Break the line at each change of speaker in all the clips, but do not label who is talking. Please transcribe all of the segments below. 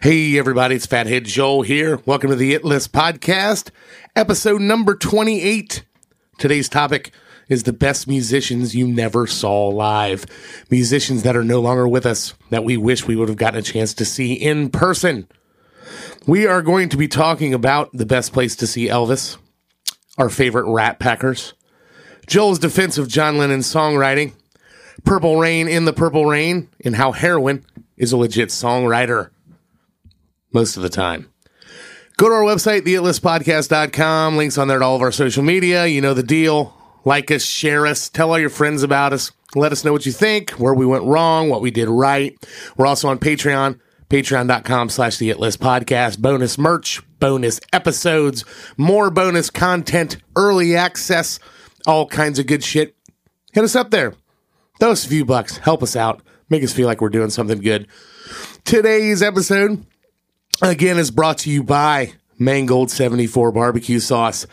Hey, everybody, it's Fathead Joel here. Welcome to the It List Podcast, episode number 28. Today's topic is the best musicians you never saw live. Musicians that are no longer with us that we wish we would have gotten a chance to see in person. We are going to be talking about the best place to see Elvis, our favorite rat packers, Joel's defense of John Lennon's songwriting, Purple Rain in the Purple Rain, and how heroin is a legit songwriter most of the time. Go to our website, theitlistpodcast.com. Links on there to all of our social media. You know the deal. Like us, share us, tell all your friends about us. Let us know what you think, where we went wrong, what we did right. We're also on Patreon, patreon.com slash the It List Podcast. Bonus merch, bonus episodes, more bonus content, early access, all kinds of good shit. Hit us up there. Throw us a few bucks. Help us out. Make us feel like we're doing something good. Today's episode again is brought to you by Mangold 74 barbecue sauce.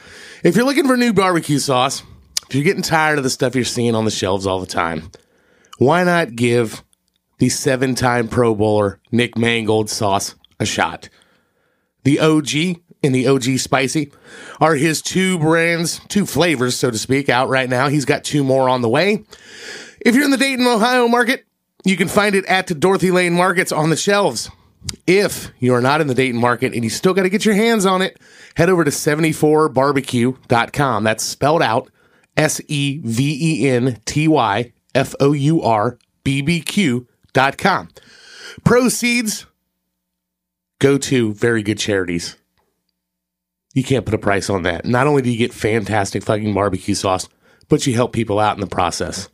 If you're looking for new barbecue sauce, if you're getting tired of the stuff you're seeing on the shelves all the time, why not give the seven time Pro Bowler Nick Mangold sauce a shot? The OG and the OG Spicy are his two brands, two flavors, so to speak, out right now. He's got two more on the way. If you're in the Dayton, Ohio market, you can find it at the Dorothy Lane Markets on the shelves. If you are not in the Dayton market and you still got to get your hands on it, head over to 74barbecue.com. That's spelled out S E V E N T Y F O U R B B Q.com. Proceeds go to very good charities. You can't put a price on that. Not only do you get fantastic fucking barbecue sauce, but you help people out in the process.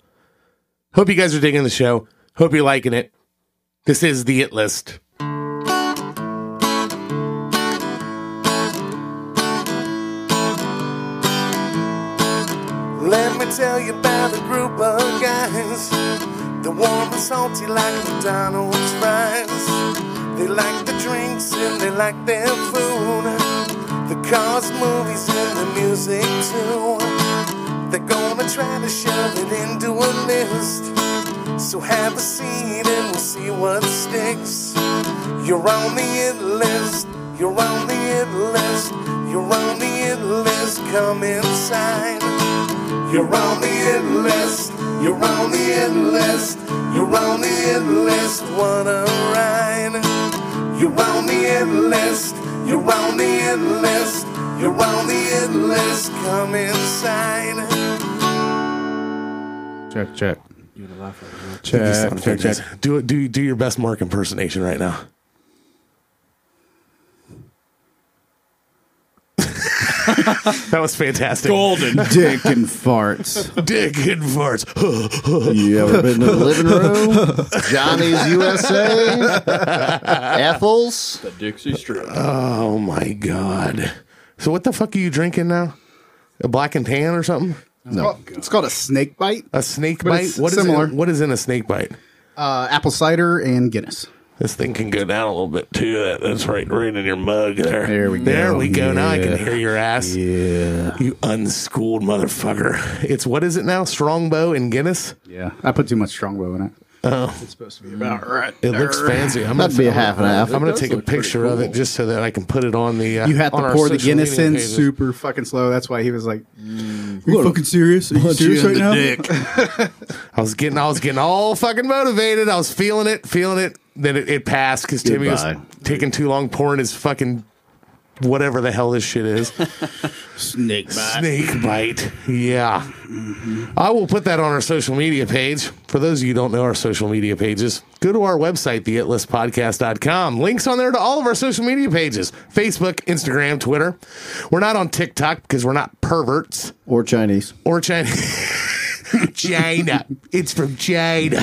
Hope you guys are digging the show. Hope you're liking it. This is the It List.
Let me tell you about a group of guys. They're warm and salty like McDonald's fries. They like the drinks and they like their food. The cars, movies, and the music too. They're gonna try to shove it into a list. So have a seat and we'll see what sticks. You're on the it list. You're on the it list. You're on the it list. Come inside. You're on the it list. You're on the it list. You're on the it list. What a ride. You're on the it list. You're on the it list. You're on the it list. Come inside.
Check, check. Check, check, check.
Do do do your best Mark impersonation right now. that was fantastic.
golden.
Dick and farts.
Dick and farts.
You ever been to the living room?
Johnny's USA, Ethels.
the Dixie Strip.
oh my god. So what the fuck are you drinking now? A black and tan or something?
No,
It's called a snake bite,
A snake
But
bite?
it's
What is
similar.
in, what is in a snake bite?
uh, apple cider, and Guinness.
This thing can go down a little bit too. That- That's right, right in your mug there.
There we
There
go.
we go. Now I can
Yeah.
hear your ass.
Yeah.
You unschooled motherfucker. It's what is it now? Strongbow and Guinness. Oh,
Yeah, I put too much Strongbow in it. It's supposed to be about right.
It looks fancy. I'm
That'd
gonna-
be a half and a half.
I'm going
does
to take a
look pretty
picture of it
cool.
just so that I can put it on the. Uh,
You have
on
to
our
pour the
social
Guinness
media
in
pages.
super fucking slow. That's why he was like, "Are you fucking serious? Are you
Punch you
serious
in
right
the
now?"
I was getting, I was getting all fucking motivated. I was feeling it, feeling it. Then it, it passed because Timmy was
Goodbye.
taking too long pouring his fucking whatever the hell this shit is.
Snake bite.
Snake bite. Yeah. I will put that on our social media page. For those of you who don't know our social media pages, go to our website, theitlistpodcast.com. Links on there to all of our social media pages Facebook, Instagram, Twitter. We're not on TikTok because we're not perverts
or Chinese.
or China. China. It's from China.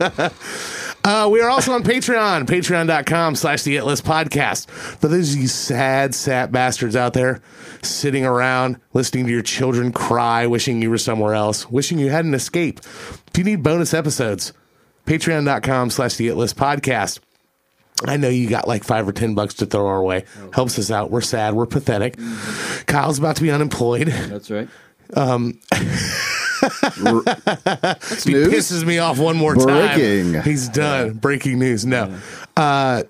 uh, we are also on Patreon, patreon.com slash the It List Podcast. For those of you sad, sap bastards out there sitting around, listening to your children cry, wishing you were somewhere else, wishing you had an escape. If you need bonus episodes, patreon.com slash the It List Podcast. I know you got like five or ten bucks to throw our way. Helps us out. We're sad. We're pathetic. Kyle's about to be unemployed.
That's right.
He
news?
pisses me off one more
Breaking.
time. He's done. Breaking news. No. Uh,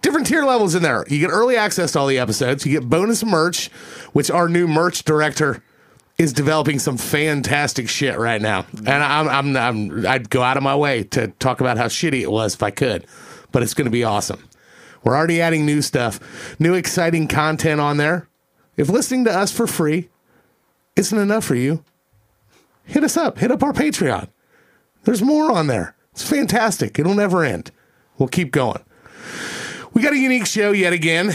different tier levels in there. You get early access to all the episodes. You get bonus merch, which our new merch director is developing some fantastic shit right now. And I'm, I'm, I'm I'd go out of my way to talk about how shitty it was if I could, but it's going to be awesome. We're already adding new stuff, new exciting content on there. If listening to us for free isn't enough for you, hit us up. Hit up our Patreon. There's more on there. It's fantastic. It'll never end. We'll keep going. We got a unique show yet again.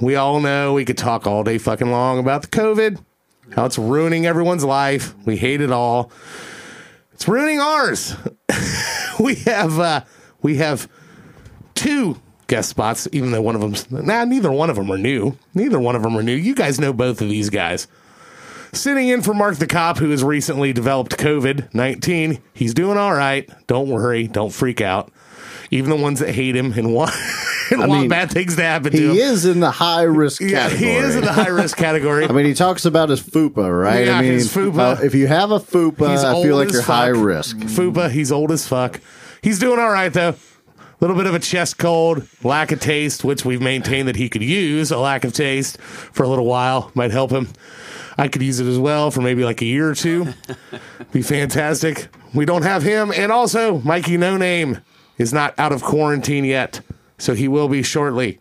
We all know we could talk all day fucking long about the COVID, how it's ruining everyone's life. We hate it all. It's ruining ours. we have uh, we have two guest spots, even though one of them's nah, neither one of them are new. Neither one of them are new. You guys know both of these guys. Sitting in for Mark the Cop, who has recently developed COVID 19. He's doing all right. Don't worry. Don't freak out. Even the ones that hate him and want, and want
mean,
bad things to happen to him.
He is in the high risk
yeah,
category.
he is in the high risk category.
I mean, he talks about his fupa, right?
Yeah,
I mean,
his fupa.
uh, if you have a fupa,
He's
uh, I
old
feel like
as
you're
fuck.
high risk.
Fupa, he's old as fuck. He's doing all right though. A little bit of a chest cold, lack of taste, which we've maintained that he could use a lack of taste for a little while might help him. I could use it as well for maybe like a year or two. Be fantastic. We don't have him, and also Mikey No Name is not out of quarantine yet, so he will be shortly,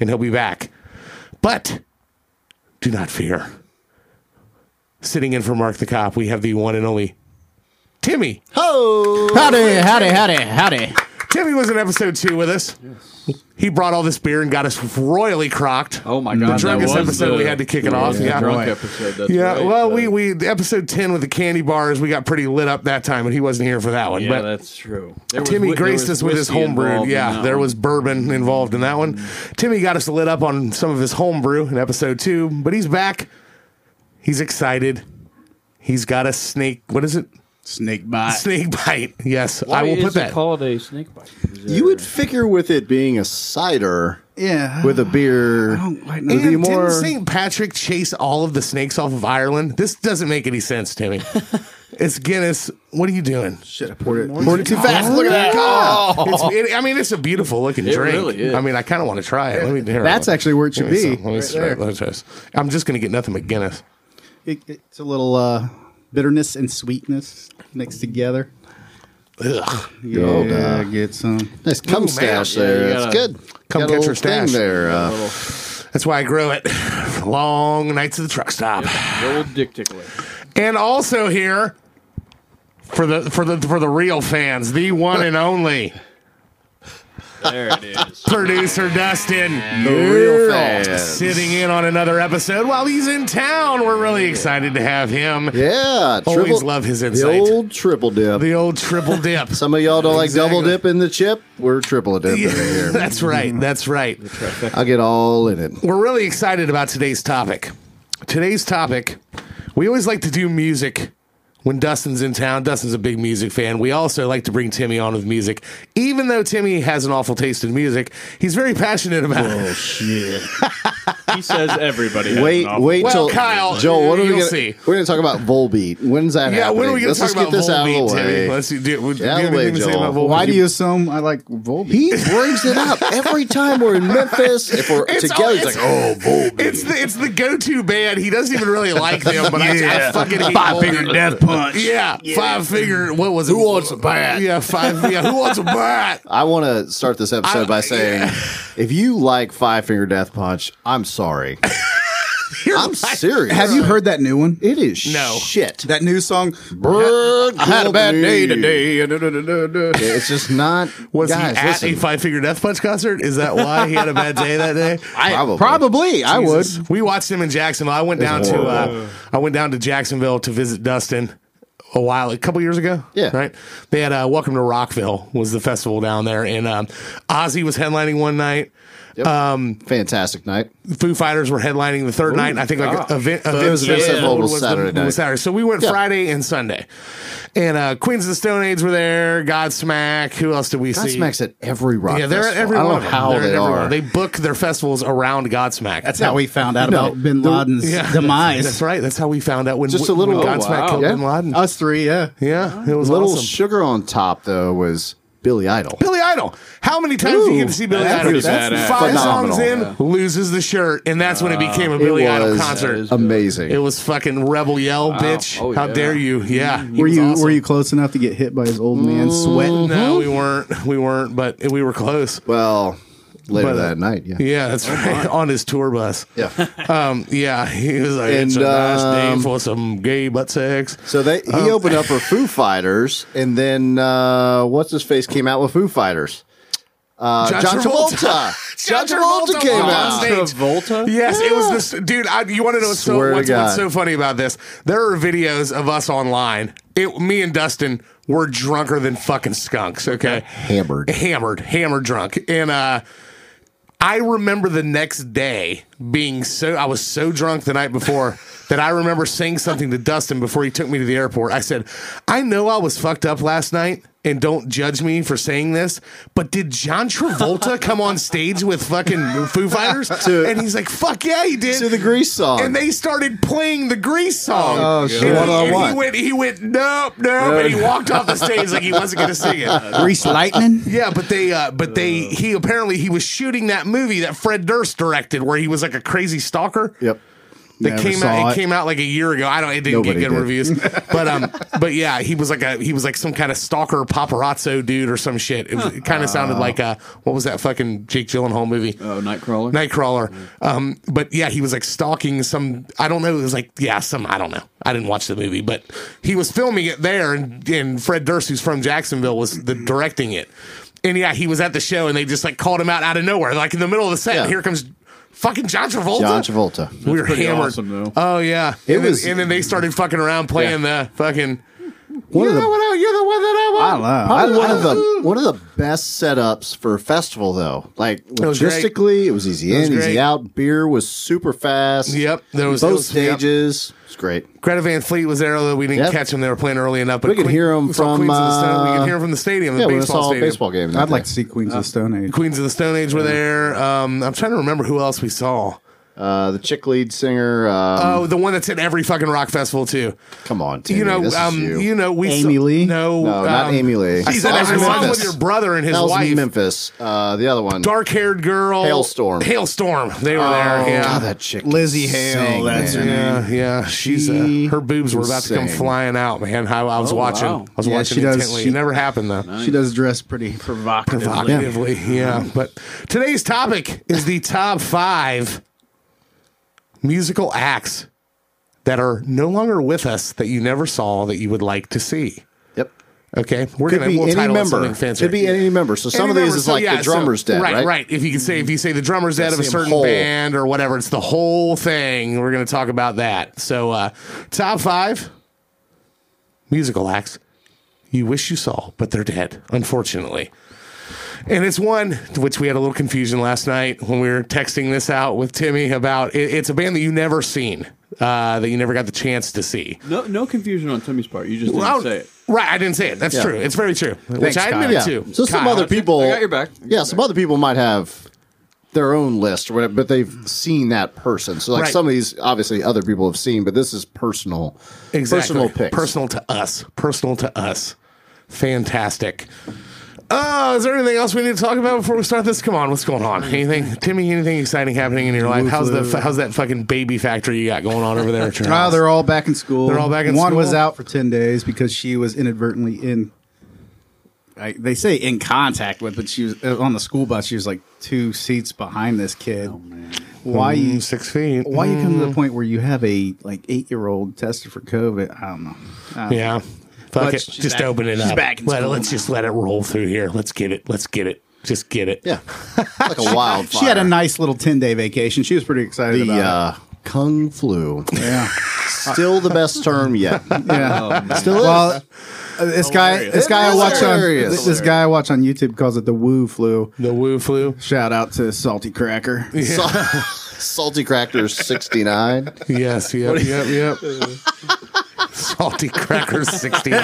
and he'll be back. But do not fear. Sitting in for Mark the Cop, we have the one and only Timmy
Howdy, howdy, howdy, howdy.
Timmy was in episode two with us. He brought all this beer and got us royally crocked.
Oh my god!
the drunkest
that was
episode
the-
we had to kick it off.
Yeah,
Yeah,
drunk
Right.
episode. That's
yeah.
right.
well,
Uh,
we we the episode ten with the candy bars. We got pretty lit up that time, and he wasn't here for that one.
yeah,
but
that's true. There was
Timmy
whi- there
graced
was
us with his
whiskey
homebrew.
involved in
Yeah,
that
there
one.
was bourbon involved in that one. Timmy got us lit up on some of his homebrew in episode two, but he's back. He's excited. He's got a snake. What is it?
Snake bite.
Snake bite. Yes,
Why
I will
is
put
it
that.
called a snake bite. Is
You would
there-
figure with it being a cider
Yeah.
with a beer.
I don't like
It'd be
And
more.
didn't St. Patrick chase all of the snakes off of Ireland? This doesn't make any sense, Timmy. it's Guinness. What are you doing?
Shit, I poured it.
Poured it too fast. Look at that.
Oh.
It's, it, I mean, it's a beautiful looking
It
drink.
really is.
I mean, I kind of want to try it. Let me. Here,
That's
let-
actually where it should
let me-
be.
Let me, try- let me try this. I'm just going to get nothing but Guinness.
It, it's a little uh, bitterness and sweetness mixed together.
Ugh.
Yeah,
old, uh,
get some.
Nice cum
Ooh,
stash
man.
there.
Yeah, you
That's
gotta-
good.
Cum
Got a
catcher
little
stash.
thing there. Uh,
That's why I grow it. for Long nights at the truck stop.
The old dick tickler.
And also here for the for the for the real fans, the one and only
There it is.
producer Dustin.
real fast.
sitting in on another episode while he's in town. We're really excited to have him.
Yeah,
Always love his insight.
The old triple dip.
The old triple dip.
Some of y'all don't like
Exactly.
double dip in the chip. We're triple dipping here. Mm-hmm.
that's right. That's right.
I get all in it.
We're really excited about today's topic. Today's topic, we always like to do music when Dustin's in town. Dustin's a big music fan. We also like to bring Timmy on with music. Even though Timmy has an awful taste in music, he's very passionate about it.
He says everybody. has
Wait,
an awful-
wait
Well,
till
Kyle,
Joel. What are we
you'll
gonna,
see.
We're going to talk about Volbeat. When's that?
Yeah,
happening?
when are we going
Let's
to talk
just
about
get this out of
Volbeat,
the
Timmy?
way.
Let's do, do you
out
have
of the way,
anything to say
Joel.
about Volbeat?
Why do you assume I like Volbeat?
he brings it up every time we're in Memphis. If we're
It's
together,
all-
he's
it's-
like, "Oh, Volbeat."
It's the it's the go to band. He doesn't even really like them, but I, I fucking hate
Five
all
finger
the-
death punch.
Yeah, five finger. What was it? Who wants a bat? Yeah, five. Yeah, who wants a bat?
I want to start this
I-
episode by saying, if you like Five Finger Death Punch, I'm sorry. I'm serious.
Have you heard that new one?
It is
No.
shit.
That new song?
Bird
I had a bad day
Company.
today. Da-da-da-da-da.
It's just not.
Was
guys,
he at
listen,
a five finger death punch concert? Is that why he had a bad day that day?
probably.
I would.
We watched him in Jacksonville. I went down to uh, I went down to Jacksonville to visit Dustin. a while, a couple years ago.
Yeah.
Right. They had uh, Welcome to Rockville was the festival down there, and um, Ozzy was headlining one night.
Fantastic night.
Foo Fighters were headlining the third night. I think like a, event,
Ah. it was Vince
Village
Vogel's
the-
Saturday night.
was Saturday. So we went
Yeah.
Friday and Sunday, and uh, Queens of the Stone Age were there. Godsmack. Who else did we see?
Godsmack's at every rock.
Yeah, they're at
festival.
every
I don't
one.
know
of them.
how
They're at
they
every one.
are.
They book their festivals around Godsmack.
That's how we found out
No,
about Bin
the-
Laden's
yeah.
demise.
That's right. That's how we found out when
Just a
when
little-
Godsmack
Oh, wow.
killed
Yeah.
Bin Laden.
Us three, yeah.
yeah, it was
Little
awesome.
sugar on top though was Billy Idol.
Billy Idol. How many times do you get to see Billy
that's
Idol?
pretty That's badass.
Five
phenomenal. Uh,
songs in, loses the shirt, and that's when it became a Billy
it
Idol
was
concert.
amazing.
It was fucking rebel yell, bitch.
Oh,
How
yeah.
dare you? Yeah. he
Were
was
you
awesome.
were you close enough to get hit by his old man sweating?
No, we weren't. We weren't, but we were close.
well, later
But, uh,
that night, yeah.
Yeah, that's right. On his tour bus.
Yeah.
Um, yeah, he was like, it's a
And,
nice day
um,
for some gay butt sex.
So they he
Um,
opened up for Foo Fighters, and then uh, what's his face came out with Foo Fighters. Uh,
John
John,
Travolta.
Travolta.
John
John
Travolta
Travolta came
was
out.
on stage.
Travolta?
Yes, it was this dude. I, you want to know what's so,
Swear to
what's, what's
God.
so funny about this? There are videos of us online. It, me and Dustin were drunker than fucking skunks. Okay,
Hammered.
hammered, hammered, drunk, and uh. I remember the next day being so I was so drunk the night before that I remember saying something to Dustin before he took me to the airport. I said, "I know I was fucked up last night and don't judge me for saying this, but did John Travolta come on stage with fucking Foo Fighters?" and he's like, "Fuck yeah, he did."
to the Grease song.
and they started playing the Grease song.
Oh,
And
shit.
he-
One on
and he
one.
went, he went, nope, nope, and he walked off the stage like he wasn't going to sing it.
Uh, Grease lightning?
Yeah, but they, uh, but they, he apparently he was shooting that movie that Fred Durst directed, where he was like a crazy stalker.
yep.
That
Never
came
saw
out. It.
it.
came out like a year ago. I don't. It didn't
Nobody
get good
did.
reviews. But um, but yeah, he was like a he was like some kind of stalker paparazzo dude or some shit. It, was- it kind of sounded like uh, what was that fucking Jake Gyllenhaal movie?
Oh, Nightcrawler.
Nightcrawler. Um, but yeah, he was like stalking some. I don't know. It was like yeah, some. I don't know. I didn't watch the movie, but he was filming it there, and and Fred Durst, who's from Jacksonville, was the,
Mm-hmm.
directing it. And yeah, he was at the show, and they just like called him out out of nowhere, like in the middle of the set.
Yeah.
Here comes fucking John Travolta.
John Travolta.
we were
pretty
hammered.
awesome, though.
oh yeah,
It
and,
was-
then, and then they started fucking around playing the fucking. You're
of
the,
the-
one I- you're the one that I want.
I love.
Probably one of the one of the best setups for a festival though. Like
was great.
logistically, it was easy
was
in,
great.
easy out. Beer was super fast.
Yep, there was-
both
it was- yep.
stages. It's great.
Greta Van Fleet was there, although we didn't
Yep.
catch them. They were playing early enough. But
We could hear 'em
we saw
from,
Queens of the Stone. We could
uh,
hear 'em from the stadium, the
Yeah, we
baseball
saw a
stadium.
baseball game.
I'd like to see Queens of the Stone Age.
Queens of the Stone Age were there. Um, I'm trying to remember who else we saw.
uh, the chick lead singer. Um,
Oh, the one that's at every fucking rock festival too.
come on, Timmy,
You know,
this is
um,
you.
you. know, we
Amy
saw-
Lee?
No,
No, not
um,
Amy Lee.
I saw, I
That was
saw one
Memphis.
with your brother and his
that was
wife.
Memphis. Uh, the other one.
Dark-haired girl.
Hailstorm.
Hailstorm. They were there. Yeah.
Oh, God, that chick.
Lizzie
can
Hale,
sing,
that's
man.
her
Yeah, yeah, she's uh,
She
her boobs were
was
about to come
saying-
flying out, man. I, I was
Oh,
watching,
wow.
I was
Yeah,
watching
she does.
intently.
She-
it never happened though.
She does dress pretty.
Provocatively.
provocatively. Yeah. But today's topic is the top five musical acts that are no longer with us that you never saw that you would like to see.
Yep.
Okay, we're
Could be
we'll
any
title it
member.
something fancier.
Could be any member. So
Any
some of these
member,
is
so
like
yeah,
the
so-
drummer's dead, right?
right? If you can say if you say the drummer's dead of a
see 'em
certain
whole.
band or whatever, it's the whole thing. We're going to talk about that. So, uh, top five musical acts you wish you saw, but they're dead, unfortunately. And it's one to which we had a little confusion last night when we were texting this out with Timmy about. It, it's a band that you never seen, uh, that you never got the chance to see.
No, no confusion on Timmy's part. You just didn't
Well,
say it.
Right, I didn't say it. That's
Yeah.
true. It's very true. which I admitted
Yeah.
to.
So some
Kyle.
other people.
I got your back. I got
Yeah,
your
some
back.
other people might have their own list or whatever, but they've seen that person. So like
Right.
some of these, obviously, other people have seen, but this is personal. Personal picks.
Personal to us. Personal to us. Fantastic. Oh, is there anything else we need to talk about before we start this? Come on, what's going on? Anything, Timmy? Anything exciting happening in your life? How's the how's that fucking baby factory you got going on over there? At your
Oh,
house?
they're all back in school.
They're all back in
One
school?
was out for ten days because she was inadvertently in. I, they say in contact with, but she was uh, on the school bus. She was like two seats behind this kid. Why you?
Mm, six feet.
Why you come to the point where you have a like eight year old tested for COVID? I don't know. Ah, I don't
Yeah. Fuck
But
it.
she's
Just
back-
open it
she's
up.
back in
Let-
school
let's
now.
just let it roll through here. Let's get it. Let's get it. Just get it.
Yeah, like a wildfire.
She had a nice little ten day vacation. She was pretty excited
the
about
uh, Kung flu.
Yeah.
Still the best term yet.
Yeah.
Still
Oh,
is.
Well, uh, this guy, this guy I
It is
watch on
hilarious.
this, this guy I watch on YouTube calls it the woo flu.
The woo flu.
Shout out to Salty Cracker.
Sal- Salty Crackers 69.
Yes, yep, yep, yep. Salty Crackers 69.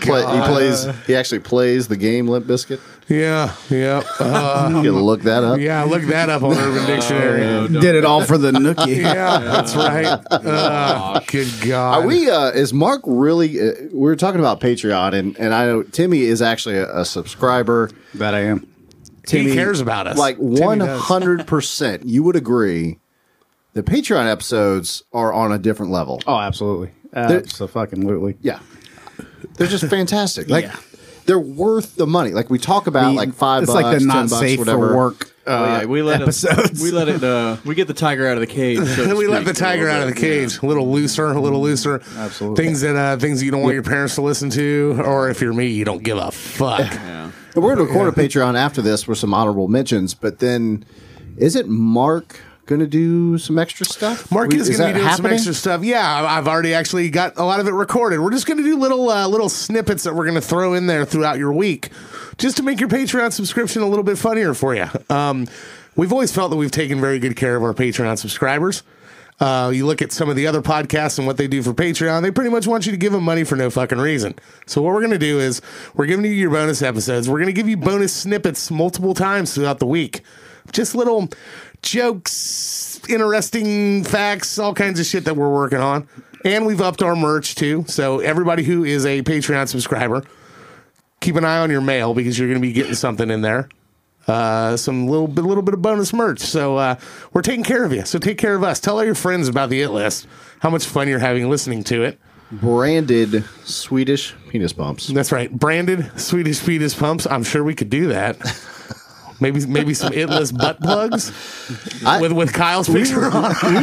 Play, he plays. He actually plays the game Limp Biscuit.
Yeah, yeah.
Uh-huh.
Uh,
You can look that up.
yeah, look that up on Urban
Uh,
Dictionary.
Did it all for the nookie.
Yeah, that's right. Uh, good God.
Are we? Uh, is Mark really? Uh, we were talking about Patreon, and and I know Timmy is actually a, a subscriber.
That I am.
he cares about us.
Like
Timmy
one
does.
hundred percent, you would agree. The Patreon episodes are on a different level.
Oh, absolutely. Absolutely.
Yeah, they're just fantastic. Like they're worth the money. Like we talk about, like five.
It's
bucks,
like the
10
not
bucks,
safe
whatever.
for work. Uh,
Oh, yeah, we let
episodes.
It, we let it. Uh, we get the tiger out of the cage. so to
Then we let the
speak, a
tiger
little
out of the
bit,
cage. A little looser, a little looser.
Absolutely.
Things that uh, things that you don't want your parents to listen to, or if you're me, you don't give a fuck.
Yeah.
And we're going to record a Patreon after this with some honorable mentions, but then isn't Mark going to do some extra stuff?
Mark
We-
is, going
that
to be doing
happening?
some extra stuff. Yeah, I- I've already actually got a lot of it recorded. We're just going to do little uh, little snippets that we're going to throw in there throughout your week, just to make your Patreon subscription a little bit funnier for you. Um, we've always felt that we've taken very good care of our Patreon subscribers. Uh, you look at some of the other podcasts and what they do for Patreon, they pretty much want you to give them money for no fucking reason. So, what we're going to do is we're giving you your bonus episodes. We're going to give you bonus snippets multiple times throughout the week. Just little jokes, interesting facts, all kinds of shit that we're working on. And we've upped our merch too. So, everybody who is a Patreon subscriber, keep an eye on your mail because you're going to be getting something in there. Uh, some little bit, little bit of bonus merch. So uh, we're taking care of you. So take care of us. Tell all your friends about the It List. How much fun you're having listening to it.
branded Swedish penis bumps.
That's right. Branded Swedish penis pumps. I'm sure we could do that. Maybe maybe some It List butt plugs
I-
with with Kyle's picture on. it.
We really,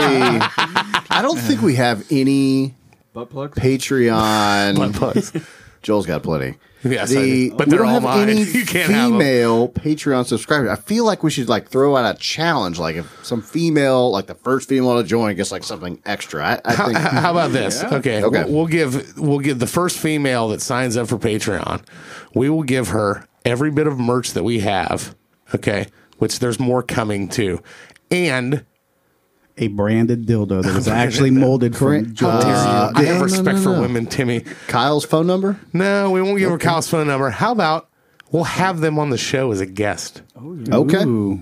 I don't think we have any
Butt plugs.
butt
Patreon.
plugs.
Joel's got plenty.
Yes, I
the,
do. But
we
they're
don't
all
have
mine.
any
You can't have 'em.
female Patreon subscribers. I feel like we should like throw out a challenge, like if some female, like the first female to join, gets like something extra. I, I think
How about this? Okay,
Mm-hmm. Okay.
We'll, we'll give we'll give the first female that signs up for Patreon. We will give her every bit of merch that we have. Okay, which there's more coming too, and
A branded dildo that was actually molded from
How dare
Joel's-
you? I have
Uh, no,
respect
no,
for
no.
women, Timmy.
Kyle's phone number.
No, we won't give her Kyle's phone number. How about we'll have them on the show as a guest?
Okay.
Ooh.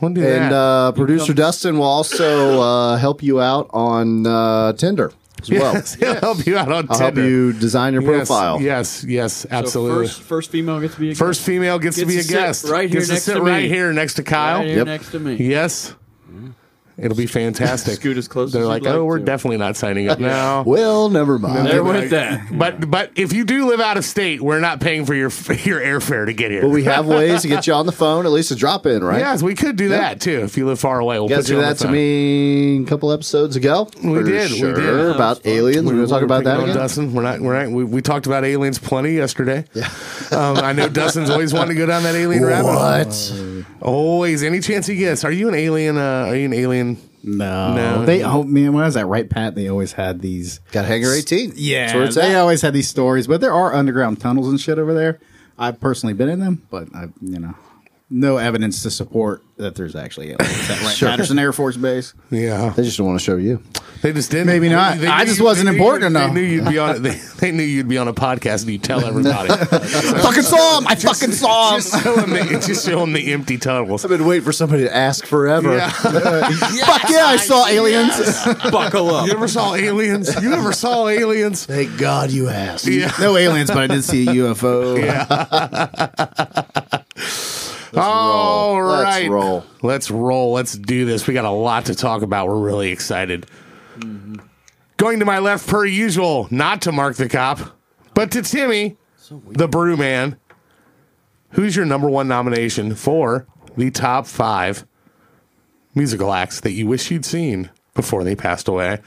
We'll do
And
that.
uh, producer Dustin will also uh, help you out on uh, Tinder as well.
yes, he'll help you out on
I'll help
Tinder.
you design your
Yes,
profile.
Yes, yes, absolutely.
So first, first female gets to be a
First female gets, to
Gets
be
to
a
sit
guest.
right here
gets
next
to sit
to me.
right here next to Kyle.
Right here
Yep.
next to me.
Yes. It'll be fantastic.
Scoot as close
They're
as
like,
you'd
oh,
like
we're
to."
definitely not signing up now.
Well, never mind.
There went that.
But but if you do live out of state, we're not paying for your your airfare to get here.
But we have ways to get you on the phone, at least a drop in, right?
yes, we could do that too. If you live far away, we'll
You guys
put you
did
on
that
the
to
phone.
me a couple episodes ago.
We
For
did, we
Sure.
did. That was
About aliens. We're going to talk
We're
about that
picking on
again.
Dustin. We're not. We're not. We, we talked about aliens plenty yesterday. Yeah. um, I know Dustin's always wanted to go down that alien rabbit. hole. Always, any chance he gets. Are you an alien? Uh, are you an alien?
No.
No.
They oh man, when I was at Right Pat, they always had these
Got Hangar 18.
Yeah.
That's where it's
they
at.
always had these stories, but there are underground tunnels and shit over there. I've personally been in them, but I you know no evidence to support that there's actually aliens at Wright Patterson Air Force Base.
Yeah.
They just don't want to show you.
They just didn't.
Maybe not. I just wasn't
knew
important
you-
enough.
They knew you'd be on. They, they knew you'd be on a podcast, and you tell everybody.
fucking saw him. I fucking saw him.
just, show them the, just show 'em the empty tunnels.
I've been waiting for somebody to ask forever.
Yeah.
Fuck yeah, I saw aliens.
Buckle up.
You ever saw aliens? You ever saw aliens?
Thank God you asked.
Yeah.
No aliens, but I did see a UFO.
All
Let's
right.
roll.
Let's roll. Let's do this. We got a lot to talk about. We're really excited. Going to my left, per usual, not to Mark the Cop, but to Timmy, the Brew Man. Who's your number one nomination for the top five musical acts that you wish you'd seen before they passed away?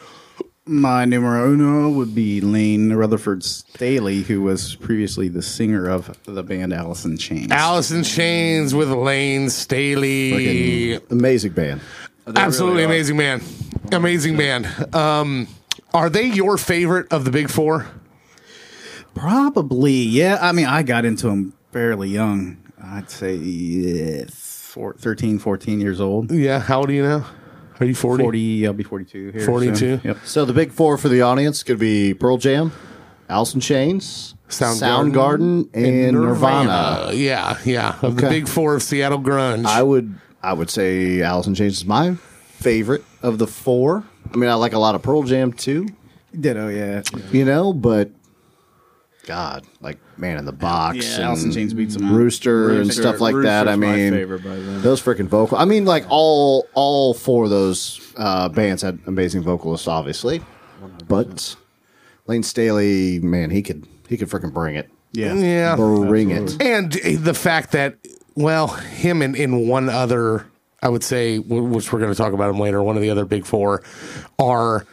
My numero uno would be Lane Rutherford Staley, who was previously the singer of the band Alice in Chains.
Allison Chains with Lane Staley.
Amazing band. They
Absolutely
really are.
amazing man. Amazing man. Um, are they your favorite of the big four?
Probably, yeah. I mean, I got into them fairly young. I'd say yeah, four, 13, 14 years old.
Yeah. How old are you now? Are you 40?
40, I'll be 42 here. soon.
42?
Yep.
So the big four for the audience could be Pearl Jam, Alice in Chains,
Soundgarden,
Soundgarden, and Nirvana.
Uh, yeah. Yeah. Of the
Okay.
big four of Seattle Grunge.
I would I would say Alice in Chains is my favorite of the four. I mean, I like a lot of Pearl Jam too,
Ditto, yeah.
you know, but God, like Man in the Box,
Yeah, Alice in Chains beats 'em out.
Rooster, and
Rooster-
stuff like that. I
Rooster's my
mean,
favorite by then.
those freaking vocal. I mean, like all all four of those uh, bands had amazing vocalists, obviously, but Lane Staley, man, he could he could freaking bring it,
Yeah.
yeah.
bring it.
And the fact that, well, him and in one other, I would say, wh- which we're going to talk about him later, one of the other big four are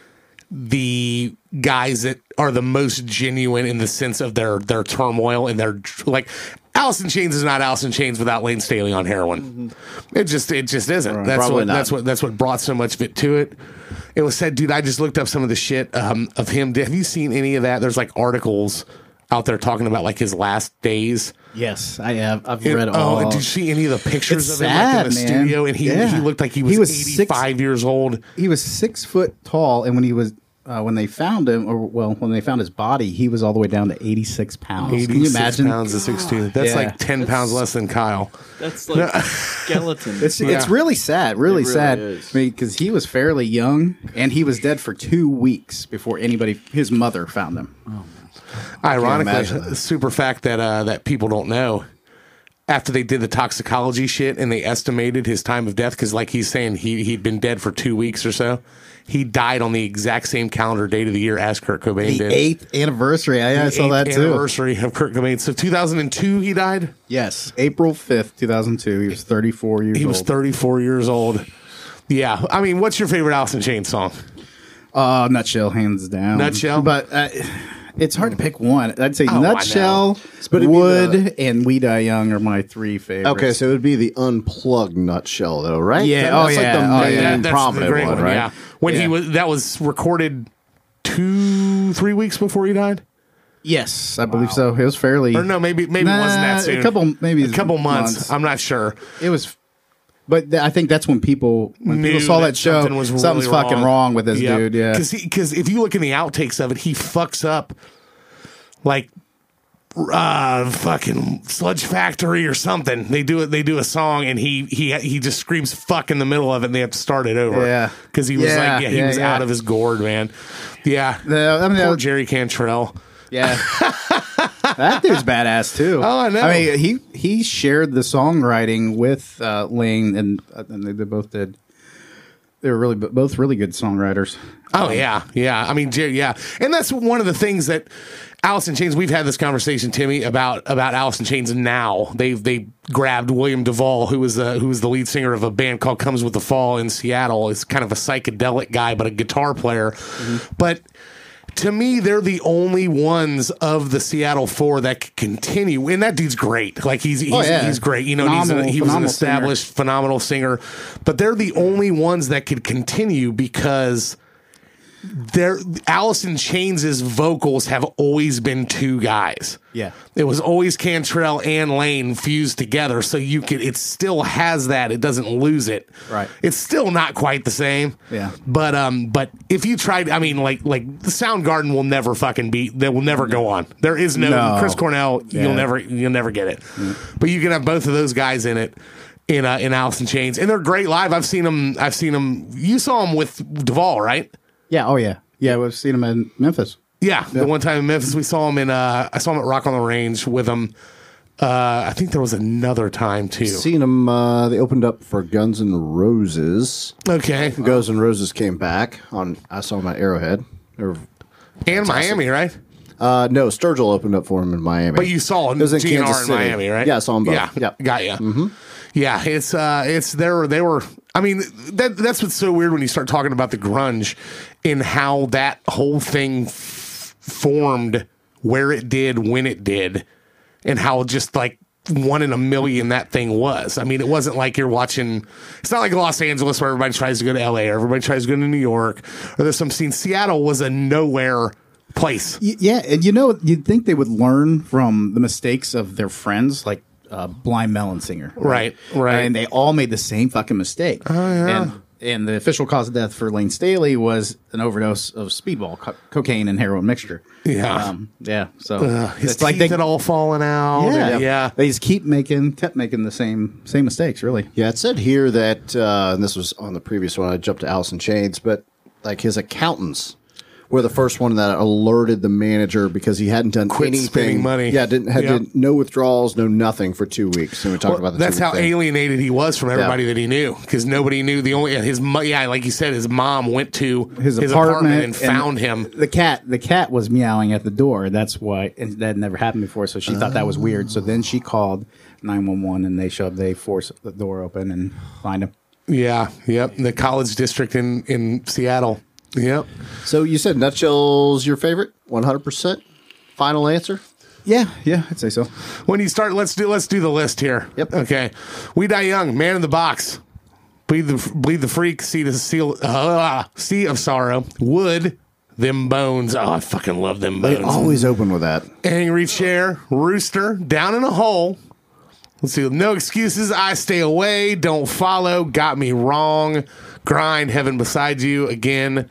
the guys that are the most genuine in the sense of their their turmoil and their dr- like Allison Chains is not Allison Chains without Lane Staley on heroin. It just it just isn't. That's
Mm-hmm. Probably
what
not.
that's what that's what brought so much of it to it. It was said, dude. I just looked up some of the shit um, of him. Have you seen any of that? There's like articles out there talking about like his last days.
Yes, I have. I've
It-
read
oh,
all.
and did you see any of the pictures
It's
of him like, in the
sad, man.
studio? And he
Yeah.
he looked like he
He
was,
was six-
85 years old.
he was six foot tall, and when he was uh, when they found him, or well, when they found his body, he was all the way down to eighty six pounds. Oh, Can you
86
imagine?
pounds at 16. That's
Yeah.
like 10 pounds less than Kyle.
That's like skeleton.
It's it's
Yeah.
really sad, really,
really
sad.
is.
I mean, because he was fairly young, and he was dead for two weeks before anybody, his mother, found him.
imagine
Ironically,
that.
super fact that uh, that people don't know. After they did the toxicology shit and they estimated his time of death, because like he's saying he he'd been dead for two weeks or so, he died on the exact same calendar date of the year as Kurt Cobain
The
did.
eighth anniversary. I, I
The
saw
eighth
that too.
anniversary of Kurt Cobain. So 2002, he died.
Yes, April fifth, two thousand two. He was thirty four years
He
old.
was 34 years old. Yeah. I mean, what's your favorite Alice in Chains song?
Uh, nutshell, hands down.
Nutshell? Oh,
but uh, it's hard to pick one. I'd say
I know.
nutshell,
But it'd be
wood, and we die young are my three favorites.
Okay, so it would be the unplugged nutshell, though, right?
Yeah,
That-
oh,
that's
yeah, oh,
like the main
yeah. That-
prominent one, right?
Yeah. When he
Yeah.
was, that was recorded two, three weeks before he died.
yes, I believe so. It was fairly,
Or no, maybe maybe it wasn't
Nah,
that
a
soon.
couple- maybe
a couple months.
months. Um,
I'm not sure.
It was, but th- I think that's when people when
Knew
people saw that,
that
show,
something was
something's
really
fucking
wrong.
wrong with this dude. Yeah,
because if you look in the outtakes of it, he fucks up like uh fucking sludge factory or something they do it they do a song and he he he just screams fuck in the middle of it and they have to start it over
Yeah.
because he was
Yeah,
like yeah he
yeah,
was
yeah.
out of his gourd man yeah
The- I mean,
poor
that-
jerry cantrell
Yeah. that dude's badass too.
Oh, I know.
I mean, he he shared the songwriting with uh, Lane, and, uh, and they, they both did. They were really both really good songwriters.
Oh yeah, yeah. I mean, Jerry, yeah, and that's one of the things that Allison Chains. We've had this conversation, Timmy, about about Allison Chains. Now they they grabbed William Duvall, who was the who was the lead singer of a band called Comes with the Fall in Seattle. It's kind of a psychedelic guy, but a guitar player.
Mm-hmm.
But to me, they're the only ones of the Seattle Four that could continue. And that dude's great. Like he's he's,
Oh, yeah.
he's great. You know, and he's
Phenomenal-
a, he was an
phenomenal singer.
established phenomenal singer. But they're the only ones that could continue because there Allison Chains' vocals have always been two guys.
Yeah.
It was always Cantrell and Lane fused together, so you could it still has that. It doesn't lose it.
Right.
It's still not quite the same.
Yeah.
But um but if you tried I mean like like the Soundgarden will never fucking be that will never go on. There is no,
No.
Chris Cornell,
Yeah. Mm.
you'll never you'll never get it. But you can have both of those guys in it. In, uh, in Alice in Chains, and they're great live. I've seen them. I've seen them. You saw them with Duvall, right?
Yeah. Oh yeah. Yeah. We've seen him in Memphis.
Yeah, the one time in Memphis, we saw him in. Uh, I saw him at Rock on the Range with him. Uh, I think there was another time too.
Seen them. Uh, they opened up for Guns N' Roses.
okay,
Guns N' Roses came back on. I saw them at Arrowhead. Or,
and Miami, right?
uh, no, Sturgill opened up for them in Miami.
But you saw
It was in
GNR
Kansas
in
City.
Miami, right?
Yeah, I saw 'em both.
Yeah,
Yep. Mm-hmm.
got you. Yeah, it's uh, it's they were they were. I mean, that that's what's so weird when you start talking about the grunge and how that whole thing f- formed, where it did, when it did, and how just like one in a million that thing was. I mean, it wasn't like you're watching. It's not like Los Angeles where everybody tries to go to L.A. or everybody tries to go to New York or there's some scene. Seattle was a nowhere place.
Y- Yeah, and you know, you'd think they would learn from the mistakes of their friends, like uh, Blind Melon Singer.
Right, right.
And they all made the same fucking mistake. Oh, yeah. And, and the official cause of death for Lane Staley was an overdose of speedball, co- cocaine, and heroin mixture.
Yeah.
Um, yeah. So
Uh, his
it's
teeth
like
like
they,
had all fallen out.
yeah,
and- yeah.
They just keep making, kept making the same, same mistakes, really.
Yeah, it said here that, uh, and this was on the previous one. I jumped to Allison Chains, but like his accountants were the first one that alerted the manager because he hadn't done
Quit
anything.
spending money.
Yeah, didn't had
Yeah.
did no withdrawals, no nothing for two weeks. And we talked about the
That's
two-week
how
thing.
alienated he was from everybody
Yeah.
that he knew because nobody knew the only his mo- yeah like you said his mom went to
his, apartment,
and found him.
The cat, the cat was meowing at the door. That's why, and that never happened before. So she thought that was weird. So then she called nine one one, and they showed they force the door open and find him.
Yeah, yep. The college district in in Seattle. Yep.
So you said Nutshells your favorite, one hundred percent. Final answer.
Yeah, yeah, I'd say so.
When you start, let's do let's do the list here.
Yep.
Okay. We die young. Man in the box. Bleed the bleed the freak. See the seal. Uh, sea of sorrow. Wood. Them bones. Oh, I fucking love them bones.
Always open with that.
Angry chair, rooster, down in a hole. Let's see. No excuses. I stay away. Don't follow. Got me wrong. Grind. Heaven beside you again.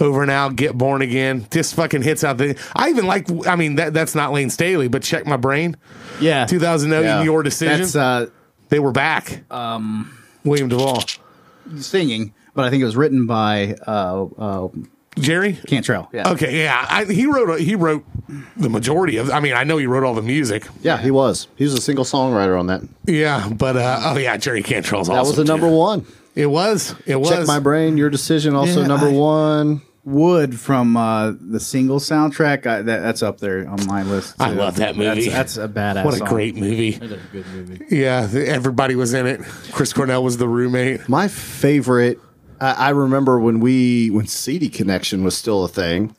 Over and out. Get born again. Just fucking hits out the. I even like. I mean, that that's not Lane Staley, but check my brain.
Yeah,
2008,
Yeah.
your decision.
that's uh,
they were back. Um, William Duvall,
singing, but I think it was written by uh, uh,
Jerry.
Cantrell. Yeah,
Okay, yeah, I, he wrote. He wrote the majority of. I mean, I know he wrote all the music.
Yeah, he was. He was a single songwriter on that.
Yeah, but uh, oh yeah, Jerry Cantrell's
That
awesome.
was the
too.
number one.
It was. It was.
Check my brain. Your decision also
Yeah,
number
I-
one.
Wood from uh, the single soundtrack. I, that, that's up there on my list.
I
too.
love that movie.
That's, that's a badass.
what a
song.
great movie.
That's a good movie.
Yeah, th- everybody was in it. Chris Cornell was the roommate.
My favorite. I, I remember when we when CD Connection was still a thing.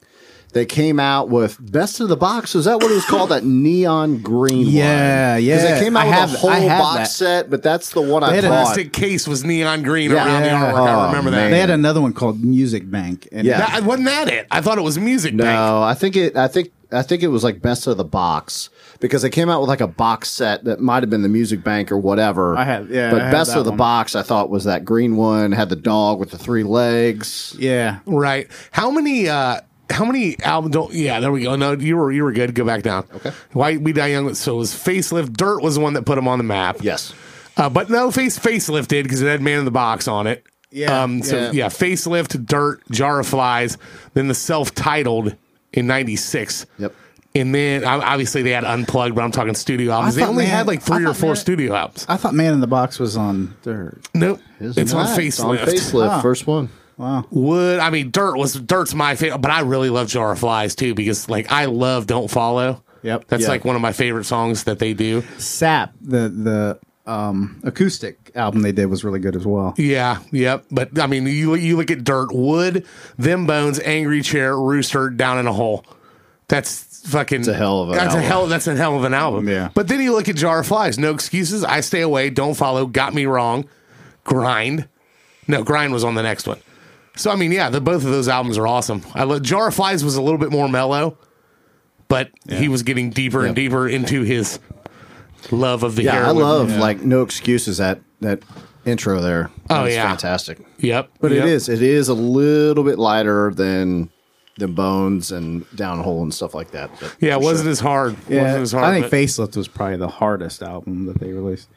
They came out with Best of the Box. Is that what it was called? That neon green
Yeah,
one. 'Cause
yeah.
They came out
I
with
have-
a whole
I have
box
that.
set, but that's the one I
had a
bought.
Plastic case was neon green
Yeah.
around
Yeah.
the artwork. I
Oh,
remember that.
man.
They had another one called Music Bank. And
Yeah.
That- wasn't that it? I thought it was Music Bank.
No, I think it. I think I think it was like best of the box because they came out with like a box set that might have been the Music Bank or whatever.
I have- yeah,
But
I have
best
that
of the
one.
box, I thought was that green one had the dog with the three legs.
yeah.
Right. How many? uh how many album don't yeah, there we go. No, you were you were good. Go back down.
Okay.
Why we die young so it was facelift. Dirt was the one that put him on the map.
Yes.
Uh, but no, face facelift did because it had Man in the Box on it.
Yeah,
Um, so yeah.
yeah.
facelift, dirt, jar of flies, then the self-titled in '96.
Yep.
And then ob- obviously they had unplugged, but I'm talking studio albums. They
thought
only
Man-
had like three
I
or
thought
four
Man-
studio albums.
I thought Man in the Box was on third.
Nope,
It's
it's on
not. It's
facelift.
facelift, first one.
Would I mean dirt was dirt's my favorite, but I really love jar of flies too because like I love don't follow.
Yep.
that's
Yeah.
like one of my favorite songs that they do.
Sap, the the um, acoustic album they did was really good as well.
Yeah, yep. But I mean, you you look at dirt, wood, them bones, angry chair, rooster, down in a hole. That's fucking. That's
a hell of an
that's
album.
a hell. That's a hell of an album.
Yeah.
But then you look at jar of flies. No excuses. I stay away. Don't follow. Got me wrong. Grind. No, grind was on the next one. So I mean, yeah, the, both of those albums are awesome. I lo- jar of flies was a little bit more mellow, but he was getting deeper and deeper into his love of the
Yeah, I
heroin.
love like no excuses that that intro there.
Oh,
It's
yeah.
fantastic.
Yep.
But
yep.
it is it is a little bit lighter than than bones and downhole and stuff like that. but
Yeah, it
for
wasn't
sure.
as hard. wasn't as hard
I think
but-
Facelift was probably the hardest album that they released.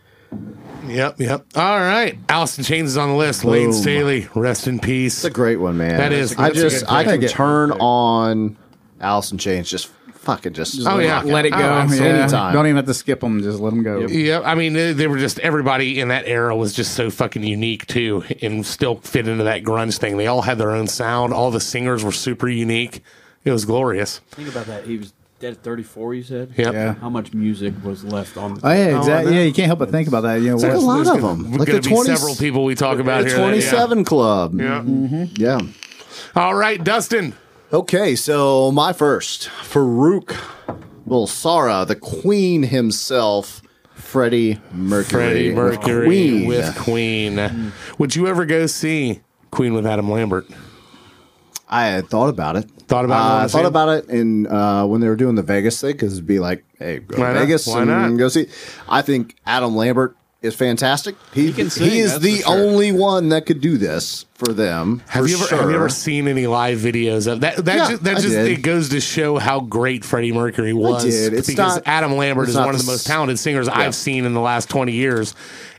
Yep, yep. All right. Allison Chains is on the list. Lane
Boom.
Staley, rest in peace.
It's a great one, man.
That is-
I
that's a
just
good
I
pick.
can turn on Allison Chains just fucking just.
Oh, yeah.
rock
Let it go.
absolutely. Anytime.
Don't even have to skip them. Just let them go.
Yeah, I mean, they, they were just everybody in that era was just so fucking unique too, and still fit into that grunge thing. They all had their own sound. All the singers were super unique. It was glorious.
Think about that. He was dead at 34. You said.
Yep.
Yeah.
How much music was left on?
Oh yeah, exactly.
no.
Yeah, you can't help but think about that. You know,
There's a
what-
lot of
We're
them. Um, Like
gonna
the
be
twenty
several people we talk about
the
here. that- yeah.
twenty-seven Mm-hmm. club.
Yeah.
Yeah.
All right, Dustin.
Okay, so my first Farouk Bulsara, the Queen himself, Freddie Mm-hmm. Mercury.
Freddie
with
Mercury
Queen.
with Queen. Would you ever go see Queen with Adam Lambert?
I had thought about it.
Thought about it on
Uh, I
the
thought
same-
about it in uh, when they were doing the Vegas thing because it'd be like, hey, go
Why
to
not?
Vegas
Why
and
not?
go see. I think Adam Lambert is fantastic. He, he,
can sing,
is
that's
the
for sure.
only one that could do this for them.
Have
for
you ever
sure.
have you ever seen any live videos of that? That
Yeah,
just, that
I
just
did.
it goes to show how great Freddie Mercury was.
did. It's
because
not-
Adam Lambert
it's
is
not
one of the
the
most
s-
talented singers I've seen in the last twenty years,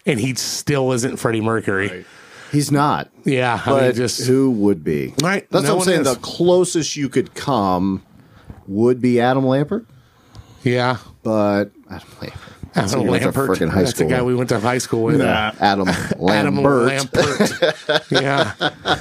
and he still isn't Freddie Mercury.
He's not.
Yeah, I mean,
But
just-
who would be?
Right,
That's
no
what
one
I'm
is.
saying. The closest you could come would be Adam Lambert,
Yeah,
but Adam Lambert.
Adam
He went to
Lambert.
frickin' high
That's the
school.
guy we went to high school with.
Adam
Adam
Lambert.
Lambert. yeah.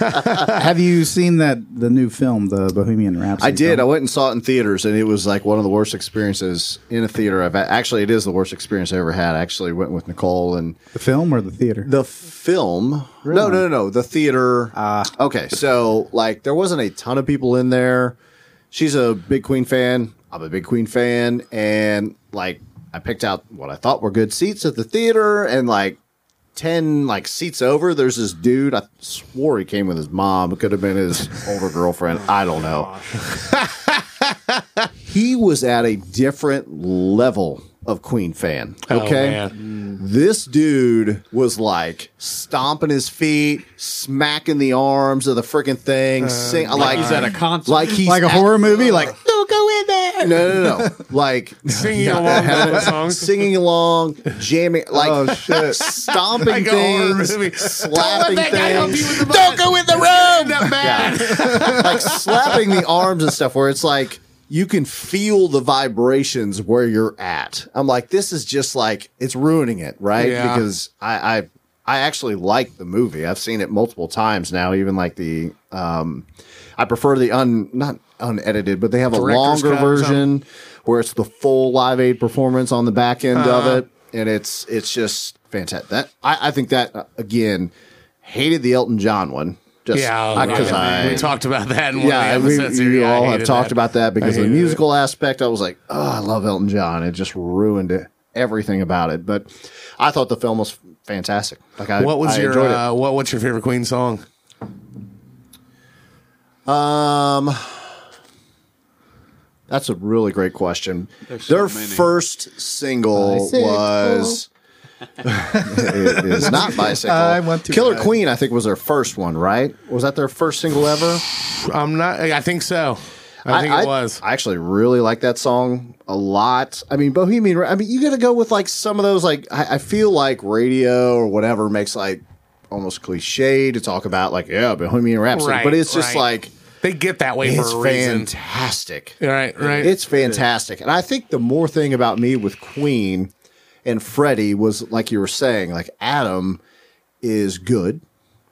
Have you seen that the new film, the Bohemian Rhapsody?
I did. I
film?
went and saw it in theaters, and it was like one of the worst experiences in a theater. I've actually, it is the worst experience I ever had. I actually went with Nicole and
the film or the theater?
the film. Ah. No, no, no, no. The theater. okay, so like there wasn't a ton of people in there. She's a big Queen fan. I'm a big Queen fan, and like I picked out what I thought were good seats at the theater, and like. 10 like seats over there's this dude i swore he came with his mom it could have been his older girlfriend i don't know
Oh
he was at a different level of Queen fan.
Oh,
Okay.
man.
Mm.
this dude was like stomping his feet, smacking the arms of the freaking thing, sing, like,
Uh, he's at a concert.
Like he's
like a
at-
horror movie? Like
Don't go in there. No, no, no. like
Singing along to the songs.
singing along, jamming, like stomping
Like a horror
things,
movie. Don't
slapping
let that guy help you
things.
with the Don't go in the room. That bad.
like slapping the arms and stuff where it's like you can feel the vibrations where you're at. I'm like, this is just like it's ruining it, right?
Yeah.
Because I, I I actually like the movie. I've seen it multiple times now, even like the um I prefer the un not unedited, but they have a
Director's
longer
cut or something?
version where it's the full live aid performance on the back end
Uh-huh.
of it. And it's it's just fantastic. That I, I think that uh, again hated the Elton John one. Just
Yeah,
because I,
we talked about that. In one
yeah,
of the
we,
episodes here.
you
Yeah, I
all have
hated
talked
that.
about that because of the
hated
musical aspect. I was like, oh, I love Elton John. It just ruined it, everything about it. But I thought the film was fantastic. Like, I,
What was
I
your
enjoyed it.
uh, what? What's your favorite Queen song?
That's a really great question. Their first single
Bicycle.
was. it is not bicycle.
I want to
Killer
ride.
Queen, I think, was their first one, right? Was that their first single ever?
I'm not. I think so. I, think it was.
I actually really like that song a lot. I mean, Bohemian. Ra- I mean, you got to go with like some of those. Like, I, I feel like radio or whatever makes like almost cliche to talk about like yeah, Bohemian Rhapsody,
Right,
but it's just
right.
like
they get that way
it's
for a reason.
fantastic.
Right, right.
It's fantastic. And I think the more thing about me with Queen and Freddie was like you were saying, like Adam is good.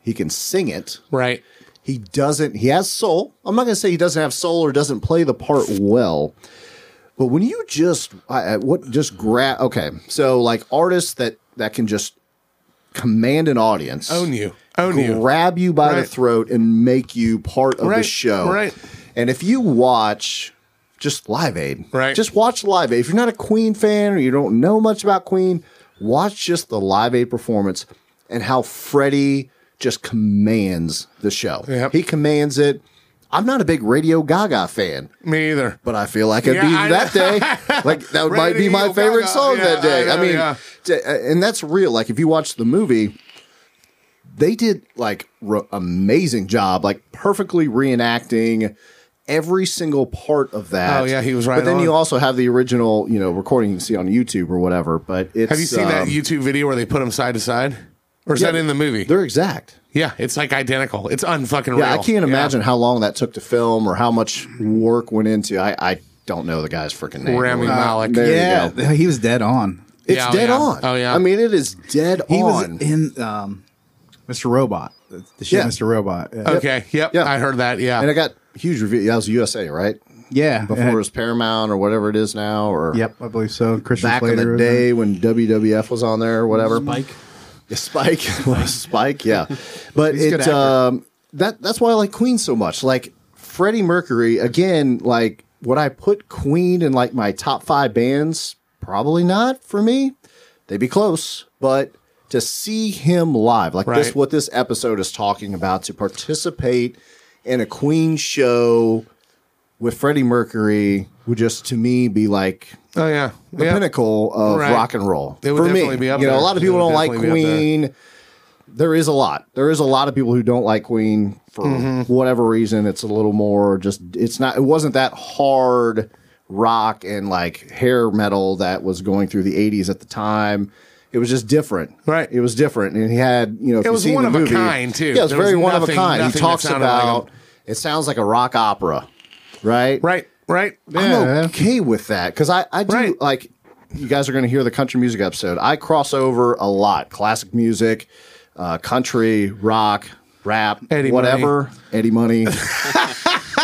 He can sing it
right.
he doesn't he has soul i'm not going to say he doesn't have soul or doesn't play the part well but when you just I, I- what just grab okay so like artists that that can just command an audience
Own you. Own you.
grab you by the
Right.
throat and make you part of the
Right,
show
right.
and if you watch just live aid
Right.
just watch live aid if you're not a queen fan or you don't know much about queen watch just the live aid performance and how freddie just commands the show
Yep.
he commands it i'm not a big radio gaga fan
Me either.
but I feel like I'd
Yeah,
be
I-
that day. Like that would- might be
Radio
my favorite
Gaga.
song
Yeah,
that day.
I
I,
know,
mean,
yeah.
t- and that's real. Like if you watch the movie, they did like r- amazing job, like perfectly reenacting every single part of that.
Oh, yeah, he was right
But then
on.
you also have the original, you know, recording you can see on YouTube or whatever. But it's
Have you seen that
um,
YouTube video where they put them side to side? Or is
yeah,
that in the movie?
They're exact.
Yeah, it's like identical. It's unfucking real.
Yeah, I can't
Yeah.
imagine how long that took to film or how much work went into. I, I don't know the guy's freaking name.
Rami Malek.
There you
yeah,
go.
he was dead on.
It's
Yeah, oh,
dead
yeah.
on.
Oh, yeah.
I mean, it is dead
He
on.
was in um, Mr. Robot. The the shit
Yeah.
Mr. Robot. Yeah. Uh,
Okay. Yep.
Yeah.
I heard that. Yeah.
and I got huge review. That was USA, right?
Yeah.
Before it was Paramount or whatever it is now, or
Yep, I believe so. Christian
back in
Slater
the
was it.
day when WWF was on there or whatever.
Spike.
Yeah, Spike, Spike, yeah. But
He's a good
it
actor.
um, that that's why I like Queen so much. Like Freddie Mercury again. Like would I put Queen in like my top five bands? Probably not for me. they'd be close, but to see him live, like this,
Right.
what this episode is talking about, to participate in a Queen show with Freddie Mercury would just to me be like
Oh yeah,
the
yeah.
pinnacle of
Right.
rock and roll.
It would
for
definitely
me.
be up
you know,
there.
a lot of
It
people
would
don't like
definitely be up there.
Queen. There is a lot. There is a lot of people who don't like Queen for
Mm-hmm.
whatever reason. It's a little more just. It's not. It wasn't that hard rock and like hair metal that was going through the '80s at the time. It was just different,
Right.
It was different, and he had you know. If
It
you've
was
seen
one
the
of a
movie-
kind, too.
Yeah, it was
There was
very one of a
nothing-
kind.
nothing that
He talks
sounded like
about.
him.
it sounds like a rock opera, right?
Right, right.
I'm okay with that because I, I do
Right.
like you guys are going to hear the country music episode. I cross over a lot classic music, uh, country, rock, rap,
Eddie
whatever. Eddie Money.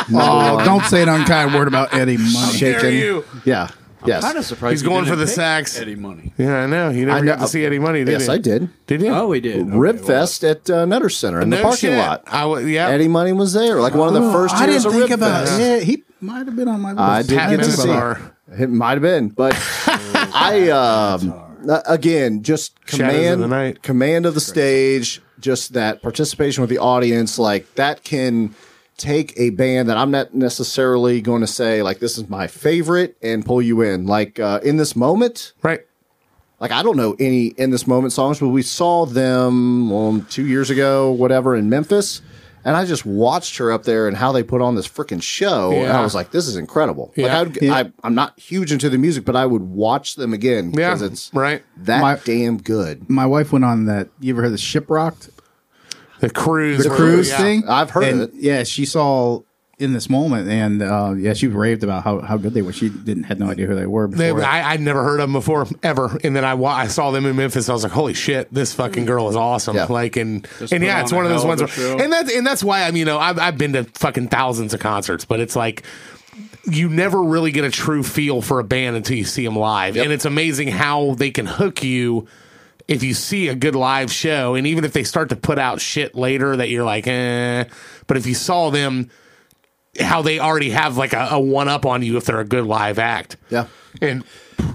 Oh, don't say an unkind word about Eddie Money.
Shaken.
Dare you?
Yeah. yes.
Kind of surprised
He's
you
going
didn't
for the
pick
sax.
Eddie Money.
Yeah, I know. You never
I
got
know.
to see Eddie Money, did
yes,
you?
I did.
Did you?
Oh, he did. Okay,
Rib
well,
Fest at uh, Nutter Center in the parking
shit.
lot.
I Oh, was, yeah.
Eddie Money was there, like one of the first
Oh, I
years
didn't
of
think
Rib
about
Fest.
it. He might have been on my list.
I did
Pat
get to see.
Benatar.
It might have been, but I um uh, again just
Shadows of
command
the night.
command of the stage, just that participation with the audience, like that can take a band that I'm not necessarily going to say like this is my favorite and pull you in. Like uh, in this moment,
Right.
like I don't know any in this moment songs, but we saw them um, two years ago, whatever, in Memphis. And I just watched her up there and how they put on this freaking show, and
Yeah.
I was like, "This is incredible."
Yeah.
Like I'd, I, I'm not huge into the music, but I would watch them again
Yeah,
because it's
right.
that
My-
damn good.
My wife went on that. You ever heard of Shiprocked?
The cruise.
the cruise
yeah.
thing.
I've heard
And,
of it.
Yeah, she saw in this moment, and uh, yeah, she raved about how, how good they were. She didn't had no idea who they were.
They,
Before.
I, I'd never heard of them before, ever. And then I wa- I saw them in Memphis. I was like, "Holy shit, this fucking girl is awesome!"
Yeah.
Like, and
Just
and
put
yeah,
on
it's
a
one of those
hell of
ones.
a
Where,
show.
and that's and that's why I'm you know I've I've been to fucking thousands of concerts, but it's like you never really get a true feel for a band until you see them live, and it's amazing how they can hook you. If you see a good live show, and even if they start to put out shit later that you're like, eh, but if you saw them, how they already have like a, a one up on you if they're a good live act.
Yeah.
And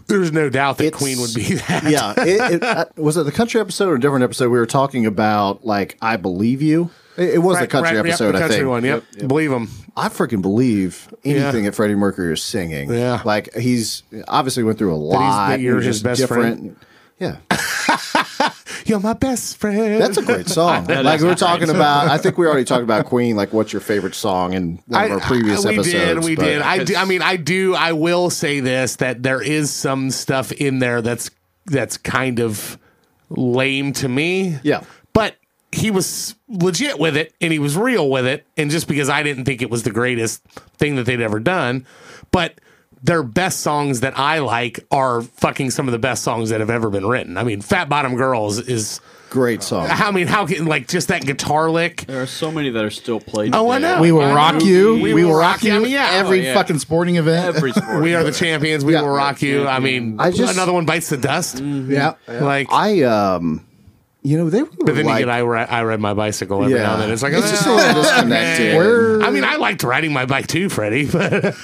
there's no doubt that
It's-
Queen would be that.
yeah, it, it, uh, was it the country episode or a different episode? We were talking about like I believe you. It, it was the country
yep,
episode,
the country
I think.
one. Yep. Believe him.
I freaking believe anything
Yeah.
that Freddie Mercury is singing.
Yeah.
Like he's obviously went through a lot.
that you're
and
his
just
best
different- Yeah.
You're my best friend.
That's a great song. like we were talking about I think we already talked about Queen, like what's your favorite song in one of our previous
we
episodes.
did, we
but-
did. I, do, I mean, I do. I will say this: that there is some stuff in there that's that's kind of lame to me.
Yeah.
but he was legit with it, and he was real with it. And just because I didn't think it was the greatest thing that they'd ever done, but their best songs that I like are fucking some of the best songs that have ever been written. I mean, Fat Bottom Girls is.
Great song.
I mean, how can like just that guitar lick?
There are so many that are still played.
Oh, I
today.
know.
we will
I
rock
know.
you.
We
We,
will
will
rock
rock
you.
you.
I mean, yeah.
every
Oh, yeah.
fucking sporting event.
Every sport.
We are the champions. We
Yeah.
will rock you. I mean,
I just-
another one bites the dust.
yeah.
Like,
I um you know, they were
but then
like,
you get I, ri- I ride my bicycle every
Yeah.
now and then. It's like,
It's
"Ah,
just a little disconnected.
I mean, I liked riding my bike too, Freddie. But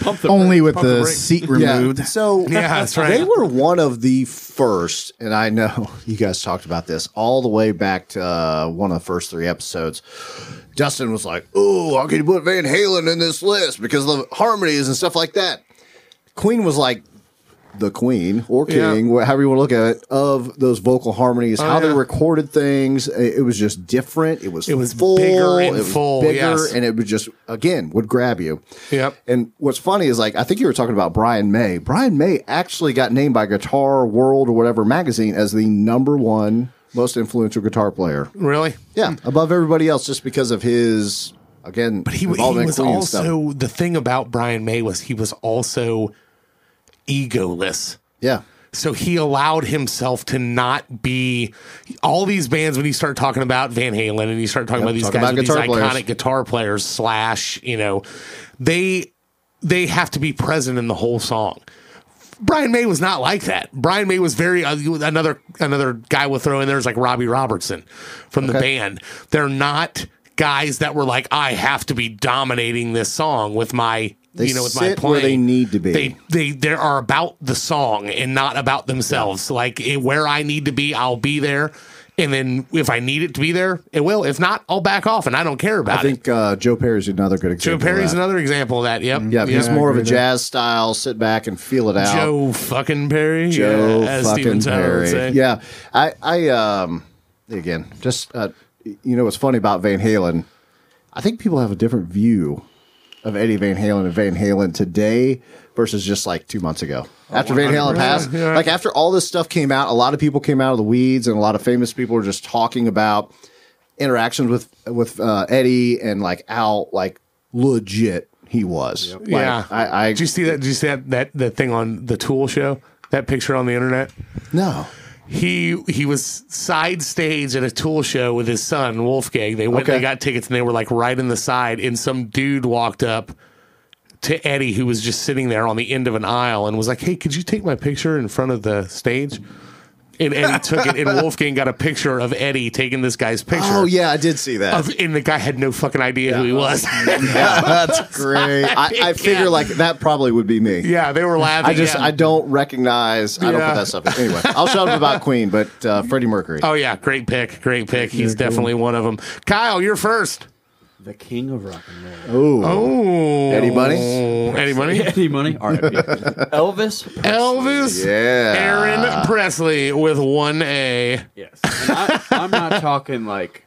Pump the
Only with
Pump the
the
brake.
seat
Yeah.
removed.
So
Yeah, that's right.
They were one of the first, and I know you guys talked about this all the way back to uh, one of the first three episodes. Dustin was like, "Oh, I could put Van Halen in this list because of the harmonies and stuff like that." Queen was like the queen or
Yeah. Oh,
king, wh- however you want to look at it, of those vocal harmonies, how
yeah.
they recorded things. It it was just different. It was
It was
full,
bigger and
it was
full,
bigger,
yes.
and it would just again would grab you.
Yep.
And what's funny is like I think you were talking about Brian May. Brian May actually got named by Guitar World or whatever magazine as the number one most influential guitar player.
really,
Yeah, above everybody else just because of his again.
Hmm. But he, he
involvement in
was
Queen and stuff.
also the thing about Brian May was he was also egoless.
yeah.
So he allowed himself to not be all these bands when you start talking about Van Halen and you start talking about these
talking
guys
about
with these
guitar players.
iconic guitar players slash, you know, they they have to be present in the whole song. Brian May was not like that. Brian May was very uh, another another guy we'll throw in there is like Robbie Robertson from the band. They're not guys that were like I have to be dominating this song with my
They
you know, with my
sit
playing.
where they need to be.
They they they are about the song and not about themselves. Like it, where I need to be, I'll be there. And then if I need it to be there, it will. If not, I'll back off and I don't care about
I think uh, Joe Perry's another good
it. Joe
example.
Perry's
of that.
another example of that. Yep.
Yeah,
Yep.
he's more of a jazz style, sit back and feel it out.
Joe fucking Perry.
Joe
yeah, as Steven
fucking
Tyler would
Perry.
say.
Yeah, I, I, um, again, just uh, you know what's funny about Van Halen? I think people have a different view of Eddie Van Halen and Van Halen today versus just like two months ago.
Oh,
After Van Halen
100%,
passed,
yeah.
like after all this stuff came out, a lot of people came out of the weeds, and a lot of famous people were just talking about interactions with with uh, Eddie and like how like legit he was. Like,
yeah.
I, I
did you see that? Did you see that, that that thing on the Tool show? That picture on the internet.
no.
he he was side stage at a tool show with his son Wolfgang. They went, they
Okay.
got tickets, and they were like right in the side. And some dude walked up to Eddie, who was just sitting there on the end of an aisle, and was like, "Hey, could you take my picture in front of the stage?" And Eddie took it, and Wolfgang got a picture of Eddie taking this guy's picture.
Oh yeah, I did see that.
Of, and the guy had no fucking idea who he was.
That's great. I, I figure like that probably would be me.
yeah, they were laughing.
I just
yeah.
I don't recognize. I don't
Yeah.
put that stuff. In. Anyway, I'll shout up about Queen, but uh, Freddie Mercury.
oh yeah, great pick, great pick. He's definitely one of them. Kyle, you're first.
The king of rock and roll.
Oh,
Eddie Money?
Eddie Money.
Any money? RIP. Elvis?
Elvis
Yeah.
Aaron Presley with one A.
Yes. And I, I'm not talking like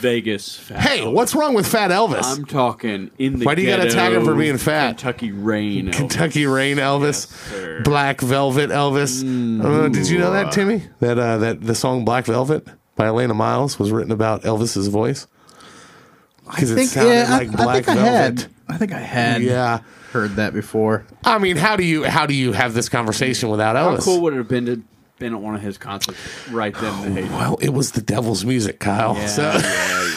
Vegas. Fat
Hey,
Elvis.
what's wrong with Fat Elvis?
I'm talking in the
Why do you gotta
ghetto,
tag him for being fat?
Kentucky rain. Elvis.
Kentucky Rain Elvis,
sir.
Black Velvet Elvis. Uh, did you know that, Timmy? That uh, that the song Black Velvet by Elena Miles was written about Elvis's voice because it sounded like Black
I
Velvet.
had. I think I had
Yeah,
heard that before.
I mean, how do you how do you have this conversation without
How
Elvis?
cool would it have been to been at one of his concerts right then and there?
well, it was the devil's music, Kyle. Oh, So.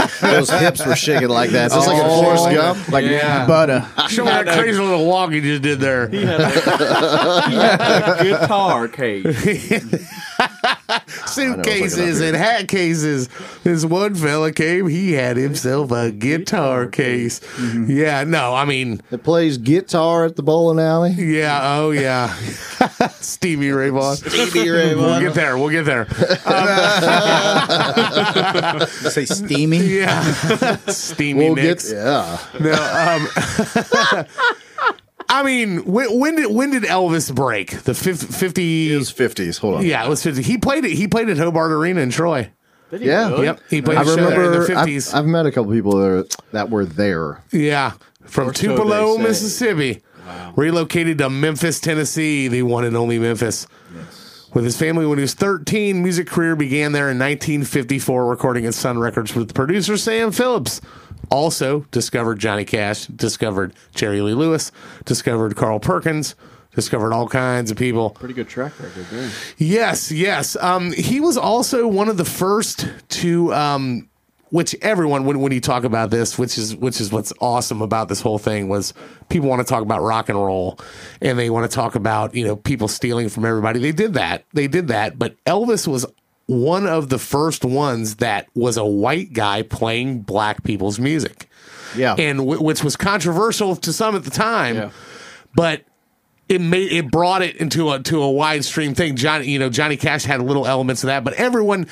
Those hips were shaking like that. It's like a
Oh,
Forrest Gump. Like
Yeah.
Butter.
Show me that crazy little walk you just did there.
He had a- he had a guitar case.
suitcases and hat cases. This one fella came, he had himself a guitar case. Yeah, no, I mean,
that plays guitar at the bowling alley.
yeah, oh yeah. Stevie Ray Vaughan. We'll get there. We'll get there.
Say steamy.
Yeah. Steamy
We'll get
Nicks.
yeah.
No, um, I mean, when, when did when did Elvis break? The fif- 50
fifties. Hold on.
Yeah, it was 50. He played it. He played at Hobart Arena in Troy.
Did he
Yeah.
really?
Yep. He played
I
a show there in
remember.
the 50s.
I've, I've met a couple people that, are, that were there.
Yeah, from
Or so
Tupelo,
they say.
Mississippi. Relocated to Memphis, Tennessee, the one and only Memphis. With his family when he was 13, music career began there in 1954, recording at Sun Records with producer Sam Phillips. Also discovered Johnny Cash, discovered Jerry Lee Lewis, discovered Carl Perkins, discovered all kinds of people.
Pretty good track record there.
Yes, yes. Um, he was also one of the first to, um, which everyone when when you talk about this, which is which is what's awesome about this whole thing was people want to talk about rock and roll, and they want to talk about you know people stealing from everybody. They did that. They did that. But Elvis was one of the first ones that was a white guy playing black people's music
Yeah.
and w- which was controversial to some at the time,
Yeah.
but it made it brought it into a to a wide stream thing. Johnny, you know, Johnny Cash had little elements of that, but everyone,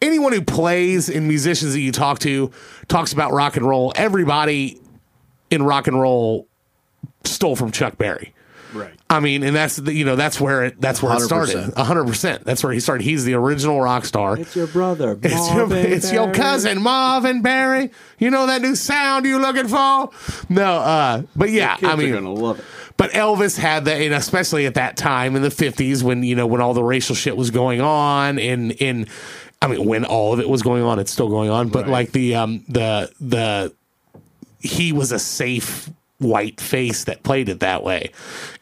anyone who plays and musicians that you talk to, talks about rock and roll. Everybody in rock and roll stole from Chuck Berry.
Right.
I mean, and that's the, you know that's where it that's where it started.
100%.
hundred percent. That's where he started. He's the original rock star.
It's your brother.
It's your,
Marvin
it's your
Berry.
cousin Marvin Barry. You know that new sound you looking for? No, uh, but yeah,
Kids
I
are gonna
mean,
love it.
but Elvis had that, and especially at that time in the fifties when you know when all the racial shit was going on, and in, I mean, when all of it was going on, it's still going on. But like the um the the he was a safe white face that played it that way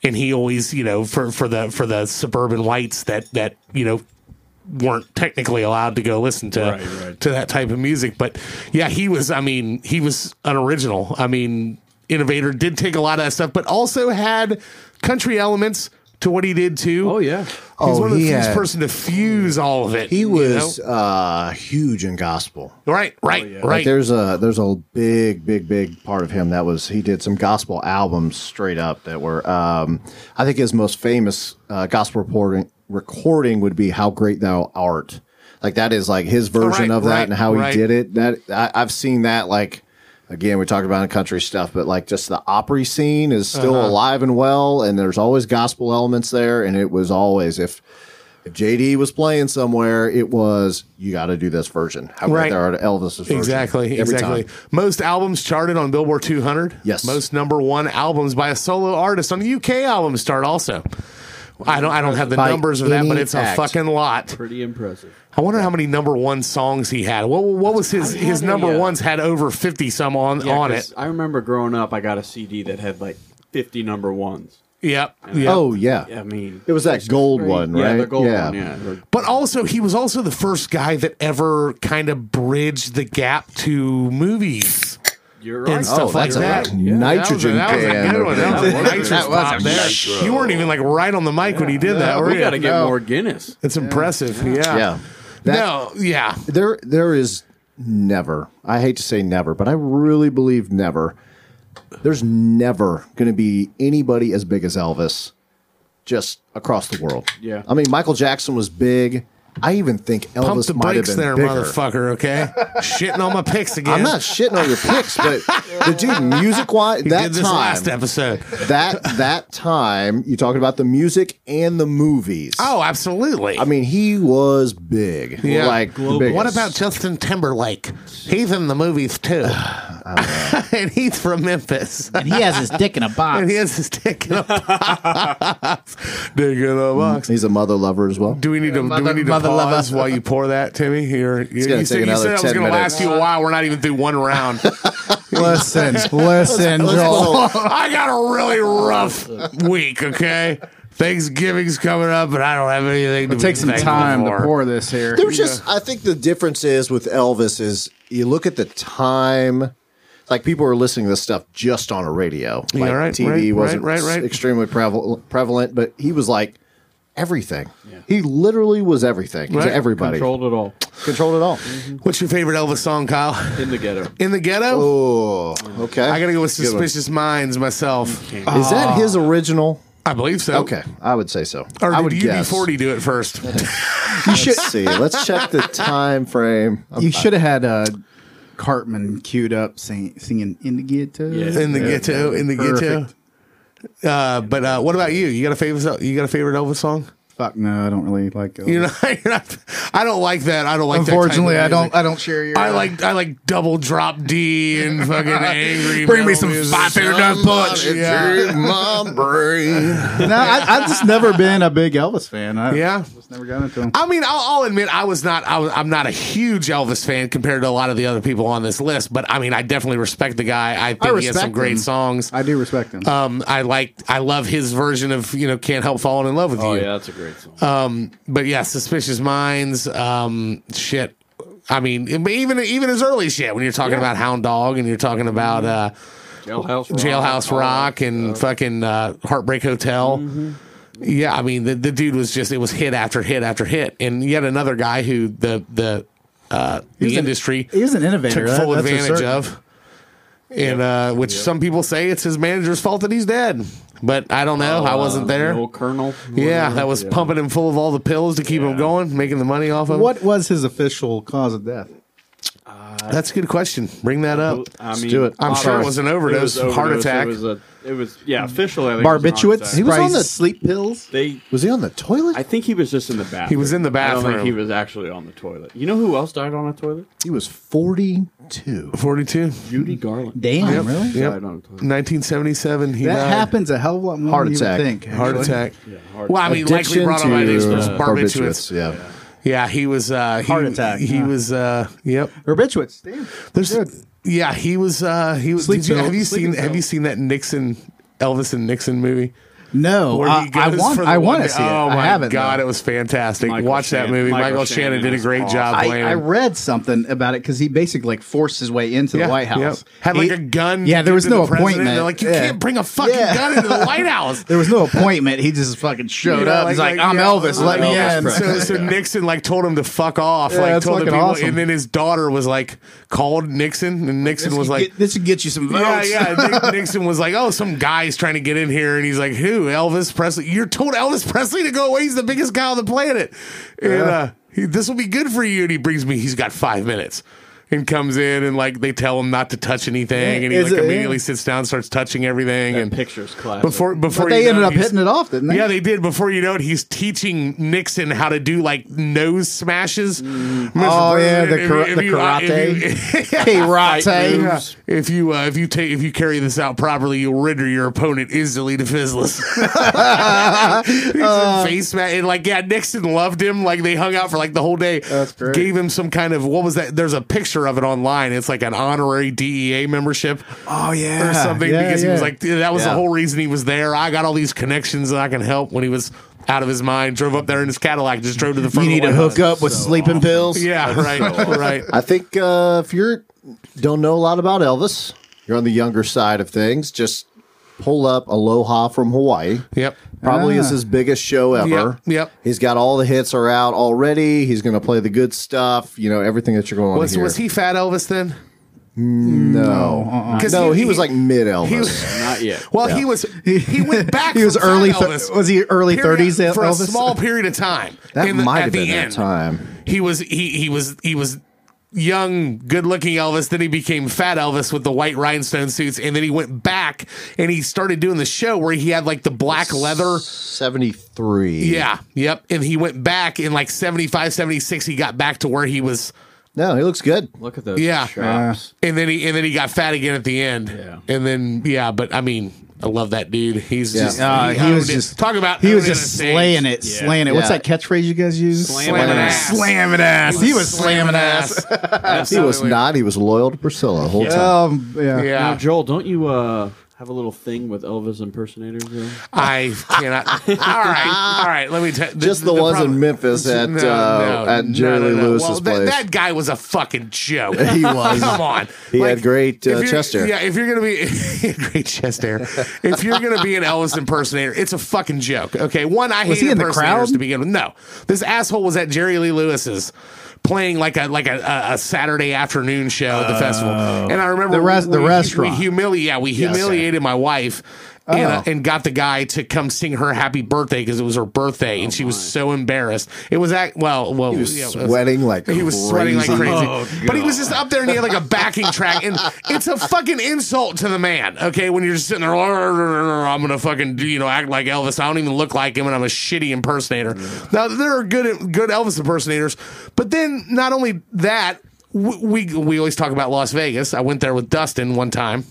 and he always you know for for the for the suburban whites that that you know weren't technically allowed to go listen to
Right, right.
to that type of music but yeah he was i mean he was an original i mean innovator did take a lot of that stuff but also had country elements to what he did too.
Oh yeah.
He's one
Oh,
of the
he
first
had-
person to fuse all of it.
He
you
was
know?
uh, huge in gospel.
right,
Oh,
right,
Like
right.
there's a there's a big big big part of him that was he did some gospel albums straight up that were um, I think his most famous uh, gospel recording recording would be How Great Thou Art. Like that is like his version
right,
of that
right,
and how
right.
he did it. That I, I've seen that like again we talked about the country stuff, but like just the Opry scene is still
Uh-huh.
alive and well, and there's always gospel elements there, and it was always if. If JD was playing somewhere, it was you got to do this version. How
Right.
great thou art, Elvis's version.
Exactly,
Every
exactly.
time.
Most albums charted on Billboard 200.
Yes.
Most number one albums by a solo artist on the UK album chart. Also, I don't I don't have the
By
numbers of that, but
any
it's a
act.
fucking lot.
Pretty impressive.
I wonder how many number one songs he had. What what was his his
had a,
number
uh,
ones had over fifty some on
Yeah,
on
'cause
it.
I remember growing up, I got a CD that had like 50 number ones.
Yep. yep.
Oh yeah,
I mean,
it was that gold one, right?
yeah, the gold one. Yeah, The-
But also, he was also the first guy that ever kind of bridged the gap to movies
you're
and
right. Oh,
stuff like
that's a
Oh, that.
nitrogen
that was a, that was a
can
good one.
over
That was
there.
a nitrous
That was a
pop there.
nitro.
You weren't even like right on the mic when he did that. Were
we
you?
got to get
No.
more Guinness.
It's impressive. Yeah.
yeah. That,
no. Yeah.
there there is never. I hate to say never, but I really believe never. There's never going to be anybody as big as Elvis, just across the world.
Yeah.
I mean Michael Jackson was big. I even think Elvis
Pump the
might have
brakes
been
there,
bigger.
motherfucker. Okay. Shitting on my picks again.
I'm not shitting on your picks, but the dude music wise
He
that
did this
time
last episode.
that that time you talking about the music and the movies.
Oh, absolutely.
I mean, he was big.
Yeah.
Like
Global.
biggest.
What about Justin Timberlake? He's in the movies too, and he's from Memphis.
And he has his dick in a box.
And he has his dick in a box. dick in a box.
He's a mother lover as well.
Do we need to do we
Mother-
need to
mother
pause
lover.
while you pour that, Timmy? Here, you,
gonna
you
take
said, you
another
said I was going
10
to
minutes.
last you a while. We're not even through one round.
listen, listen, Joel.
I got a really rough week. Okay, Thanksgiving's coming up, and I don't have anything to be
Take some
thankful
time to
for.
pour this here.
There's just, I think the difference is with Elvis is you look at the time. Like people are listening to this stuff just on a radio.
Yeah,
Like
right,
TV
right,
wasn't
right, right, right.
extremely preval- prevalent, but he was like everything. He literally was everything
Right. Mm-hmm.
to everybody.
Controlled it all
Controlled it all.
What's your favorite Elvis song, Kyle?
in the ghetto.
In the ghetto.
Oh, okay.
I gotta Ah. go with
Good one.
Suspicious Minds myself.
Is that his original?
I believe so.
Okay, I would say so.
Or
I
did
would
UB40 do it first?
You should see. Let's check the time frame.
you should have had uh, Cartman queued up sing, singing "In the Ghetto."
Yeah.
in the ghetto, in the
Perfect.
ghetto. Uh, but uh, what about you? You got a favorite? You got a favorite Elvis song?
Fuck no, I don't really like. Elvis.
You know, you're not, I don't like that. I don't like. that type of
Unfortunately, I don't.
music.
I don't share your.
I like I like double drop D and fucking angry.
Bring me
metal
some
music.
five finger death punch.
Yeah.
my brain.
no, I, I've just never been a big Elvis fan. I,
Yeah.
just never got into him.
I mean, I'll, I'll admit I was not. I was, I'm not a huge Elvis fan compared to a lot of the other people on this list. But I mean, I definitely respect the guy. I think he has
respect
some great
him.
songs.
I do respect him.
Um, I like I love his version of you know can't help falling in love with
Oh
you. Uh,
yeah, that's a great song.
But yeah, suspicious minds. Um, shit. I mean, even even his early shit when you're talking about Hound Dog and you're talking about uh,
Jailhouse Rock.
Jailhouse
Oh,
Rock and fucking uh, Heartbreak Hotel. Yeah, I mean the, the dude was just it was hit after hit after hit, and yet another guy who the the uh, the
He's an-
industry
He was an innovator.
took
that-
full
that's for
advantage
certain.
of. And uh, which some people say it's his manager's fault that he's dead, but I don't
Oh,
know. I wasn't
uh,
there.
the old Colonel.
yeah, that was
Yeah.
pumping him full of all the pills to keep him going, making the money off of. him.
What was his official cause of death?
That's a good question. Bring that up.
I mean,
do it.
I'm sure it was an overdose, heart attack.
It was, a, it was yeah, officially. I think it was an heart
Barbiturates.
attack.
was
Probably
on the-
sleep pills.
They
Was he on the toilet?
I think he was just in the bathroom.
He was in the
I don't
bathroom.
think he was actually on the toilet. You know who else died on a toilet?
he was 42.
42.
Judy Garland.
Damn, really?
Yep.
Died on a toilet.
1977. He
That
died.
happens a hell of a lot more
Heart
than you
attack.
would think.
Heart
actually.
attack.
heart
well, I mean, likely
Addiction
brought on by
to,
these those
uh,
barbiturates. Yeah.
Yeah.
he was. Uh, he,
Heart attack,
He
huh.
was. Uh, yep.
Barbiturates. Damn.
There's.
Good.
Yeah, he was. Uh, he was.
Sleep
did you,
pill-
have you
sleeping
seen? Have
pill.
you seen that Nixon, Elvis and Nixon movie?
No,
where
I,
he
I
goes
want.
for the
I
one-
want to see it.
Oh
I
my
haven't.
god,
though.
it was fantastic!
Michael
Watch that
Shannon-
movie.
Michael
Michael Shannon,
Shannon
did a
is
great
awesome.
job
I,
playing.
I read something about it because he basically like forced his way into
Yeah,
the White House.
yeah. Had like
He-
a gun.
Yeah,
to
there
give
was
to
no
the president.
appointment.
They're like, you
Yeah.
can't bring a fucking
Yeah.
gun into the White House.
There was no appointment. He just fucking showed
Yeah,
up. He's like, "I'm
yeah,
Elvis. Let me
Elvis
in."
So, so Nixon like told him to fuck off.
Yeah,
like
that's
told the
fucking
people,
awesome.
and then his daughter was like called Nixon, and Nixon was like,
Get- "This would get you some
Yeah,
votes."
yeah. Nick- Nixon was like, "Oh, some guy's trying to get in here," and he's like, "Who? Elvis Presley? You're told Elvis Presley to go away. He's the biggest guy on the planet, and uh, he, this will be good for you." And he brings me. He's got five minutes, and comes in and like they tell him not to touch anything, and he
Is
like
it- yeah.
immediately sits down, starts touching everything, and
Pictures class.
before before
But
you
they
know
ended
it,
up
he's-
hitting it off, didn't they?
yeah, they did. Before you know it, he's teaching Nixon how to do like nose smashes. Mr.
Oh, yeah, the
President, if
kara-
you-
the
if you, uh, if you-
karate.
Yeah. If you uh, if you take if you carry this out properly, you'll render your opponent instantly defenseless. He's in
Uh.
face ma- and like yeah, Nixon loved him. Like they hung out for like the whole day. That's
great.
Gave him some kind of what was that? There's a picture of it online. It's like an honorary DEA membership
Oh yeah,
or something
Yeah,
because he was
yeah.
like "Dude, that was the
Yeah.
whole reason he was there. I got all these connections that I can help when he was out of his mind. Drove up there in his Cadillac, just drove to the front.
"You
of
need
the
to
White
hook up with sleeping pills."
House. Yeah, right, right.
I think uh, if you don't know a lot about Elvis, you're on the younger side of things. Just pull up Aloha from Hawaii.
Yep.
Probably is
Ah.
his biggest show ever.
Yep, yep.
He's got all the hits are out already. He's going to play the good stuff. You know everything that you're going to
Was
hear.
was he fat Elvis then?
No,
'Cause
no, he, was like mid Elvis.
Uh-uh. he was-
not yet.
Well, he was he went back.
He was
from
early
Fat
thir-
Elvis
was he early
period-
30s El-
for a
Elvis?
small period of time.
that
In the-
might
at
have
the
been that
end.
time.
He was he he was he was young, good-looking Elvis. Then he became Fat Elvis with the white rhinestone suits, and then he went back and he started doing the show where he had like the black leather.
Seventy three.
Yeah, yep. And he went back in like 75, 76, He got back to where he was.
No, he looks good.
Look at those.
Yeah.
chops.
and then he and then he got fat again at the end.
Yeah.
And then yeah, but I mean, I love that dude. He's just
Uh, he
owned
was
it.
just
talk about
He was
owning
just
a stage.
slaying it,
Yeah.
slaying it. What's
Yeah.
that catchphrase you guys use?
Slamming
ass.
slamming ass. He was slamming ass.
He was not. He was loyal to Priscilla the whole time.
Um, yeah.
Yeah,
Now, Joel, don't you uh, have a little thing with Elvis impersonators? though?
I cannot. all right, all right. Let me tell
Just the ones in Memphis at, uh, at Jerry Lee Lewis's
well, that-
place.
That guy was a fucking joke.
He was.
Come on.
He had great, uh,
if you're-
chest hair.
Yeah, if you're gonna be great chest hair, if you're gonna be an Elvis impersonator, it's a fucking joke. Okay, one I
Was
hate
he in the
impersonators
crowd?
to begin with. No, this asshole was at Jerry Lee Lewis's. Playing like a like a, a- a Saturday afternoon show at the festival, and I remember
The res-
we-
the
we-
restaurant.
We humili- yeah, we humiliated my wife, and, uh, and got the guy to come sing her happy birthday because it was her birthday, and she was so embarrassed. It was act well, well, he
was sweating like
he was sweating like
crazy.
crazy,
Oh,
but he was just up there and he had like a backing track, and it's a fucking insult to the man. Okay, when you're just sitting there, "Rrr, rrr, rrr, I'm gonna fucking you know act like Elvis. I don't even look like him, and I'm a shitty impersonator. Now there are good good Elvis impersonators, but then not only that, w- we we always talk about Las Vegas. I went there with Dustin one time.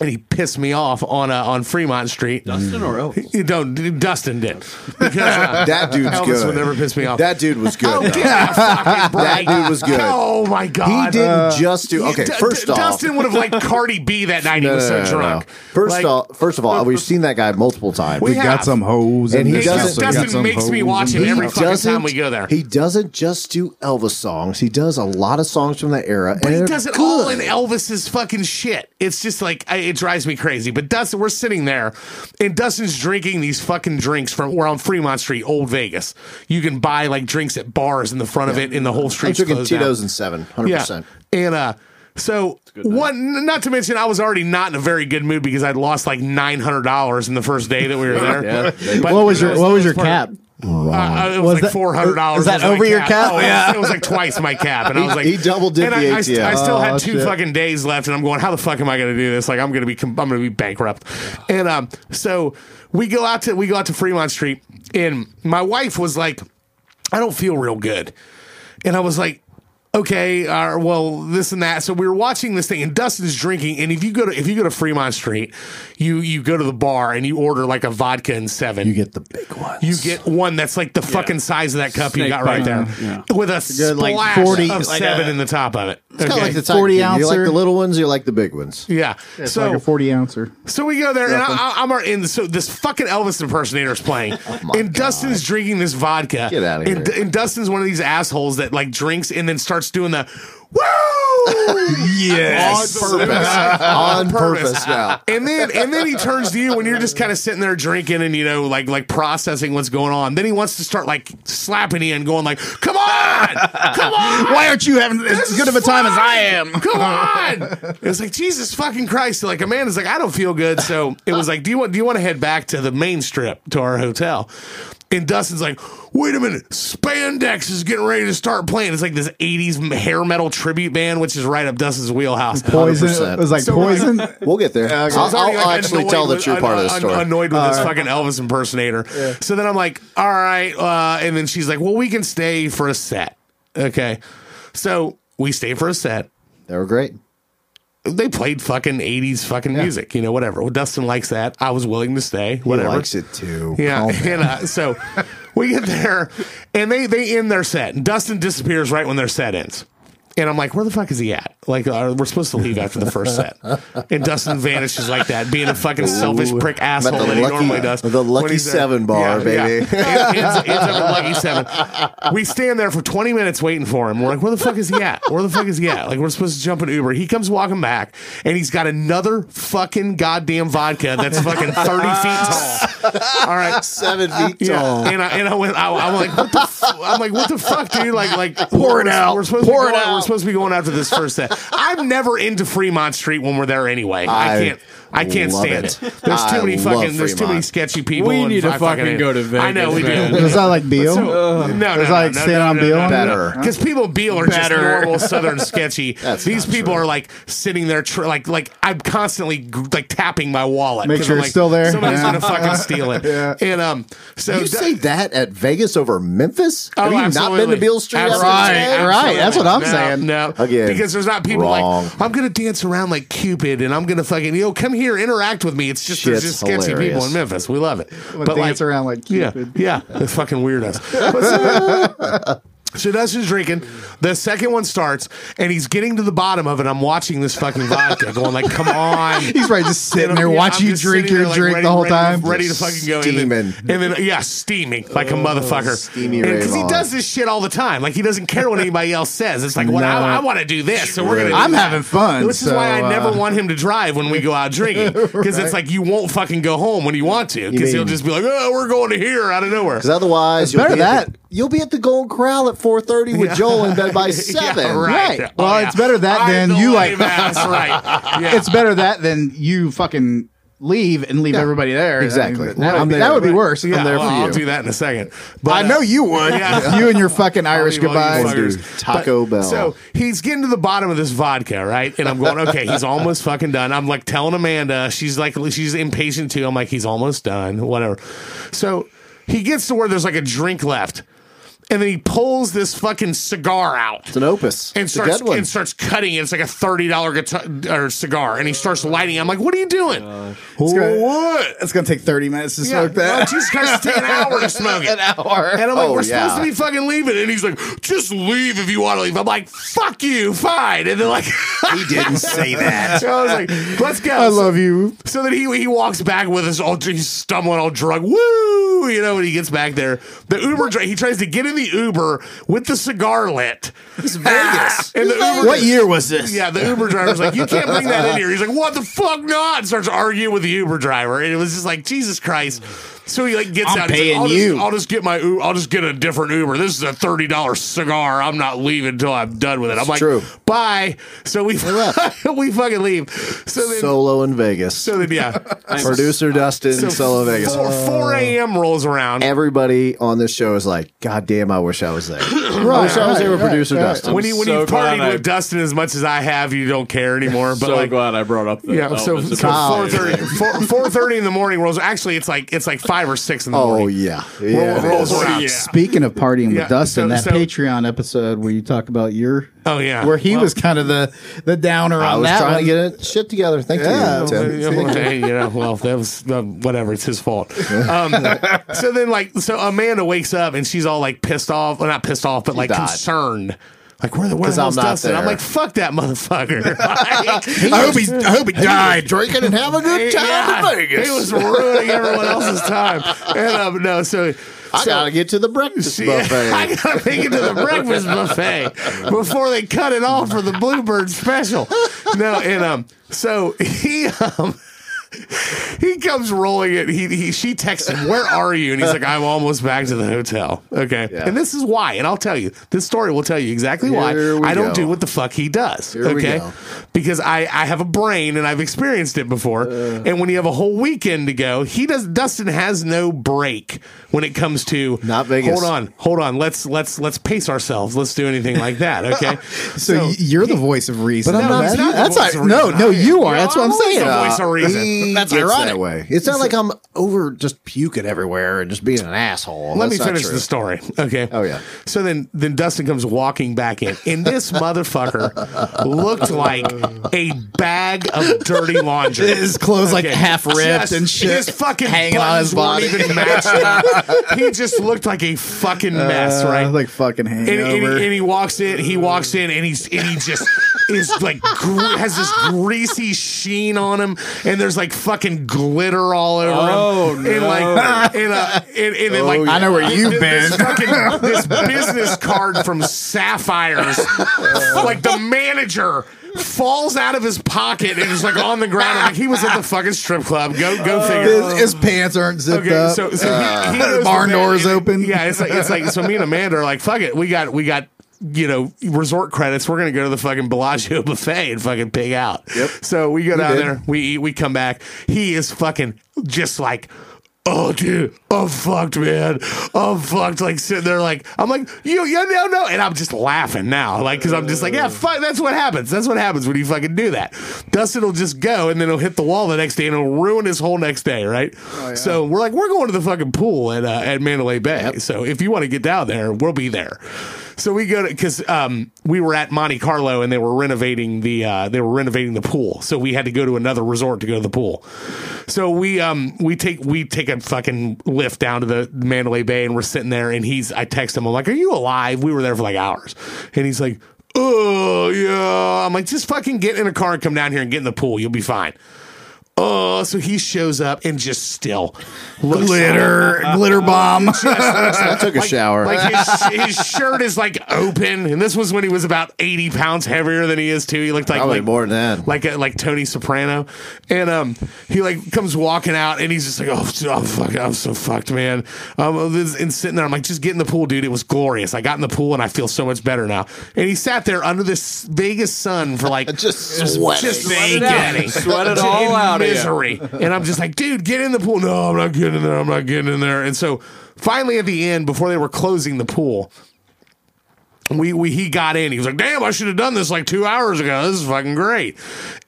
And he pissed me off on uh, on Fremont Street.
Dustin or Elvis?
You don't, Dustin did. Because, uh,
That dude's
Elvis
good.
would never piss me off.
That dude was good.
Oh,
though.
give me a fucking break.
That dude was good.
Oh my god.
He didn't just do okay.
D-
first
D-
off,
Dustin would have liked Cardi B that night. he
No,
was
no,
so
no, no, no.
drunk.
First
Like,
off, first of all, we've seen that guy multiple times.
We
We
have.
got some hoes,
And
in
he
this
doesn't-
house, we got
Dustin
some
makes me
hoes
watch
in
it
this
every
house.
fucking time we go there.
He doesn't just do Elvis songs. He does a lot of songs from that era.
But
and
he
they're
does it
good.
all in Elvis's fucking shit. It's just like I, it drives me crazy. But Dustin, we're sitting there, and Dustin's drinking these fucking drinks from. We're on Fremont Street, Old Vegas. You can buy like drinks at bars in the front of it, in the whole
I'm
street's
drinking
closed down.
Tito's and seven, hundred percent.
And uh so one not to mention I was already not in a very good mood because I'd lost like nine hundred dollars in the first day that we were there. But
What was
it
your What was your
part-
cap?
Uh, uh, it was,
Was
like
that-
four hundred dollars.
is that over your cap?
Oh, yeah,
Yeah.
it was like twice my cap, and I was like,
he doubled did
and
the
I, I, st- I
ATM.
still had
Oh,
two
shit.
fucking days left, and I'm going, how the fuck am I going to do this? Like, I'm going to be, com- I'm going to be bankrupt. And um, so we go out to we go out to Fremont Street, and my wife was like, I don't feel real good, and I was like. Okay, uh, well, this and that. So we were watching this thing, and Dustin's drinking. And if you go to if you go to Fremont Street, you you go to the bar and you order like a vodka and seven.
You get the big ones.
You get one that's like the fucking size of that cup you
Snake
got right
bite.
there,
Yeah.
with a
Good, like,
splash
40
of
like
seven
a-
in the top of it.
uh, It's kind of like the Tiger
40
King. You like
ouncer.
the little ones, you like the big ones.
Yeah.
So, like
so
a 40 ouncer.
so we go there, and I, I, I'm our in. So this fucking Elvis impersonator is playing, and Dustin's drinking this vodka.
Oh Get outta
And,
here.
and Dustin's one of these assholes that like drinks and then starts doing the woo.
Yes, on purpose. on purpose now.
And then and then he turns to you when you're just kind of sitting there drinking and you know like like processing what's going on. Then he wants to start like slapping you and going like, "Come on, come on,
Why aren't you having
This
as
is
good of a time as I
fine.
am?
come on!" It's like Jesus fucking Christ. Like a man is like, "I don't feel good," so it was like, "Do you want do you want to head back to the main strip to our hotel?" And Dustin's like, wait a minute, Spandex is getting ready to start playing. It's like this 80s hair metal tribute band, which is right up Dustin's wheelhouse.
Poison.
100%.
It was like
So we're like-
poison.
We'll get there.
So I was
I'll,
already,
I'll
like,
actually
annoyed
tell the
with-
true
un-
part of the
un-
story.
Annoyed with this fucking Elvis impersonator. So then I'm like, all right. Uh, and then she's like, well, we can stay for a set. Okay. So we stay for a set.
they were great.
They played fucking 80s fucking music, you know, whatever. Well, Dustin likes that. I was willing to stay, whatever.
He likes it too.
Yeah,
Calm down.
and uh, so we get there, and they they end their set, and Dustin disappears right when their set ends. And I'm like, where the fuck is he at? Like, uh, we're supposed to leave after the first set, and Dustin vanishes like that, being a fucking selfish prick
I'm at
asshole
the
that he normally
lucky,
does.
the
when
lucky
he's there.
seven bar, baby.
Yeah. It- it's, it's up at Lucky Seven. We stand there for 20 minutes waiting for him. We're like, where the fuck is he at? Where the fuck is he at? Like, we're supposed to jump an Uber. He comes walking back, and he's got another fucking goddamn vodka that's fucking 30 feet tall. All right.
Seven feet
Yeah,
tall.
and I and I went. I, I'm like, what the f-? I'm like, what the fuck, dude? Like, like, pour it
out.
We're supposed
Pour
to
it
be going,
out.
We're supposed to be going after this first set. I'm never into Fremont Street when we're there anyway. I,
I
can't. I can't
love
stand it.
it.
There's too
I
many
love
fucking. There's too
Fremont.
many sketchy people.
We
and
need to
I
fucking go to
I know we
Vegas, man.
do.
It's not like Beal.
So, Um, uh, no, no,
It's
no,
like
no,
stand
no,
on
no,
Beale.
no,
Better.
Because people Beale are just normal Southern sketchy.
That's
These
not
people
true.
are like sitting there, tr- like like I'm constantly g- like tapping my wallet.
Make
'cause
sure
I'm
it's
like,
still there.
Somebody's
Yeah.
gonna fucking steal it. And um, so
You say that at Vegas over Memphis?
Oh,
Have you
absolutely.
not been to Beale Street? after
Absolutely.
today?
Absolutely.
right. That's what I'm
no,
saying.
No,
Again,
because there's not people
wrong.
like I'm going to dance around like Cupid, and I'm going to fucking you know come here interact with me. It's just there's just
Shit's
sketchy people
hilarious.
in Memphis. We love it,
But dance around like Cupid.
yeah, yeah, the fucking weirdos. But so- So Dustin's drinking. The second one starts, and he's getting to the bottom of it. I'm watching this fucking vodka, going like, "Come on!"
He's right, just sitting there,
I'm- yeah,
watch
I'm
you
just
drink
sitting
your
there, like,
drink
ready-
the whole
ready to-
time.
ready to fucking go.
Steaming.
and then, and then yeah, steaming like a
Oh,
motherfucker.
steamy
because he
Ravon.
does this shit all the time. Like he doesn't care what anybody else says. It's like, well, I, I want to do this, so we're gonna. do
I'm
that.
having fun.
Which is
so,
why I
uh,
never want him to drive when we go out drinking because it's like you won't fucking go home when you want to because he'll
mean-
just be like, oh, we're going to here out of nowhere.
Because otherwise, you'll
better
be, at
that.
the, you'll be at the Golden Corral at four thirty with Joel in bed by seven.
Yeah, Oh,
Right. Well, it's better that than
the
you, like-
lame ass, right. Yeah.
It's better that than you fucking leave and leave everybody there. I
Exactly.
mean, that,
I'm
would be,
there.
that would be worse.
yeah,
I'm there
well,
for you.
I'll do that in a second. But
I
uh,
know you would.
Yeah.
You and your fucking Irish
Well, you
goodbyes.
fuckers.
Dude, Taco Bell.
So he's getting to the bottom of this vodka, right? And I'm going, okay, he's almost fucking done. I'm like telling Amanda, she's like, she's impatient too. I'm like, he's almost done, whatever. So he gets to where there's like a drink left, and then he pulls this fucking cigar out.
It's an opus.
And
it's a
starts
good one.
and starts cutting. it. It's like a thirty dollar guitar or cigar, and he starts lighting. it. I'm like, "What are you doing?
great.
What?
It's gonna take 30 minutes to smoke
Oh,
that.
Jesus Christ, take an hour to smoke it.
hour.
And I'm like,
Oh,
we're
yeah.
supposed to be fucking leaving. And he's like, just leave if you want to leave. I'm like, fuck you, fine. And they're like, he didn't say that. so I was like, let's go.
I love you.
So then he he walks back with us all he's stumbling all drunk. Woo! You know, when he gets back there. The Uber dri- he tries to get in the Uber with the cigar lit. It's Vegas. and the Uber
What year was this?
yeah, the Uber driver's like, you can't bring that in here. He's like, what the fuck not? And starts arguing with the Uber driver, and it was just like, Jesus Christ. So he like gets
I'm
out. he's
paying
like, I'll
you.
Just, I'll just get my. U- I'll just get a different Uber. This is a thirty dollar cigar. I'm not leaving until I'm done with it. I'm like,
true.
bye. So we
left.
we fucking leave. So then, so,
Solo in Vegas.
then yeah.
Producer Dustin Solo Vegas.
Four, four a.m. rolls around.
Everybody on this show is like, God damn, I wish I was there. I wish I was there with producer Dustin.
when you when
so
you've
glad
partied
I-
with Dustin as much as I have, you don't care anymore. But
so
like,
glad I brought up the
Yeah, so,
Elvis
so
impersonator.
four thirty, four, four thirty in the morning rolls. Actually, it's like it's like five or six in the
oh
morning.
yeah, yeah.
rolls around.
Speaking of partying
Yeah,
with Dustin,
so-
that
so-
Patreon episode where you talk about your
Oh yeah,
where he was kind of the the downer
I
on
was
that
trying
one.
to get it shit together. Thank
Yeah.
you, Tim.
Yeah, well, hey, you know, well, that was uh, whatever. It's his fault. Um, so then, like, so Amanda wakes up and she's all like pissed off, well, not pissed off, but like
died.
concerned Like where the where
'Cause
the
I'm
hell's
not
Dustin? I'm
there.
like fuck that motherfucker. Like, I hope he I hope he died.
Drinking and having a good time
Yeah,
in Vegas.
He was ruining everyone else's time. And um, no, so
I gotta get to the breakfast buffet.
I gotta make it to the breakfast buffet before they cut it off for the Bluebird special. No, and um, so he um. He comes rolling it. He, he she texts him, "Where are you?" And he's like, "I'm almost back to the hotel." Okay,
Yeah.
and this is why. And I'll tell you, this story will tell you exactly why
Here we
I don't
go.
do what the fuck he does.
Here we
okay,
go.
because I I have a brain and I've experienced it before.
Uh.
and when you have a whole weekend to go, he does. Dustin has no break when it comes to
Not Vegas.
Hold on, hold on. Let's let's let's pace ourselves. Let's do anything like that. Okay.
So, y- you're the voice of reason.
But I'm not-
that's,
that's not the voice
that's
of
not- no,
reason.
no,
I am.
you are. That's what I'm
always
saying.
the
Uh,
voice of reason.
He
That's
gets
ironic.
That way. It's not like I'm over just puking everywhere and just being an asshole.
Let
That's
me
not
finish
true.
the story. Okay.
Oh, yeah.
So then then Dustin comes walking back in. And this motherfucker looked like a bag of dirty laundry.
His clothes like
Okay.
half ripped
Just-
and shit,
His fucking
hanging on his
buttons
body.
weren't even matched up. he just looked like a fucking mess,
Uh,
right?
Like fucking
and, and,
hangover.
he, and he walks in. He walks in, and he's and he just is like gre- has this greasy sheen on him, and there's like fucking glitter all over
Oh,
him. And like and, uh, and, and then, like
Oh, I know where you've
this-
been.
This, fucking, this business card from Sapphires, like the manager. Falls out of his pocket and is like on the ground. I'm like he was at the fucking strip club. Go, go
Oh,
figure.
his, his pants aren't zipped
uh, Okay,
up.
so, so he, he
Uh,
goes
barn
to bed
doors
and-
open.
Yeah, it's like it's like so. Me and Amanda are like, fuck it, we got we got you know resort credits. We're gonna go to the fucking Bellagio buffet and fucking pig out. Yep. So we go down
did.
there, we eat, we come back. He is fucking just like. Oh dude, I'm fucked, man. I'm fucked. Like sitting there, like I'm like you, you no, no, and I'm just laughing now, like because I'm just like, yeah, fuck. That's what happens. That's what happens when you fucking do that. Dustin will just go, and then he'll hit the wall the next day, and it'll ruin his whole next day, right? So we're like, we're going to the fucking pool at uh, at Mandalay Bay. So if you want to get down there, we'll be there. So we go to because um, we were at Monte Carlo and they were renovating the uh, they were renovating the pool, so we had to go to another resort to go to the pool. So we um we take we take a fucking lift down to the Mandalay Bay and we're sitting there and he's I text him I'm like, "Are you alive?" We were there for like hours, and he's like, "Oh yeah," I'm like, "Just fucking get in a car and come down here and get in the pool. You'll be fine." Oh, so he shows up and just still looks
glitter, glitter bomb.
I took a shower.
like his, his shirt is like open, and this was when he was about eighty pounds heavier than he is too. He looked like
Probably
like,
more than that.
like a, like Tony Soprano, and um, he like comes walking out, and he's just like, oh, oh fuck, I'm so fucked, man. Um, this- and sitting there, I'm like, just get in the pool, dude. It was glorious. I got in the pool, and I feel so much better now. And he sat there under this Vegas sun for like
just sweating.
just spaghetti.
Sweat
In
it all out of you.
misery. And I'm just like, dude, get in the pool. No, I'm not getting in there. I'm not getting in there. And so finally at the end, before they were closing the pool, we, we he got in. He was like, damn, I should have done this like two hours ago. This is fucking great.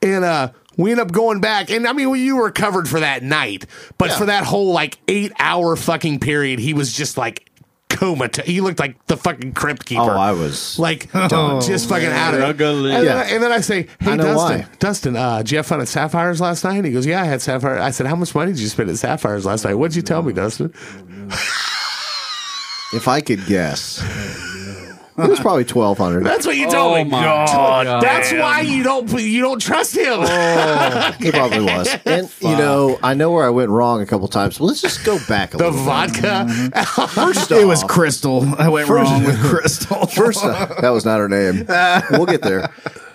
And uh we end up going back, and I mean, well, you were covered for that night, but for that whole like eight hour fucking period, he was just like comatose. He looked like the fucking crypt keeper.
Oh, I was.
like just fucking out of it.
Struggling.
And, then I,
Yeah.
and then I say, "Hey,
I know
Dustin,
why.
Dustin, uh, did you have fun at Sapphires last night?" And he goes, "Yeah, I had Sapphire." I said, "How much money did you spend at Sapphires last night?" What'd you tell me, Dustin?
If I could guess, it was probably twelve hundred.
That's what you told
Oh
me.
my God.
That's why you don't you don't trust him.
Oh
Oh.
It probably was. And you know, I know where I went wrong a couple times. Well, let's just go back a
the
little. bit.
vodka.
First
it was
off-
Crystal. I went wrong with Crystal.
First, that was not her name. We'll get there.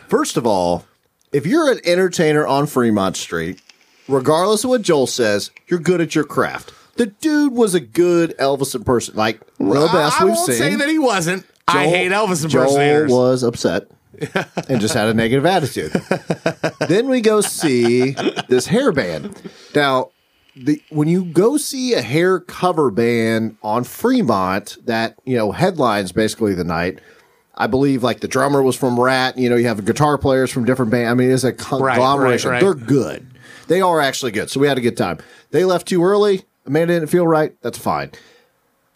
First of all, if you're an entertainer on Fremont Street, regardless of what Joel says, you're good at your craft. The dude was a good Elvis impersonator, like the best
I
we've
won't
seen.
say that he wasn't. I
Joel-
hate Elvis
Joel
impersonators.
was upset and just had a negative attitude. then we go see this hair band. Now, the when you go see a hair cover band on Fremont that, you know, headlines basically the night, I believe like the drummer was from Rat, you know, you have guitar players from different bands. I mean, it's a
right,
conglomeration.
right.
They're good. They are actually good. So we had a good time. They left too early. Amanda didn't feel right. That's fine